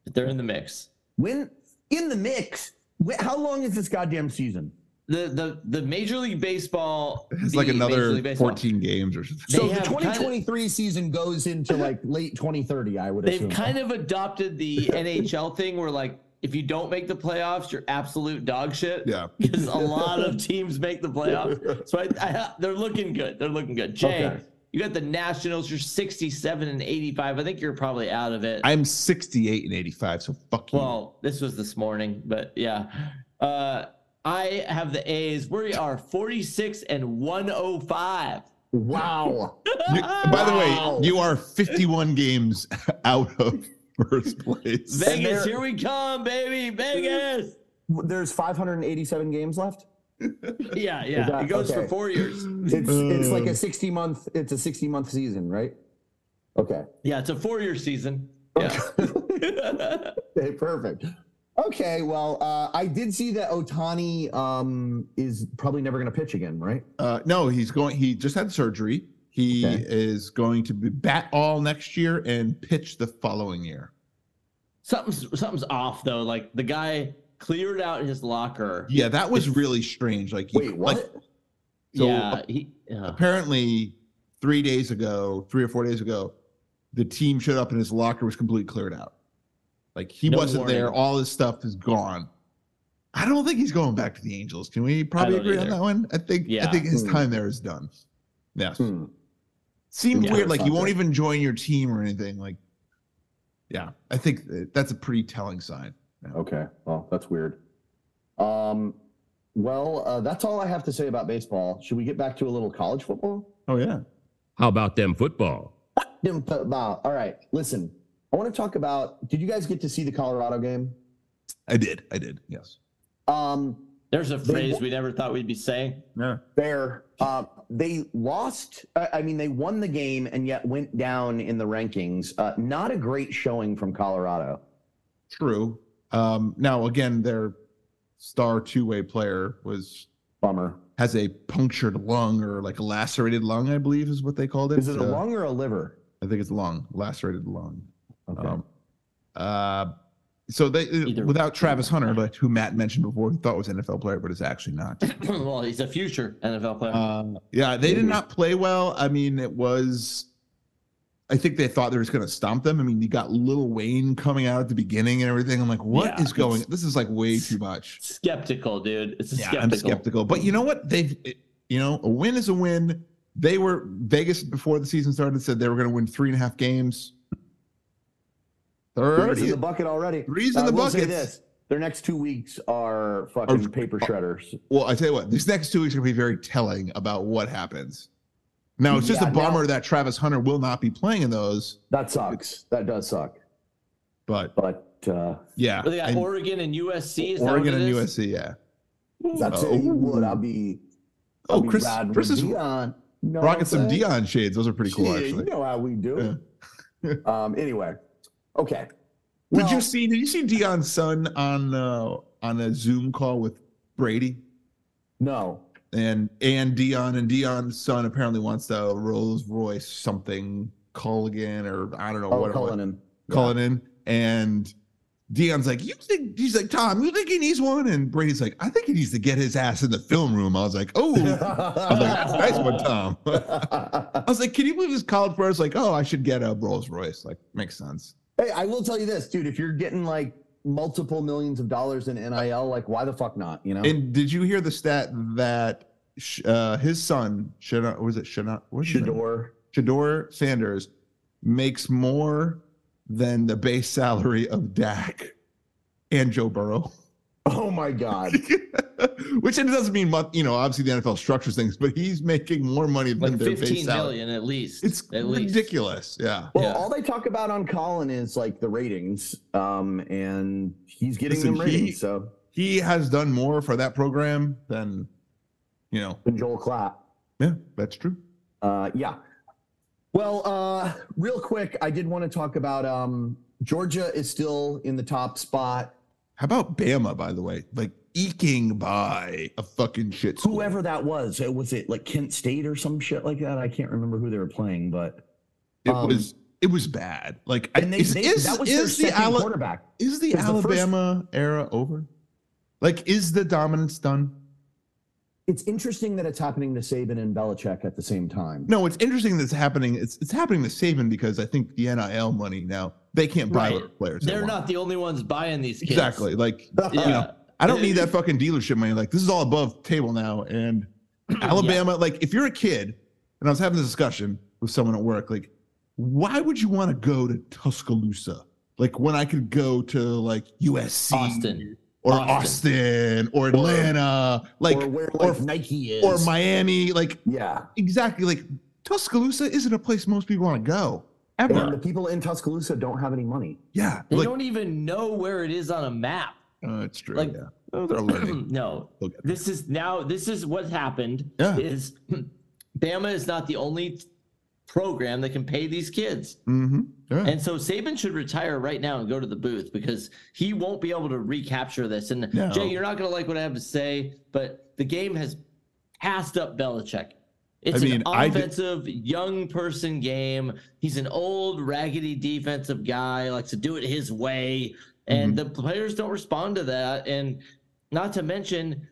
S4: but they're in the mix.
S2: When in the mix? Wh- How long is this goddamn season?
S4: The the the Major League Baseball
S3: it's like
S4: the Major League
S3: another
S4: Baseball,
S3: 14 games or something.
S4: They
S2: so the
S4: have kinda-
S2: 2023 season goes into like late 2030, I would
S4: They've
S2: assume.
S4: kind of adopted the NHL thing where like if you don't make the playoffs, you're absolute dog shit.
S3: Yeah.
S4: Because a lot of teams make the playoffs. So I, I, they're looking good. They're looking good. Jay,
S2: Okay.
S4: you got the Nationals. You're 67 and 85. I think you're probably out of it.
S3: I'm 68 and 85, so fuck you.
S4: well, this was this morning, but yeah. Uh, I have the A's. We are 46 and 105.
S2: wow.
S3: You- by the way, you are 51 games out of first place.
S2: They-
S4: Vegas,
S2: they're-
S4: here we come, baby. Vegas.
S2: There's 587 games left.
S4: Yeah, yeah.
S2: that-
S4: it goes for
S2: okay.
S4: four years.
S2: It's it's like
S3: Uh.
S2: a 60 month. It's a 60 month season, right? Okay.
S4: Yeah, it's a four year season. Yeah.
S2: Okay, perfect. Okay, well, uh, I did see that Otani um, is probably never going to pitch again, right?
S3: Uh, no, he's going. He just had surgery. He
S2: Okay.
S3: is going to be bat all next year and pitch the following year.
S4: something's something's off though. Like the guy cleared out his locker.
S3: Yeah, that was really strange. Like, you-
S2: Wait,
S3: like
S2: what?
S3: So
S4: yeah, he yeah.
S3: apparently, three days ago, three or four days ago, the team showed up and his locker was completely cleared out. Like he
S4: No
S3: wasn't there.
S4: warning.
S3: All his stuff is gone. I don't think he's going back to the Angels. Can we probably
S4: don't
S3: agree on
S4: either.
S3: that one? I think I
S4: Yeah.
S3: think his
S2: Hmm.
S3: time there is done. Yeah.
S2: Hmm.
S3: Seemed
S4: Yeah,
S3: weird. Like you
S2: sounds
S3: won't
S2: right.
S3: even join your team or anything. Like, yeah, I think that- that's a pretty telling sign.
S2: Okay. Well, that's weird. Um, Well, uh, that's all I have to say about baseball. Should we get back to a little college football?
S3: Oh yeah.
S1: How about them football?
S2: Them football. All right, listen. I want to talk about. Did you guys get to see the Colorado game?
S3: I did. I did. Yes.
S2: Um,
S4: There's a
S2: They-
S4: phrase we never thought we'd be saying.
S3: Yeah.
S6: There, uh, they lost. Uh, I mean, they won the game and yet went down in the rankings. Uh, not a great showing from Colorado.
S3: True. Um, now again, their star two-way player was
S2: bummer.
S3: has a punctured lung or like a lacerated lung, I believe is what they called it.
S2: Is it a
S3: Uh,
S2: lung or a liver?
S3: I think it's lung, lacerated lung.
S2: Okay.
S3: Um, uh, so they uh,
S4: Either-
S3: without Travis Hunter, like who Matt mentioned before, he thought was an NFL player, but is actually not.
S4: well, he's a future NFL player.
S3: Uh, yeah, they did not play well. I mean, it was. I think they thought they were just going to stomp them. I mean, you got Lil Wayne coming out at the beginning and everything. I'm like, what is
S4: Yeah,
S3: going? This is like way too much.
S4: skeptical, dude. It's a
S3: Yeah,
S4: skeptical.
S3: I'm skeptical. But you know what? They've, it- you know, a win is a win. They were Vegas before the season started said they were going to win three and a half games. They're
S6: Three's in
S3: already
S6: the bucket already.
S3: threes in
S6: I
S3: the
S6: will say
S3: bucket.
S6: this: their next two weeks are fucking paper shredders.
S3: Well, I tell you what, these next two weeks are going to be very telling about what happens. Now it's just
S6: Yeah,
S3: a bummer that Travis Hunter will not be playing in those.
S2: That sucks. That does suck.
S3: But
S2: But uh,
S3: yeah,
S4: They got
S3: and
S4: Oregon and USC. Is
S3: Oregon
S4: that what it
S3: and
S4: is?
S3: USC. Yeah.
S2: I tell you what, I'll be. I'll
S3: Oh,
S2: be
S3: Chris,
S2: riding
S3: Chris
S2: with
S3: is
S2: Dion. You know what
S3: rocking
S2: I'm
S3: some
S2: saying?
S3: Dion shades. Those are pretty cool,
S2: Yeah,
S3: actually.
S2: You know how we do. it. um. Anyway, okay.
S3: did you see? Did you see Dion's son on uh, on a Zoom call with Brady?
S2: No.
S3: and and Dion and Dion's son apparently wants the Rolls Royce something Culligan or I don't know
S2: Oh,
S3: what
S2: calling him.
S3: Culligan and Dion's like you think he's like Tom you think he needs one and Brady's like I think he needs to get his ass in the film room I was like oh I was like that's a nice one Tom I was like can you believe this college bro's like oh I should get a Rolls Royce like makes sense
S2: Hey, I will tell you this, dude. If you're getting like multiple millions of dollars in NIL, like why the fuck not? You know.
S4: Oh.
S3: and did you hear the stat that sh- uh, his son Shana was it Shana what is his name?
S2: Shador.
S3: Shador Sanders makes more than the base salary of Dak and Joe Burrow,
S2: Oh my god.
S3: which it doesn't mean much. You know, obviously the NFL structures things, but he's making more money than
S4: Like
S3: their
S4: 15
S3: base salary.
S4: million at least.
S3: It's
S4: at least.
S3: ridiculous. Yeah.
S2: Well,
S4: Yeah.
S2: all they talk about on Colin is like the ratings, um, and he's getting
S3: Listen,
S2: them ratings.
S3: he-
S2: so
S3: He has done more for that program than, you know,
S2: and Joel Clapp,
S3: yeah, that's true.
S2: uh, yeah. Well, uh, real quick, I did want to talk about um, Georgia is still in the top spot.
S3: How about Bama, by the way? Like eking by a fucking shit school.
S2: Whoever that was, uh, was it like Kent State or some shit like that? I can't remember who they were playing, but
S3: it
S2: um,
S3: was it was bad. Like I-
S2: and they,
S3: is,
S2: they
S3: is,
S2: that was
S3: is
S2: their
S3: the
S2: second
S3: Ala-
S2: quarterback.
S3: Is the
S2: 'Cause the first-
S3: Alabama era over? Like, is the dominance done?
S2: It's interesting that it's happening to Saban and Belichick at the same time.
S3: No, it's interesting that's happening. It's it's happening to Saban because I think the NIL money now they can't buy
S4: Right.
S3: players. they
S4: They're
S3: want.
S4: not the only ones buying these kids. Uh,
S3: exactly like
S4: Yeah.
S3: I don't need that fucking dealership money. Like this is all above table now. And Alabama, like if you're a kid, and I was having this discussion with someone at work, like why would you want to go to Tuscaloosa? Like when I could go to like USC
S4: Austin.
S3: or Austin,
S4: Austin.
S3: or Atlanta, like
S2: or where
S3: or-
S2: like, Nike is,
S3: or Miami. Like
S2: yeah.
S3: exactly, like Tuscaloosa isn't a place most people want to go ever.
S2: And the people in Tuscaloosa don't have any money.
S3: yeah,
S4: They
S3: like
S4: don't even know where it is on a map.
S3: uh, it's true.
S4: like-
S3: yeah, Oh, they're learning.
S4: no.
S3: They'll get there.
S4: This is now this is what happened
S3: Yeah.
S4: is Bama is not the only program that can pay these kids.
S3: Mhm, yeah.
S4: And so Saban should retire right now and go to the booth because he won't be able to recapture this. And
S3: No.
S4: Jay, you're not going to like what I have to say, but the game has passed up Belichick. It's
S3: I mean, I
S4: an
S3: did-
S4: offensive young person game. He's an old raggedy defensive guy, likes to do it his way, and
S3: Mm-hmm.
S4: the players don't respond to that. And not to mention,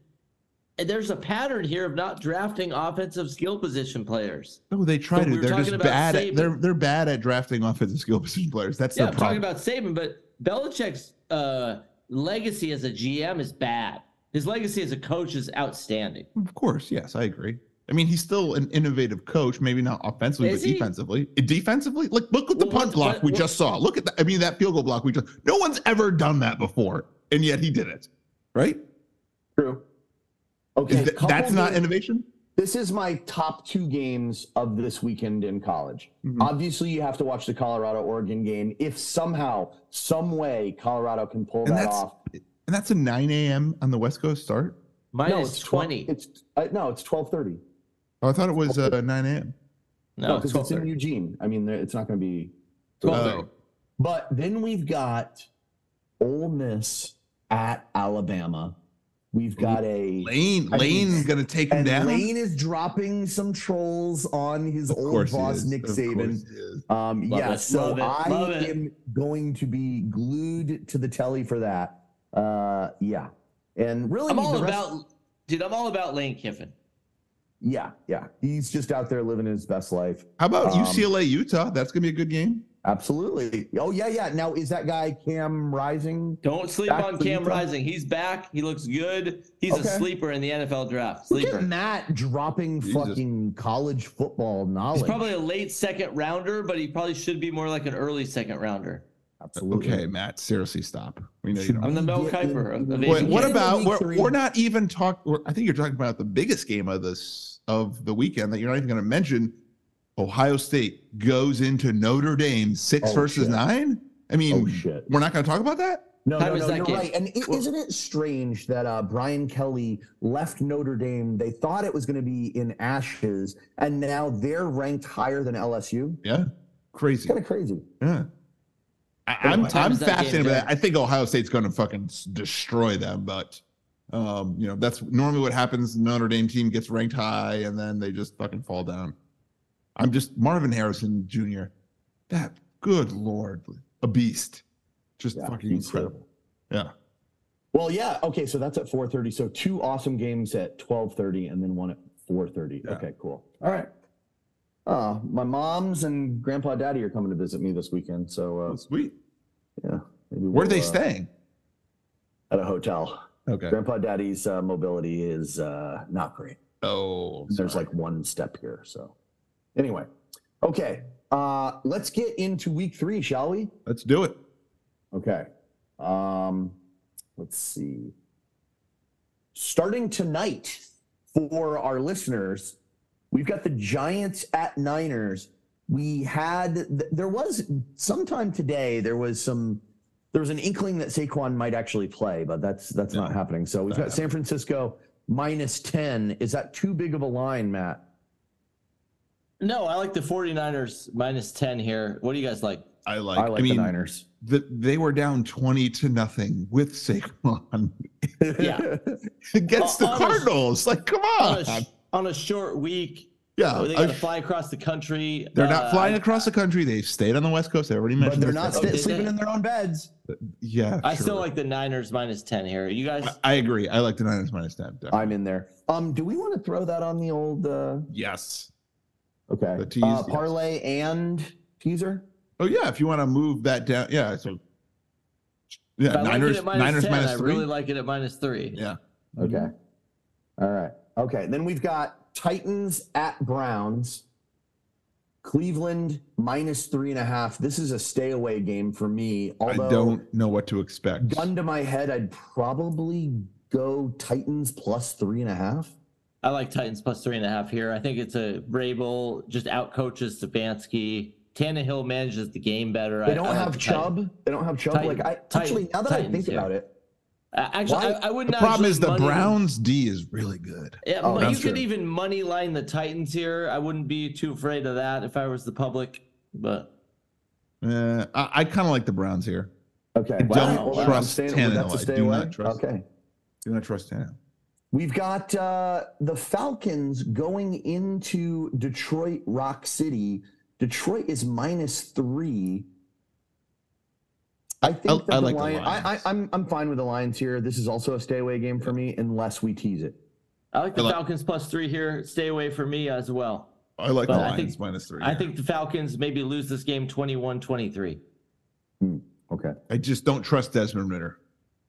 S4: there's a pattern here of not drafting offensive skill position players.
S3: No, they try
S4: So
S3: to.
S4: we were
S3: they're
S4: talking
S3: just
S4: about
S3: bad. At,
S4: Saban.
S3: they're they're bad at drafting offensive skill position players. That's
S4: Yeah,
S3: their
S4: I'm talking
S3: problem.
S4: about Saban, but Belichick's uh, legacy as a GM is bad. His legacy as a coach is outstanding.
S3: of course, yes, I agree. I mean, he's still an innovative coach. Maybe not offensively,
S4: Is
S3: but
S4: he?
S3: defensively. Eh, Defensively, like look at the
S4: Well,
S3: punt
S4: what-
S3: block
S4: what-
S3: we
S4: what-
S3: just saw. Look at that. I mean, that field goal block we just. No one's ever done that before, and yet he did it. Right?
S2: True.
S6: Okay,
S3: Is that-
S6: couple
S3: that's not
S6: games-
S3: innovation.
S6: This is my top two games of this weekend in college.
S3: Mhm.
S6: Obviously, you have to watch the Colorado Oregon game. If somehow, some way, Colorado can pull
S3: And
S6: that
S3: that's-
S6: off,
S3: And that's a 9 a.m. on the West Coast start.
S4: Minus
S6: it's
S4: 20.
S6: it's uh, no, it's twelve thirty.
S3: Oh, I thought it was uh, 9 a.m.
S4: no,
S6: because it's in Eugene. I mean, there- it's not going to be.
S3: Oh,
S6: But then we've got
S2: Ole Miss at Alabama. We've got a
S3: Lane.
S2: I mean,
S3: Lane's gonna take him
S2: and
S3: down.
S2: Lane is dropping some trolls on his
S3: Of
S2: old
S3: course he
S2: boss
S3: is.
S2: Nick
S3: Of
S2: Saban.
S3: course he is.
S2: Um,
S4: Love
S2: yeah,
S4: it,
S2: so
S4: love it,
S2: I
S4: love it.
S2: am going to be glued to the telly for that. Uh, yeah, and really,
S4: I'm all
S2: the rest-
S4: about, dude, I'm all about Lane Kiffin.
S2: yeah, yeah. He's just out there living his best life.
S3: How about
S2: Um,
S3: UCLA Utah? That's gonna be a good game.
S2: Absolutely. Oh yeah, yeah. Now is that guy Cam Rising?
S4: Don't sleep
S2: Back
S4: on
S2: to
S4: Cam
S2: Utah.
S4: Rising. He's back. He looks good. He's a
S2: Okay.
S4: sleeper in the NFL draft.
S2: Look at
S4: Sleeper.
S2: Matt dropping
S3: Jesus.
S2: fucking college football knowledge.
S4: He's probably a late second rounder, but he probably should be more like an early second rounder.
S2: Absolutely.
S3: Okay, Matt. Seriously, stop. We know you
S2: Should
S3: don't.
S4: I'm the Mel
S2: Yeah,
S4: Kiper of, of
S2: yeah.
S3: Wait,
S4: Asian
S3: what
S4: kids.
S3: about
S2: Week
S3: we're,
S2: three.
S3: we're not even talking? I think you're talking about the biggest game of this of the weekend that you're not even going to mention. Ohio State goes into Notre Dame six
S2: Oh,
S3: versus
S2: shit.
S3: nine. I mean,
S2: Oh shit.
S3: we're not going to talk about that.
S2: No,
S4: Time
S2: no,
S4: is
S2: no,
S4: that
S2: you're
S4: game?
S2: right. And is
S4: Well-
S2: isn't it strange that uh, Brian Kelly left Notre Dame? They thought it was going to be in ashes, and now they're ranked higher than LSU.
S3: Yeah,
S2: It's
S3: crazy.
S2: kind of crazy.
S3: Yeah, I, I'm
S4: Time
S3: I'm
S4: is that game,
S3: fascinated by
S4: Jay?
S3: that. I think Ohio State's going to fucking s- destroy them, but um, you know that's normally what happens. Notre Dame team gets ranked high and then they just fucking fall down. I'm just Marvin Harrison Jr. That good lord, a beast, just
S2: Yeah,
S3: fucking
S2: he's good.
S3: incredible. Yeah,
S2: Well, yeah. Okay, so that's at four thirty. So two awesome games at twelve thirty, and then one at four thirty.
S3: Yeah.
S2: Okay, cool.
S6: all right. Uh, my mom's and grandpa, daddy are coming to visit me this weekend. So uh,
S3: Oh, sweet.
S6: maybe
S3: Where are
S6: we'll,
S3: they
S6: uh,
S3: staying?
S6: At a hotel.
S3: Okay.
S6: Grandpa, daddy's uh, mobility is uh, not great.
S3: Oh,
S6: there's like one step here. So, anyway, okay, uh, let's get into week three, shall we?
S3: let's do it.
S6: Okay, um, let's see. Starting tonight for our listeners, we've got the Giants at Niners. We had th- there was sometime today there was some there was an inkling that Saquon might actually play, but that's that's
S3: No.
S6: not happening. So we've
S3: Not
S6: got San Francisco minus ten. Is that too big of a line, Matt?
S4: No, I like the 49ers minus 10 here. What do you guys like?
S3: I like.
S6: I
S3: I,
S6: like
S3: mean,
S6: the Niners.
S3: the, they were down twenty to nothing with Saquon
S4: Yeah.
S3: against the
S4: Uh, on a-
S3: Cardinals. like, come
S4: on,
S2: Ah.
S3: on.
S4: a sh- on a short week,
S3: yeah,
S4: where they
S3: a
S4: got to
S3: sh-
S4: fly across the country.
S3: Uh, They're
S4: Uh,
S3: not flying across the country. They've stayed on the West Coast. I already
S6: But
S3: mentioned.
S6: they're
S3: this.
S6: not
S4: Oh,
S6: sti-
S4: did
S6: sleeping
S4: they?
S6: in their own beds.
S3: Yeah,
S4: I
S3: sure.
S4: still like the Niners minus 10 here. You guys,
S3: I, I agree. I like the Niners minus ten. definitely.
S6: I'm in there. Um, do we want to throw that on the old uh
S3: yes,
S6: okay
S3: the tease.
S6: uh,
S3: yes.
S6: parlay and teaser?
S3: oh yeah, if you want to move that down, yeah. So yeah,
S4: I like it
S3: Niners
S4: at minus
S3: Niners
S4: 10.
S3: minus
S4: I
S3: three.
S4: really like it at minus three.
S3: Yeah.
S6: Okay. All right. Okay. Then we've got Titans at Browns. Cleveland minus three and a half. This is a stay away game for me.
S3: I
S6: Although
S3: don't know what to expect.
S6: gun to my head, I'd probably go Titans plus three and a half.
S4: I like Titans plus three and a half here. I think it's a Rabel just outcoaches Stefanski. Tannehill manages the game better.
S6: They
S4: I-
S6: don't
S4: I like
S6: have
S4: the Titans.
S6: Chubb. They don't have Chubb.
S4: Titan-
S6: like I actually
S4: Titan-
S6: now that I
S4: Titans,
S6: think
S4: yeah.
S6: about it,
S4: Uh, Actually,
S6: Why?
S4: I, I would
S3: The
S4: not.
S3: problem is
S4: just
S3: the
S4: money-
S3: Browns D is really good.
S4: Yeah,
S6: Oh,
S4: but you
S3: that's
S4: could
S3: true.
S4: even money line the Titans here. I wouldn't be too afraid of that if I was the public. But
S3: Uh, I, I kind of like the Browns here.
S6: Okay.
S3: And don't
S6: I'm
S3: trust
S6: staying-
S3: Tannehill.
S6: that's a
S3: I
S6: stay
S3: do
S6: away?
S3: not trust-
S6: Okay.
S3: Do not trust him.
S6: We've got uh, the Falcons going into Detroit Rock City. Detroit is minus three. I think
S3: I-
S6: that
S3: I
S6: the
S3: like the
S6: Lion- I, I,
S3: Lions.
S6: I'm I'm fine with the Lions here. This is also a stay away game for me unless we tease it.
S4: I like the
S3: I like-
S4: Falcons plus three here. Stay away from me as well.
S3: I like
S4: But
S3: the
S4: I
S3: Lions
S4: think-
S3: minus three.
S4: I
S3: here.
S4: think the Falcons maybe lose this game 21 23.
S6: Okay.
S3: I just don't trust Desmond Ritter.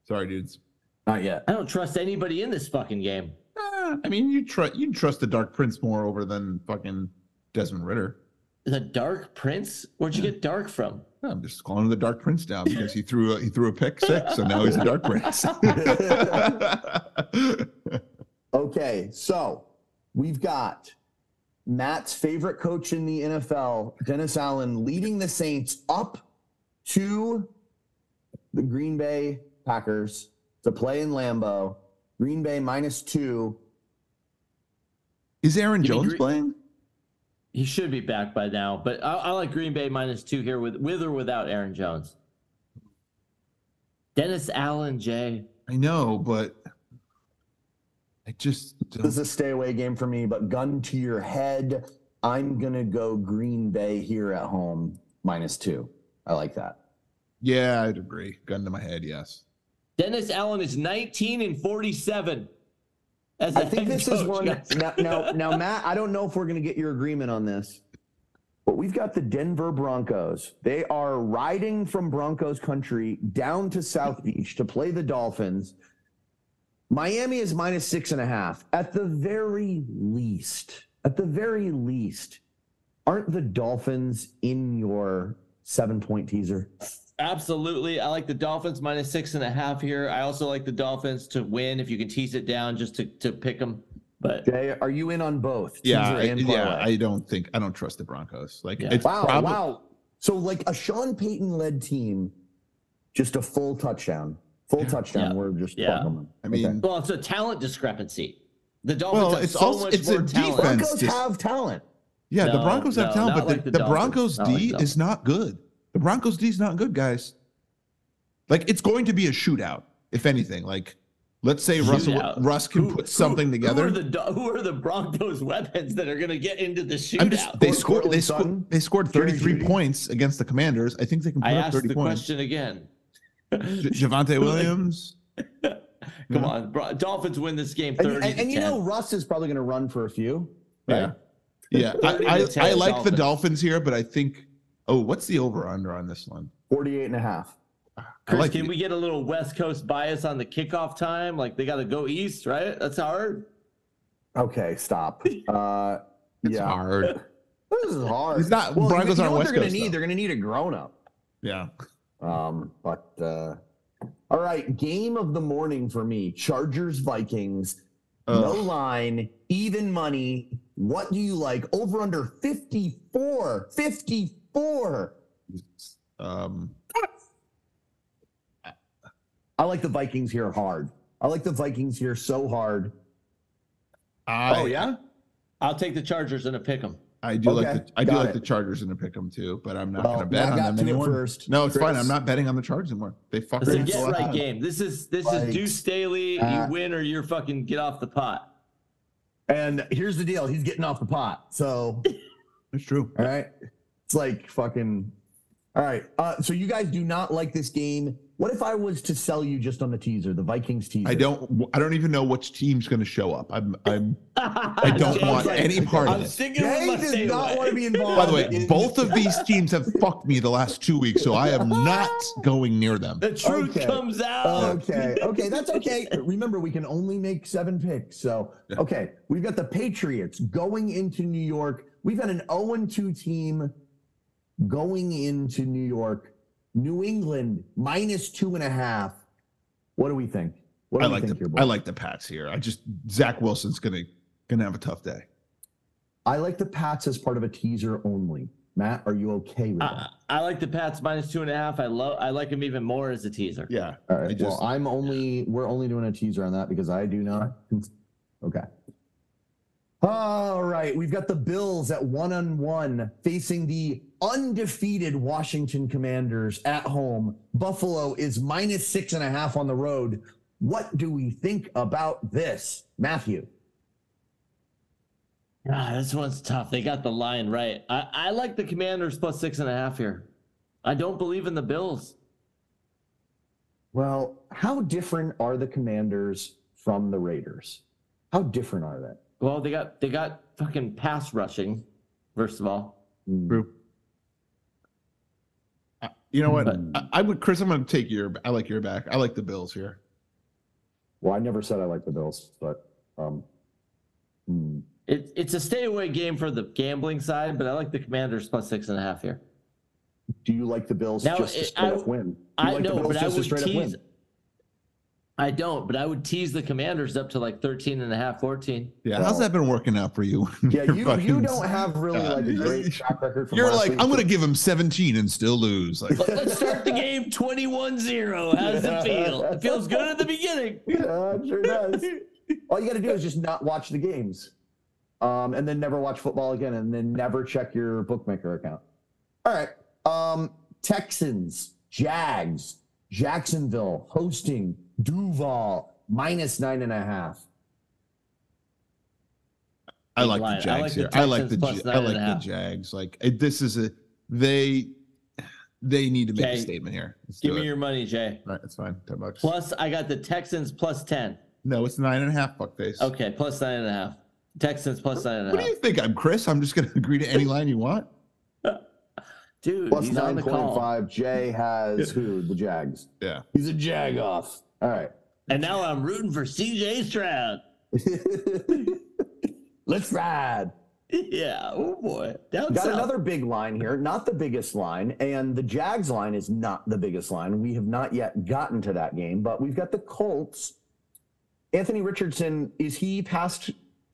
S3: Sorry, dudes.
S6: Not yet.
S4: I don't trust anybody in this fucking game.
S3: Uh, I mean, you trust you trust the Dark Prince more over than fucking Desmond Ritter.
S4: The Dark Prince? Where'd you
S2: Hmm.
S4: get Dark from?
S3: Yeah, I'm just calling him the Dark Prince now because he threw a, he threw a pick six, so now he's the Dark Prince.
S2: Okay, so we've got Matt's favorite coach in the NFL, Dennis Allen, leading the Saints up to the Green Bay Packers to play in Lambeau. Green Bay minus two.
S3: Is Aaron
S4: Give me
S3: Jones
S4: Gre-
S3: playing?
S4: He should be back by now, but I, I like Green Bay minus two here with with or without Aaron Jones. Dennis Allen, Jay.
S3: I know, but I just don't-
S2: This is a stay away game for me, but gun to your head. I'm going to go Green Bay here at home minus two. I like that.
S3: yeah, I'd agree. Gun to my head, yes.
S4: Dennis Allen is 19 and 47. As a
S2: I think
S4: head
S2: this is
S4: coach,
S2: one.
S4: guys.
S2: Now, now, now, Matt, I don't know if we're going to get your agreement on this, but we've got the Denver Broncos. They are riding from Broncos country down to South Beach to play the Dolphins. Miami is minus six and a half. At the very least, at the very least, aren't the Dolphins in your seven point teaser?
S4: Absolutely. I like the Dolphins minus six and a half here. I also like the Dolphins to win if you can tease it down just to, to pick them. But
S2: Jay, are you in on both?
S3: Yeah,
S2: teaser
S3: I,
S2: and
S3: yeah.
S2: parlay?
S3: I don't think I don't trust the Broncos. Like
S4: Yeah.
S3: it's
S2: Wow,
S3: probably
S2: wow. So like a Sean Payton led team, just a full touchdown. Full touchdown.
S4: Yeah.
S2: We're just
S4: Yeah.
S2: fucking them.
S3: I mean
S4: well, it's a talent discrepancy. The Dolphins
S3: Well,
S4: have
S3: it's
S4: so
S3: also-
S4: much
S3: it's a
S4: more talent.
S3: defense.
S2: Broncos
S3: just-
S2: have talent.
S3: yeah, the
S4: No,
S3: Broncos
S4: no,
S3: have talent,
S4: not
S3: but the,
S4: like the
S3: the
S4: Dolphins,
S3: Broncos
S4: not like
S3: D
S4: Dolphins.
S3: is not good. The Broncos D is not good, guys. Like it's going to be a shootout, if anything. Like let's say Russell
S4: Shootout.
S3: Russ can
S4: Who-
S3: put something
S4: who-
S3: together.
S4: Who are, the, Do- who are the Broncos' weapons that are going to get into the shootout?
S3: I'm just they
S2: Cor-
S3: scored
S2: Cortland
S3: they scored
S2: Sutton,
S3: they scored
S2: Jerry
S3: 33
S2: Jeudy.
S3: points against the Commanders. I think they can put
S4: I
S3: up
S4: asked
S3: 30
S4: the
S3: points.
S4: question again.
S3: J- Javante Williams.
S4: Come
S3: Yeah.
S4: on, Bro- Dolphins win this game
S2: And,
S4: thirty
S2: and- and
S4: to
S2: you
S4: 10.
S2: know Russ is probably gonna run for a few.
S3: Yeah. Yeah.
S4: Thirty to
S3: I,
S4: ten
S3: I, I like the
S4: Dolphins.
S3: Dolphins here, but I think oh, what's the over under on this one?
S2: 48 and a half.
S3: I
S4: Chris,
S3: like
S4: can
S3: it.
S4: we get a little West Coast bias on the kickoff time? Like they got to go east, right? That's hard.
S2: Okay, stop. Uh
S3: It's
S2: yeah.
S3: hard.
S2: This is hard.
S3: It's not- Broncos
S2: you know
S3: aren't
S2: what
S3: West
S2: they're gonna
S3: Coast,
S2: need?
S3: though.
S2: They're gonna need a grown up.
S3: Yeah.
S2: Um, but uh all right, game of the morning for me. Chargers Vikings. No
S3: Ugh.
S2: line, even money. What do you like? Over under 54. 54.
S3: Um,
S2: I like the Vikings here hard. I like the Vikings here so hard.
S4: Oh,
S3: I,
S2: yeah?
S4: I'll take the Chargers and a pick them.
S3: I do
S2: Okay,
S3: like the I do
S2: got
S3: like
S2: it.
S3: the Chargers in a pick 'em too, but I'm not
S2: Well,
S3: gonna bet
S2: Matt
S3: on
S2: got
S3: them
S2: to it
S3: anymore.
S2: first.
S3: No, it's fine.
S2: Chris.
S3: I'm not betting on the Chargers anymore. They fucked
S4: It's a
S3: me
S4: get
S3: up.
S4: right game. This is this
S2: Right.
S4: is do Staley.
S2: Uh,
S4: you win or you're fucking get off the pot.
S2: And here's the deal he's getting off the pot. So,
S3: It's true.
S2: all right. It's like fucking. All right. Uh, so, you guys do not like this game. What if I was to sell you just on the teaser, the Vikings teaser?
S3: I don't I don't even know which team's gonna show up. I'm I'm
S4: I
S3: don't want any part of
S4: I'm
S3: it.
S4: sticking with
S2: Jay
S4: my
S2: does
S4: stay
S2: not
S4: away.
S2: want to be involved.
S3: by the way,
S2: in-
S3: both of these teams have fucked me the last two weeks, so I am not going near them.
S4: The truth
S2: Okay. Uh,
S4: comes out.
S2: Okay. Okay. That's okay. Remember, we can only make seven picks. So,
S3: Yeah.
S2: okay. We've got the Patriots going into New York. We've got an 0 2 team going into New York. New England minus two and a half. What do we think? What do
S3: I
S2: we
S3: like
S2: think
S3: the
S2: here, boy?
S3: I like the Pats here. I just Zach Wilson's gonna gonna have a tough day.
S2: I like the Pats as part of a teaser only. Matt, are you okay with
S4: I,
S2: that?
S4: I like the Pats minus two and a half. I love. I like them even more as a teaser.
S3: Yeah.
S2: All right.
S3: I just-
S2: well, I'm only we're only doing a teaser on that because I do not. Okay. All right, we've got the Bills at one on one facing the undefeated Washington Commanders at home. Buffalo is minus six and a half on the road. What do we think about this, Matthew?
S4: Ah, this one's tough. They got the line right. I, I like the Commanders plus six and a half here. I don't believe in the Bills.
S2: Well, how different are the Commanders from the Raiders? How different are they?
S4: Well, they got they got fucking pass rushing. First of all,
S2: Hmm.
S3: True. I- You know what?
S4: But-
S3: I, I would, Chris. I'm going to take your. I like your back. I like the Bills here.
S2: Well, I never said I like the Bills, but um, hmm.
S4: it, it's a stay away game for the gambling side, but I like the Commanders plus six and a half here.
S2: Do you like the Bills
S4: Now,
S2: just to
S4: it-
S2: straight
S4: I-
S2: up win? Do you
S4: I
S2: like the
S4: know,
S2: Bills
S4: but I
S2: just to
S4: would
S2: straight up win?
S4: tease. I don't, but I would tease the commanders up to like 13 and a half, 14.
S3: Yeah, how's that been working out for you?
S2: Yeah,
S3: You're
S2: you, you
S3: fucking-
S2: don't have really
S3: uh,
S2: like a great track record. From
S3: You're
S2: last
S3: like,
S2: week.
S3: I'm gonna give him 17 and still lose. Like,
S4: Let's start the game 21 0. How does it feel? It feels good at the beginning.
S2: Yeah, Uh, it sure does. All you got to do is just not watch the games, um, and then never watch football again, and then never check your bookmaker account. All right, um, Texans, Jags, Jacksonville hosting Duval minus nine and a half.
S3: I like
S4: line.
S3: the
S4: I like
S3: Jags
S4: the
S3: here. I like the
S4: Texans plus
S3: Ja- I
S4: nine and
S3: like
S4: a
S3: the
S4: half.
S3: Jags. Like it- this is a they they need to make
S4: Okay.
S3: a statement here. Let's
S4: Give
S3: do
S4: me
S3: it.
S4: your money, Jay.
S3: All right, it's fine. Ten bucks.
S4: Plus, I got the Texans plus 10.
S3: no, it's nine and a half buck face.
S4: Okay, plus nine and a half. Texans plus nine and
S3: What do
S4: a half.
S3: you think? I'm Chris. I'm just gonna agree to any line you want.
S4: Dude,
S2: Plus
S4: he's on
S2: nine
S4: the
S2: point
S4: call.
S2: five. Jay has who? The Jags.
S3: Yeah.
S2: He's a jag off. All right.
S4: And now I'm rooting for CJ Stroud.
S2: Let's ride.
S4: Yeah. Oh boy. Down
S2: Got
S4: south.
S2: another big line here, not the biggest line, and the Jags line is not the biggest line. We have not yet gotten to that game, but we've got the Colts. Anthony Richardson, is he past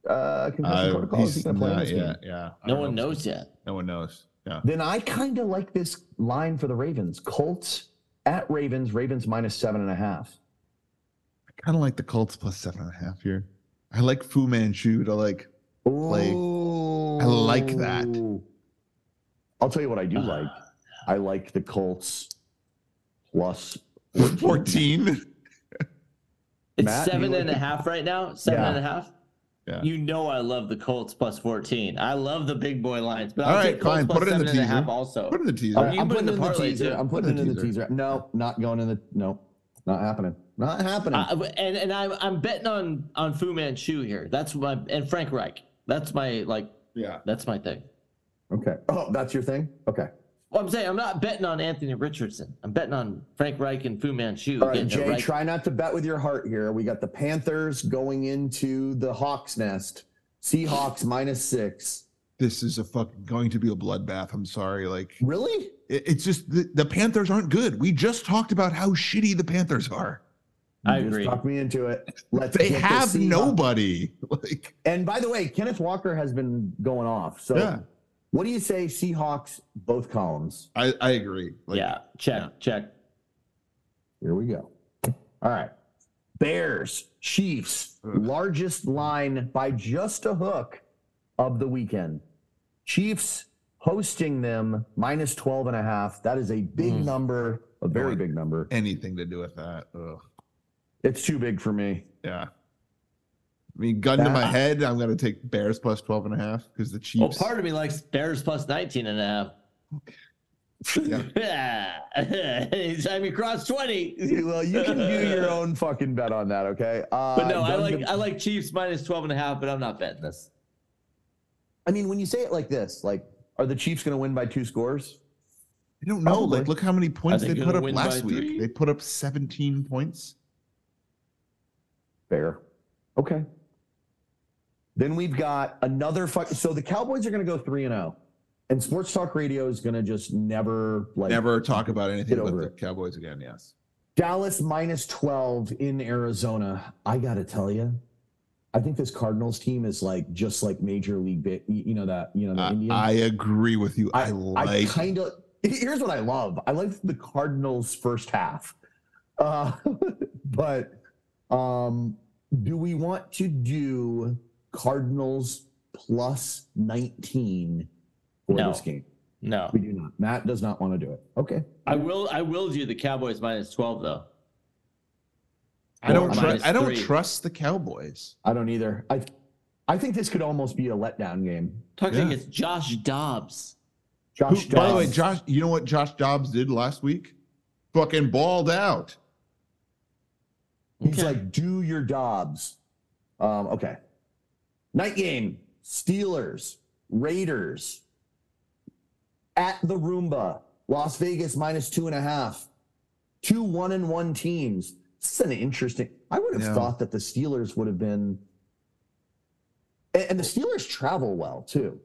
S2: uh, concussion
S3: Uh,
S2: protocol? Is he
S3: he's
S2: going to play in
S3: not-
S2: this
S3: yeah,
S2: game?
S3: yeah. I
S4: No
S3: don't
S4: one
S3: know.
S4: knows yet.
S3: No one knows. Yeah.
S2: Then I kind of like this line for the Ravens. Colts at Ravens, Ravens minus seven and a half.
S3: I kind of like the Colts plus seven and a half here. I like Fu Manchu. I like. Like, I like that. Uh,
S2: Ooh. I'll tell you what I do
S4: Ah.
S2: like. I like the Colts plus
S3: 14
S4: It's
S2: Matt,
S4: seven
S2: you
S4: and a half
S2: like-
S4: right now. Seven
S2: Yeah.
S4: and a half.
S3: Yeah.
S4: You know I love the Colts plus fourteen. I love the big boy lines, but
S3: All
S4: I'll
S3: right,
S4: take Colts
S3: fine.
S4: plus
S3: Put it in
S4: seven
S3: the
S4: and a half
S3: teaser.
S4: also.
S3: put in the teaser
S2: All
S4: Oh,
S2: right,
S4: you
S2: I'm
S4: put
S2: putting
S4: in
S2: in the
S4: the parlay,
S2: teaser.
S4: too.
S2: I'm putting
S3: Put
S2: it in
S3: in
S2: the
S3: the
S2: teaser. No, not going in the. No, not happening. Not happening.
S4: I- I- and and I'm I'm betting on on Fu Manchu here. That's my and Frank Reich. That's my like.
S3: yeah
S4: That's my thing.
S2: okay. Oh, that's your thing. Okay.
S4: Well, I'm saying I'm not betting on Anthony Richardson. I'm betting on Frank Reich and Fu Manchu.
S2: All right,
S4: getting it
S2: Jay.
S4: right.
S2: Try not to bet with your heart here. We got the Panthers going into the Hawks' nest. Seahawks minus six.
S3: this is a fucking going to be a bloodbath i'm sorry like
S2: Really?
S3: it- it's just the, the panthers aren't good we just talked about how shitty the panthers are
S4: I
S2: You just
S4: agree.
S2: Talk me into it. Let's
S3: they
S2: get the
S3: have
S2: Seahawks-
S3: nobody like
S2: And by the way, Kenneth Walker has been going off. So,
S3: Yeah.
S2: what do you say, Seahawks? Both columns.
S3: i i agree like
S4: yeah. Check. Check.
S2: Here we go. All right. Bears, Chiefs,
S3: Ugh.
S2: largest line by just a hook of the weekend. Chiefs hosting them minus 12 and a half. That is a big
S3: Mm.
S2: number, a very
S3: Right.
S2: big number.
S3: anything to do with that Ugh.
S2: It's too big for me.
S3: yeah i mean gun to
S2: That-
S3: my head i'm gonna take bears plus 12 and a half because the
S4: Well,
S3: chiefs
S4: part of me likes Bears plus 19 and a half. Yeah. Anytime you cross 20.
S2: Well, you can do your own fucking bet on that, okay? Uh,
S4: But no, I
S2: Doug-
S4: like I like Chiefs minus 12 and a half, but I'm not betting this.
S2: I mean, when you say it like this, like, are the Chiefs going to win by two scores?
S3: i don't know
S2: Probably.
S3: like look how many points
S4: they
S3: they, put
S4: gonna
S3: up
S4: win
S3: last
S4: by
S3: week
S4: three?
S3: they put up 17 points
S2: Fair. Okay. Then we've got another fuck. So the Cowboys are going to go three and zero, and Sports Talk Radio is going to just never like
S3: never talk about anything
S2: get
S3: but
S2: over
S3: the
S2: it.
S3: cowboys again yes
S2: Dallas minus twelve in Arizona. I got to tell you, I think this Cardinals team is like just like Major League. Ba- you you know that you know the
S3: I,
S2: Indians.
S3: I agree with you. I,
S2: I
S3: like
S2: kind of here's what I love. I like the Cardinals first half. Uh, but um do we want to do Cardinals plus 19 for
S4: No.
S2: this game?
S4: No.
S2: We do not. Matt does not want to do it. Okay.
S4: I will I will do the Cowboys minus 12 though.
S3: I don't
S4: Minus
S3: trust I don't
S4: three.
S3: trust the Cowboys.
S2: I don't either. I I think this could almost be a letdown game.
S4: Talking
S3: Yeah.
S4: against Josh Dobbs.
S2: Josh
S3: Who- by the way,
S2: Dobbs.
S3: Josh, you know what Josh Dobbs did last week? Fucking balled out.
S2: He's like, do your Dobbs. Um, okay. Night game Steelers, Raiders at the Roomba, Las Vegas minus two and a half. Two one and one teams. This is an interesting. I would have
S3: Yeah.
S2: thought that the Steelers would have been. And, and the Steelers travel well too.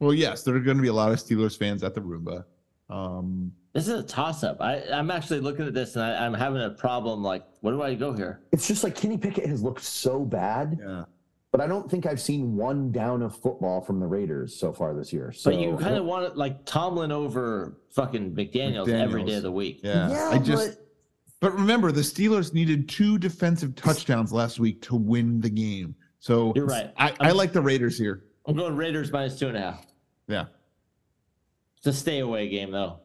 S3: Well, yes, there are going to be a lot of Steelers fans at the Roomba. Um,
S4: This is a toss up. I'm actually looking at this and I, I'm having a problem. Like, where do I go here?
S2: It's just like Kenny Pickett has looked so bad,
S3: yeah.
S2: but I don't think I've seen one down of football from the Raiders so far this year. So
S4: but you kind of want it like Tomlin over fucking McDaniels, every
S3: McDaniels.
S4: day of the week.
S3: Yeah.
S2: Yeah,
S3: I just but, remember the Steelers needed two defensive touchdowns last week to win the game. So
S4: You're right.
S3: I, I like the Raiders here.
S4: I'm going Raiders minus two and a half.
S3: Yeah.
S4: It's a stay away game though.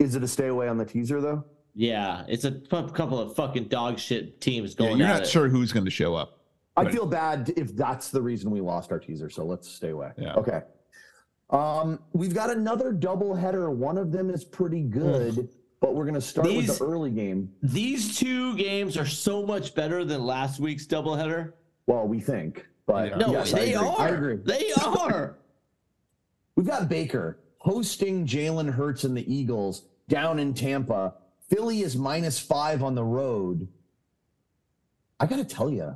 S2: is it a stay away on the teaser though?
S4: Yeah, it's a pu- couple of fucking dog shit teams
S3: Yeah,
S4: going.
S3: you're
S4: at
S3: not
S4: it.
S3: sure who's going to show up.
S2: I
S3: Right.
S2: feel bad if that's the reason we lost our teaser. So let's stay away.
S3: Yeah.
S2: Okay. Um, we've got another double header. One of them is pretty good, but we're gonna start with
S4: These-
S2: the early game.
S4: These two games are so much better than last week's doubleheader.
S2: Well, we think, but
S3: Yeah.
S4: No,
S2: yes, I
S4: they
S2: agree.
S4: are.
S2: I agree.
S4: They are.
S2: We've got Baker hosting Jalen Hurts and the Eagles down in Tampa. Philly is minus five on the road. I got to tell you,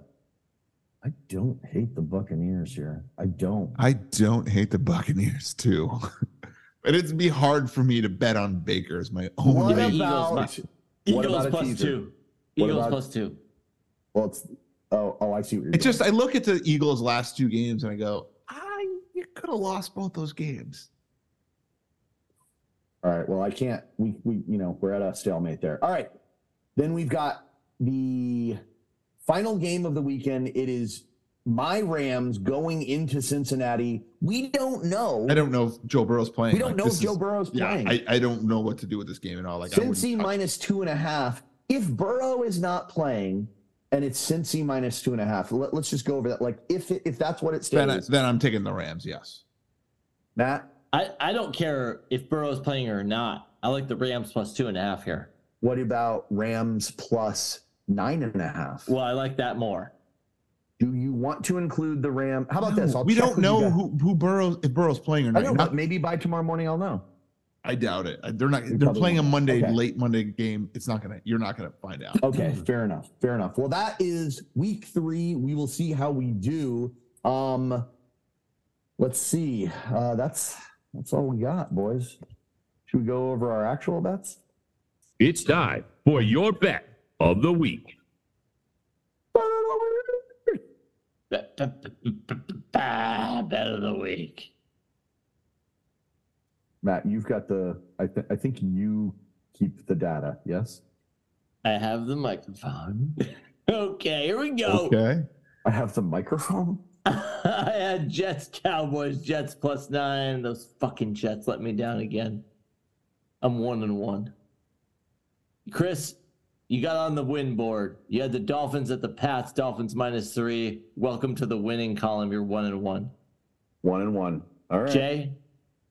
S2: I don't hate the Buccaneers here. I don't.
S3: I don't hate the Buccaneers too. but it'd be hard for me to bet on Baker as my
S2: What
S3: only.
S2: about,
S4: Eagles
S2: what about a
S4: plus
S2: teaser?
S4: two.
S2: What
S4: Eagles
S2: about-
S4: plus two.
S2: Well, it's, oh, oh, I see what you're
S3: It's
S2: doing.
S3: just I look at the Eagles last two games and I go, I you could have lost both those games.
S2: All right. Well, I can't. We we you know we're at a stalemate there. Uh, All right. Then we've got the final game of the weekend. It is my Rams going into Cincinnati. We don't know.
S3: I don't know if Joe Burrow's playing.
S2: we don't
S3: Like,
S2: know
S3: this
S2: if Joe
S3: is-
S2: Burrow's
S3: Yeah,
S2: playing.
S3: I, I don't know what to do with this game at all. Like I wouldn't-
S2: Cincy minus two and a half. If Burrow is not playing, and it's Cincy minus two and a half. Let, us just go over that. Like if it, if that's what it stays,
S3: then, I, then I'm taking the Rams. Yes.
S2: Matt.
S4: I, I don't care if Burrow's playing or not. I like the Rams plus two and a half here.
S2: What about Rams plus nine and a half?
S4: Well, I like that more.
S2: Do you want to include the Ram? How about this?
S3: No, we
S2: check
S3: don't
S2: with you
S3: know
S2: guys.
S3: who who Burrow if Burrow's playing or
S2: I
S3: not.
S2: know,
S3: Not-
S2: but maybe by tomorrow morning I'll know.
S3: I doubt it. They're not. They're
S2: probably
S3: playing a
S2: won't.
S3: Monday
S2: Okay.
S3: late Monday game. It's not gonna. You're not gonna find out.
S2: Okay, fair enough. Fair enough. Well, that is week three. We will see how we do. Um, let's see. Uh, that's that's all we got, boys. Should we go over our actual bets?
S1: It's time for your bet of the week.
S4: Bet of the week.
S2: Matt, you've got the. I, th- I think you keep the data. Yes,
S4: I have the microphone. okay, here we go.
S3: Okay.
S2: I have the microphone.
S4: I had Jets, Cowboys, Jets plus nine. Those fucking Jets let me down again. I'm one and one. Chris, you got on the win board. You had the Dolphins at the Pats, Dolphins minus three. Welcome to the winning column. You're one and one.
S6: One and one. All right.
S4: Jay,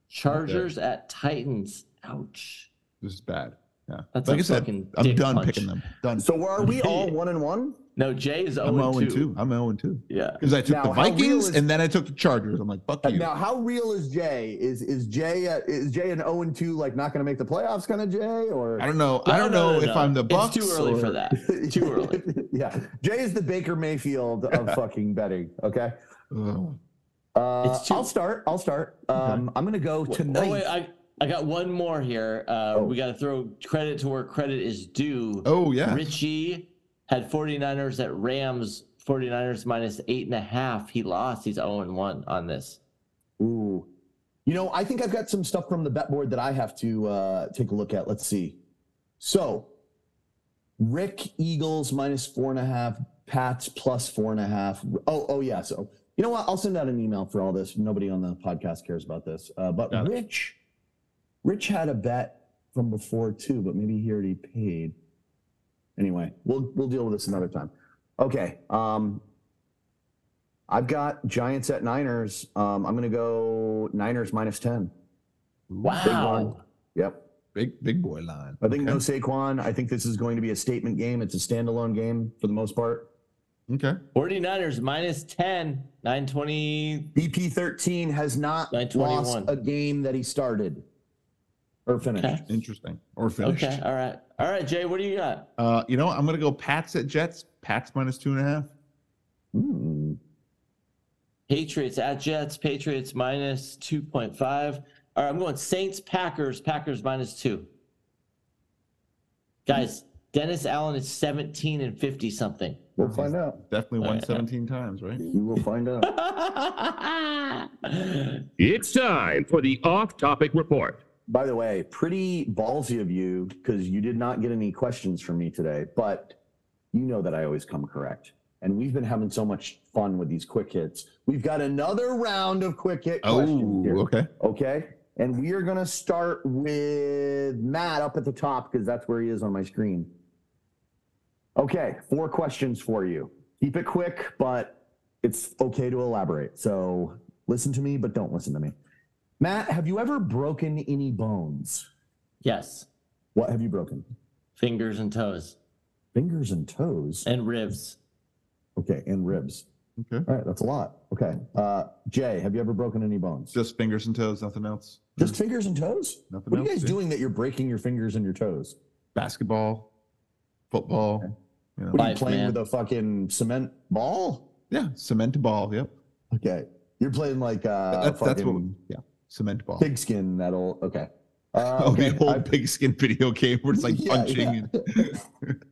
S4: Chargers at Titans. Ouch.
S3: This is bad. Yeah.
S4: That's
S3: like
S4: a
S3: I said,
S4: fucking
S3: I'm
S4: dick
S3: done
S4: punch.
S3: picking them. Done.
S6: So are we all one and one?
S4: No, Jay is
S3: I'm 0
S4: 0
S3: and
S4: 2.
S3: 2. I'm 0 and 2.
S4: Yeah.
S3: Because I took
S2: oh Now,
S3: the
S2: how real
S3: Vikings
S2: is-
S3: and then I took the Chargers. I'm like, fuck you.
S2: Now, how real is Jay? Is is Jay uh, is Jay an zero and two like not going to make the playoffs kind of Jay or?
S3: I don't know. I don't know if I'm the Bucks.
S4: It's too early
S3: or-
S4: for that. Too early.
S2: yeah, Jay is the Baker Mayfield of fucking betting. Okay,
S3: Ugh.
S2: uh,
S4: It's too-
S2: I'll start. I'll start. Um, I'm gonna go tonight.
S4: Oh, wait, I, I got one more here. Uh, We got to throw credit to where credit is due.
S3: Oh yeah.
S4: Richie had 49ers at Rams, 49ers minus eight and a half. He lost. He's 0 and 1 on this.
S2: Ooh, you know, I think I've got some stuff from the bet board that I have to uh, take a look at. Let's see. So, Rick Eagles minus four and a half. Pats plus four and a half. Oh, oh yeah. So you know what? I'll send out an email for all this. Nobody on the podcast cares about this. Uh, but
S3: Got it.
S2: Rich, Rich had a bet from before too, but maybe he already paid. Anyway, we'll we'll deal with this another time. Okay. Um, I've got Giants at Niners. Um, I'm gonna go Niners minus ten.
S4: Wow.
S2: Yep.
S3: Big big boy line.
S2: I think
S3: okay.
S2: no Saquon. I think this is going to be a statement game. It's a standalone game for the most part.
S3: Okay.
S4: 49ers minus 10, 920.
S2: BP thirteen has not lost
S4: 921.
S2: a game that he started or finished.
S4: Okay.
S3: Interesting. Or finished.
S4: Okay. All right. All right, Jay, what do you got?
S3: Uh, you know, I'm gonna go Pats at Jets. Pats minus two and a half.
S2: Hmm.
S4: Patriots at Jets, Patriots minus 2.5. All right, I'm going Saints, Packers, Packers minus two. Guys, Dennis Allen is 17 and 50 something.
S6: We'll find out.
S3: Definitely won 17 times, right?
S6: We will find out.
S1: It's time for the off topic report.
S2: By the way, pretty ballsy of you because you did not get any questions from me today, but you know that I always come correct. And we've been having so much fun with these quick hits. We've got another round of quick hit questions
S3: Oh,
S2: here.
S3: okay.
S2: Okay. And we are going to start with Matt up at the top because that's where he is on my screen. Okay. Four questions for you. Keep it quick, but it's okay to elaborate. So listen to me, but don't listen to me. Matt, have you ever broken any bones?
S4: yes,
S2: What have you broken?
S4: fingers and toes
S2: Fingers and toes.
S4: and ribs.
S2: Okay. And ribs.
S3: Okay.
S2: All right. That's a lot. Okay. Uh, Jay, have you ever broken any bones?
S3: Just fingers and toes, nothing else.
S2: Just fingers and toes?
S3: Nothing
S2: What are
S3: else.
S2: you guys
S3: dude.
S2: doing that you're breaking your fingers and your toes?
S3: Basketball, football. You know.
S2: What are you
S4: Life,
S2: playing
S4: man.
S2: with a fucking cement ball?
S3: Yeah, cement ball. Yep.
S2: Okay. You're playing like uh
S3: that's,
S2: fucking
S3: that's what. we- Yeah, cement ball.
S2: pigskin that old okay. Uh,
S3: Oh,
S2: okay.
S3: the old
S2: I,
S3: pigskin video game where it's like
S2: Yeah,
S3: punching.
S2: yeah.
S3: and-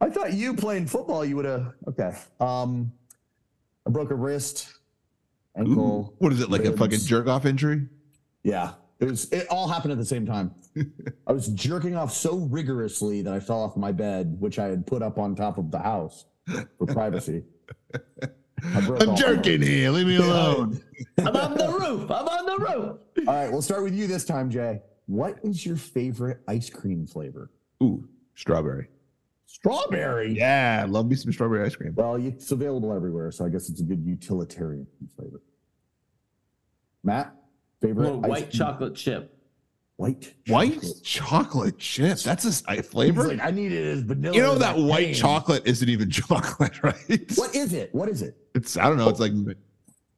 S2: I thought you playing football, you would have okay. Um I broke a wrist, ankle.
S3: Ooh, what is it like a fucking
S2: ribs.
S3: jerk off injury?
S2: Yeah. It was it all happened at the same time. I was jerking off so rigorously that I fell off my bed, which I had put up on top of the house for privacy. broke
S3: I'm
S2: all-
S3: jerking here. Leave me alone.
S4: I'm on the roof. I'm on the roof.
S2: All right, we'll start with you this time, Jay. What is your favorite ice cream flavor?
S3: Ooh, strawberry.
S2: Strawberry.
S3: Yeah, love me some strawberry ice cream.
S2: Well, it's available everywhere, so I guess it's a good utilitarian flavor. Matt, favorite
S4: Or
S2: ice
S4: white
S2: cream?
S4: chocolate chip.
S2: White.
S3: White
S2: chocolate.
S3: chocolate chip. That's a s- a
S2: He's
S3: flavor.
S2: like, I need it as vanilla.
S3: You know
S2: in
S3: that
S2: my
S3: white
S2: pain."
S3: chocolate isn't even chocolate, right?
S2: What is it? What is it?
S3: It's I don't know. It's like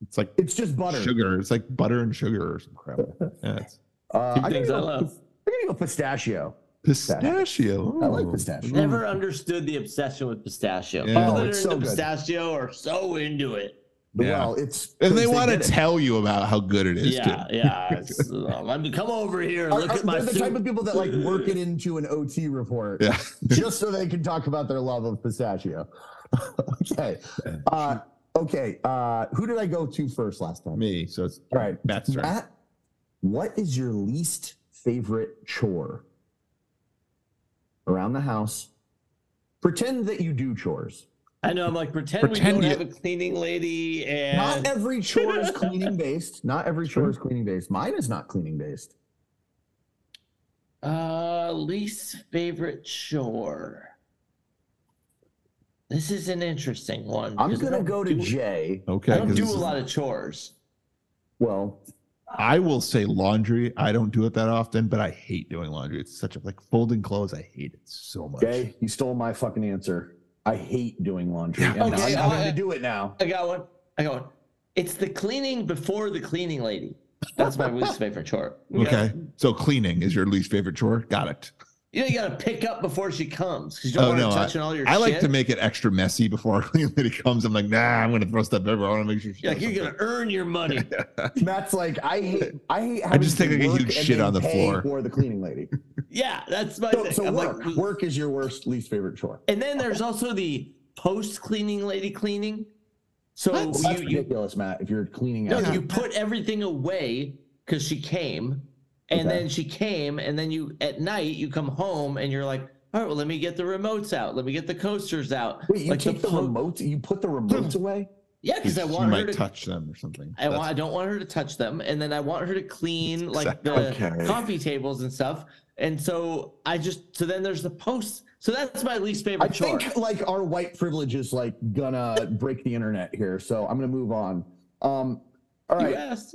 S3: it's like
S2: It's just butter.
S3: sugar. It's like butter and sugar or some crap. Yeah, it's
S2: Uh,
S4: Two
S2: I'm gonna
S4: things I
S2: go-
S4: love.
S2: I'm gonna go pistachio.
S3: pistachio.
S2: I like
S3: Ooh.
S2: pistachio.
S4: Never understood the obsession with pistachio.
S3: Yeah.
S4: People
S2: Oh,
S4: that are
S2: it's so
S4: into
S2: good.
S4: pistachio are so into it.
S3: Yeah.
S2: Well, it's
S3: And they
S2: because
S3: want to
S2: did it.
S3: tell you about how good it is.
S4: yeah,
S3: too.
S4: yeah. it's, uh, Let me come over here and
S2: Are,
S4: look
S2: are
S4: at my
S2: they're the
S4: soup.
S2: type of people that like work it into an OT report
S3: Yeah.
S2: just so they can talk about their love of pistachio. okay. Uh, okay. Uh, who did I go to first last time?
S3: Me. So it's
S2: All right.
S3: Matt's turn.
S2: Matt, what is your least favorite chore around the house? Pretend that you do chores.
S4: I know. I'm like, pretend,
S3: Pretend
S4: we
S3: you-
S4: don't have a cleaning lady
S2: Not
S4: and
S2: every chore is cleaning based. Not every chore is cleaning based. Mine is not cleaning based.
S4: uh, least favorite chore. This is an interesting one.
S2: I'm
S4: 'cause I
S2: gonna
S4: don't
S2: go to
S4: do-
S2: Jay.
S3: Okay.
S4: I don't
S3: 'cause
S4: do
S3: this
S4: a
S3: is-
S4: lot of chores.
S2: Well,
S3: I will say laundry. I don't do it that often, but I hate doing laundry. It's such a like folding clothes. I hate it so much.
S2: Jay, you stole my fucking answer. I hate doing laundry, and
S4: Okay,
S2: I'm having
S4: I-
S2: to do it now.
S4: I got one. I got one. It's the cleaning before the cleaning lady. That's my least favorite chore. You
S3: Okay.
S4: gotta-
S3: So cleaning is your least favorite chore. Got it.
S4: You, know, you gotta pick up before she comes because you don't
S3: Oh,
S4: want her
S3: no,
S4: touching all your
S3: I
S4: shit.
S3: like to make it extra messy before our cleaning lady comes. I'm like, nah, I'm gonna throw stuff everywhere. I want to make sure. She
S4: You're like
S3: does
S4: you're
S3: something."
S4: gonna earn your money.
S2: Matt's like, I hate, I hate. having
S3: just
S2: to
S3: take, like, a
S2: work
S3: huge
S2: and
S3: shit
S2: then
S3: on the
S2: pay
S3: floor.
S2: for the cleaning lady.
S4: yeah, that's my
S2: So,
S4: thing.
S2: so
S4: I'm
S2: work,
S4: like,
S2: work is your worst, least favorite chore.
S4: and then there's also the post cleaning lady cleaning. So
S2: Well, that's
S4: you, you,
S2: ridiculous, Matt. If you're cleaning
S4: no,
S2: out,
S4: you put everything away because she came,
S2: Okay.
S4: and then she came, and then you at night you come home and you're like, all right, well let me get the remotes out, let me get the coasters out.
S2: wait, you
S4: like
S2: take the,
S4: po-
S2: remote, you put the remotes away.
S4: Yeah, because I
S3: She
S4: want her
S3: might
S4: to
S3: touch them or something.
S4: I want I don't want her to touch them, and then I want her to clean like the
S2: Okay.
S4: coffee tables and stuff. And so I just so then there's the posts. So that's my least
S2: I
S4: favorite chore.
S2: think like our white privilege is like gonna break the internet here, so I'm gonna move on. Um, all
S4: You
S2: right,
S4: asked.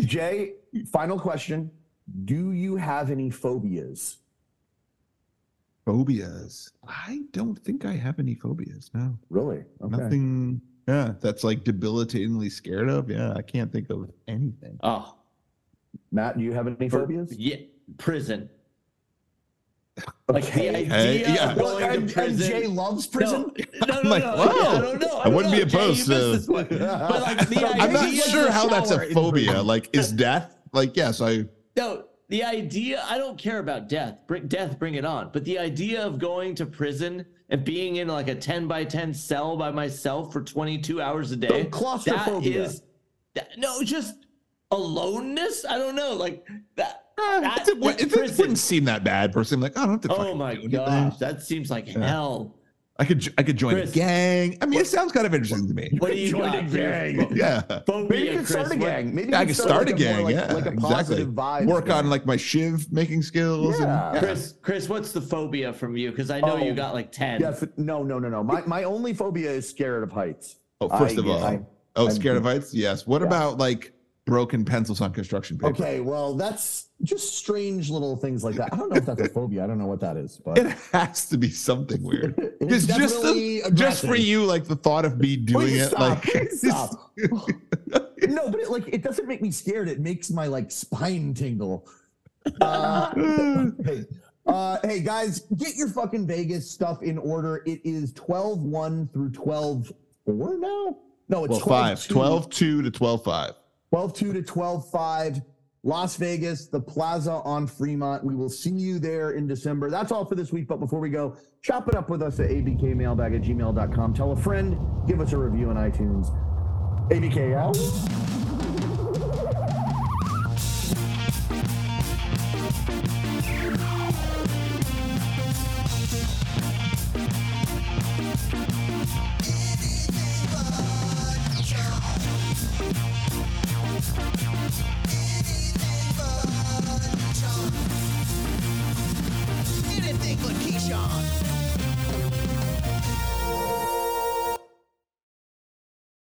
S2: Jay. Final question: Do you have any phobias?
S3: phobias. I don't think I have any phobias. No,
S2: Really? Okay.
S3: nothing. Yeah, that's like debilitatingly scared of. Yeah, I can't think of anything.
S4: Oh
S2: Matt, do you have any phobias?
S4: yeah, prison. Like the idea
S3: Hey, yeah.
S4: of going
S2: and,
S4: to
S2: and
S4: prison.
S2: Jay loves prison.
S4: no, no,
S3: I'm
S4: no,
S3: like,
S4: no.
S3: whoa.
S4: I don't know. I,
S3: I
S4: don't
S3: wouldn't
S4: know.
S3: be
S4: Jay, you
S3: opposed
S4: missed
S3: to-
S4: this one. But like the idea
S3: I'm not
S4: of-
S3: sure how that's a
S2: shower in
S3: phobia. Like, is death like yes, I
S4: No, the idea, I don't care about death. Bring, death, bring it on. But the idea of going to prison and being in like a 10 by 10 cell by myself for 22 hours a day.
S2: Oh, claustrophobia.
S4: That is, that- no, just aloneness. I don't know. Like that.
S3: Eh,
S4: that
S3: it, didn't-
S4: is
S3: it didn't-
S4: prison.
S3: wouldn't seem that bad personally. Like I don't have to.
S4: Oh
S3: fucking
S4: my
S3: do anything.
S4: gosh. That seems like hell.
S3: I could jo- I could join
S4: Chris.
S3: a gang. I mean, it sounds kind of interesting to me.
S4: What do you
S2: Join
S4: got?
S2: a
S4: Chris?
S2: gang.
S3: Yeah,
S4: Phobia,
S2: Maybe you could
S4: Chris,
S2: start a
S4: what-
S2: gang. Maybe you
S3: I
S2: could
S3: could start,
S2: like
S3: a
S2: more,
S3: gang.
S2: like-
S3: yeah,
S2: like a
S3: exactly.
S2: positive vibe.
S3: Work on like my shiv making skills.
S2: Yeah.
S3: And,
S4: Chris, Chris, what's the phobia from you? Because I know you
S2: Oh,
S4: got like 10.
S2: Yeah, f- no, no, no, no. My my only phobia is scared of heights.
S3: Oh, first
S2: I-
S3: of all,
S2: I-
S3: oh,
S2: I'm-
S3: scared of heights. Yes. What about like broken pencils on construction paper?
S2: Okay, well, that's just strange little things like that. I don't know if that's a phobia. I don't know what that is, but
S3: It has to be something weird.
S2: It's
S3: Just, just,
S2: definitely
S3: the- just
S2: aggressive.
S3: for you, like the thought of me doing
S2: Please
S3: it,
S2: stop,
S3: like
S2: please stop. no, but it, like it doesn't make me scared. It makes my like spine tingle. Uh, hey, uh, hey guys, get your fucking Vegas stuff in order. It is 12-1 through 12-4 now. No, it's
S3: well,
S2: 12-2.
S3: five, 12 2 to 12 5.
S2: 12 2 to 12 5. Las Vegas, the plaza on Fremont. We will see you there in December. That's all for this week. But before we go, chop it up with us at abkmailbag at gmail.com. Tell a friend, give us a review on iTunes. ABK out.
S7: Anything but Keyshawn.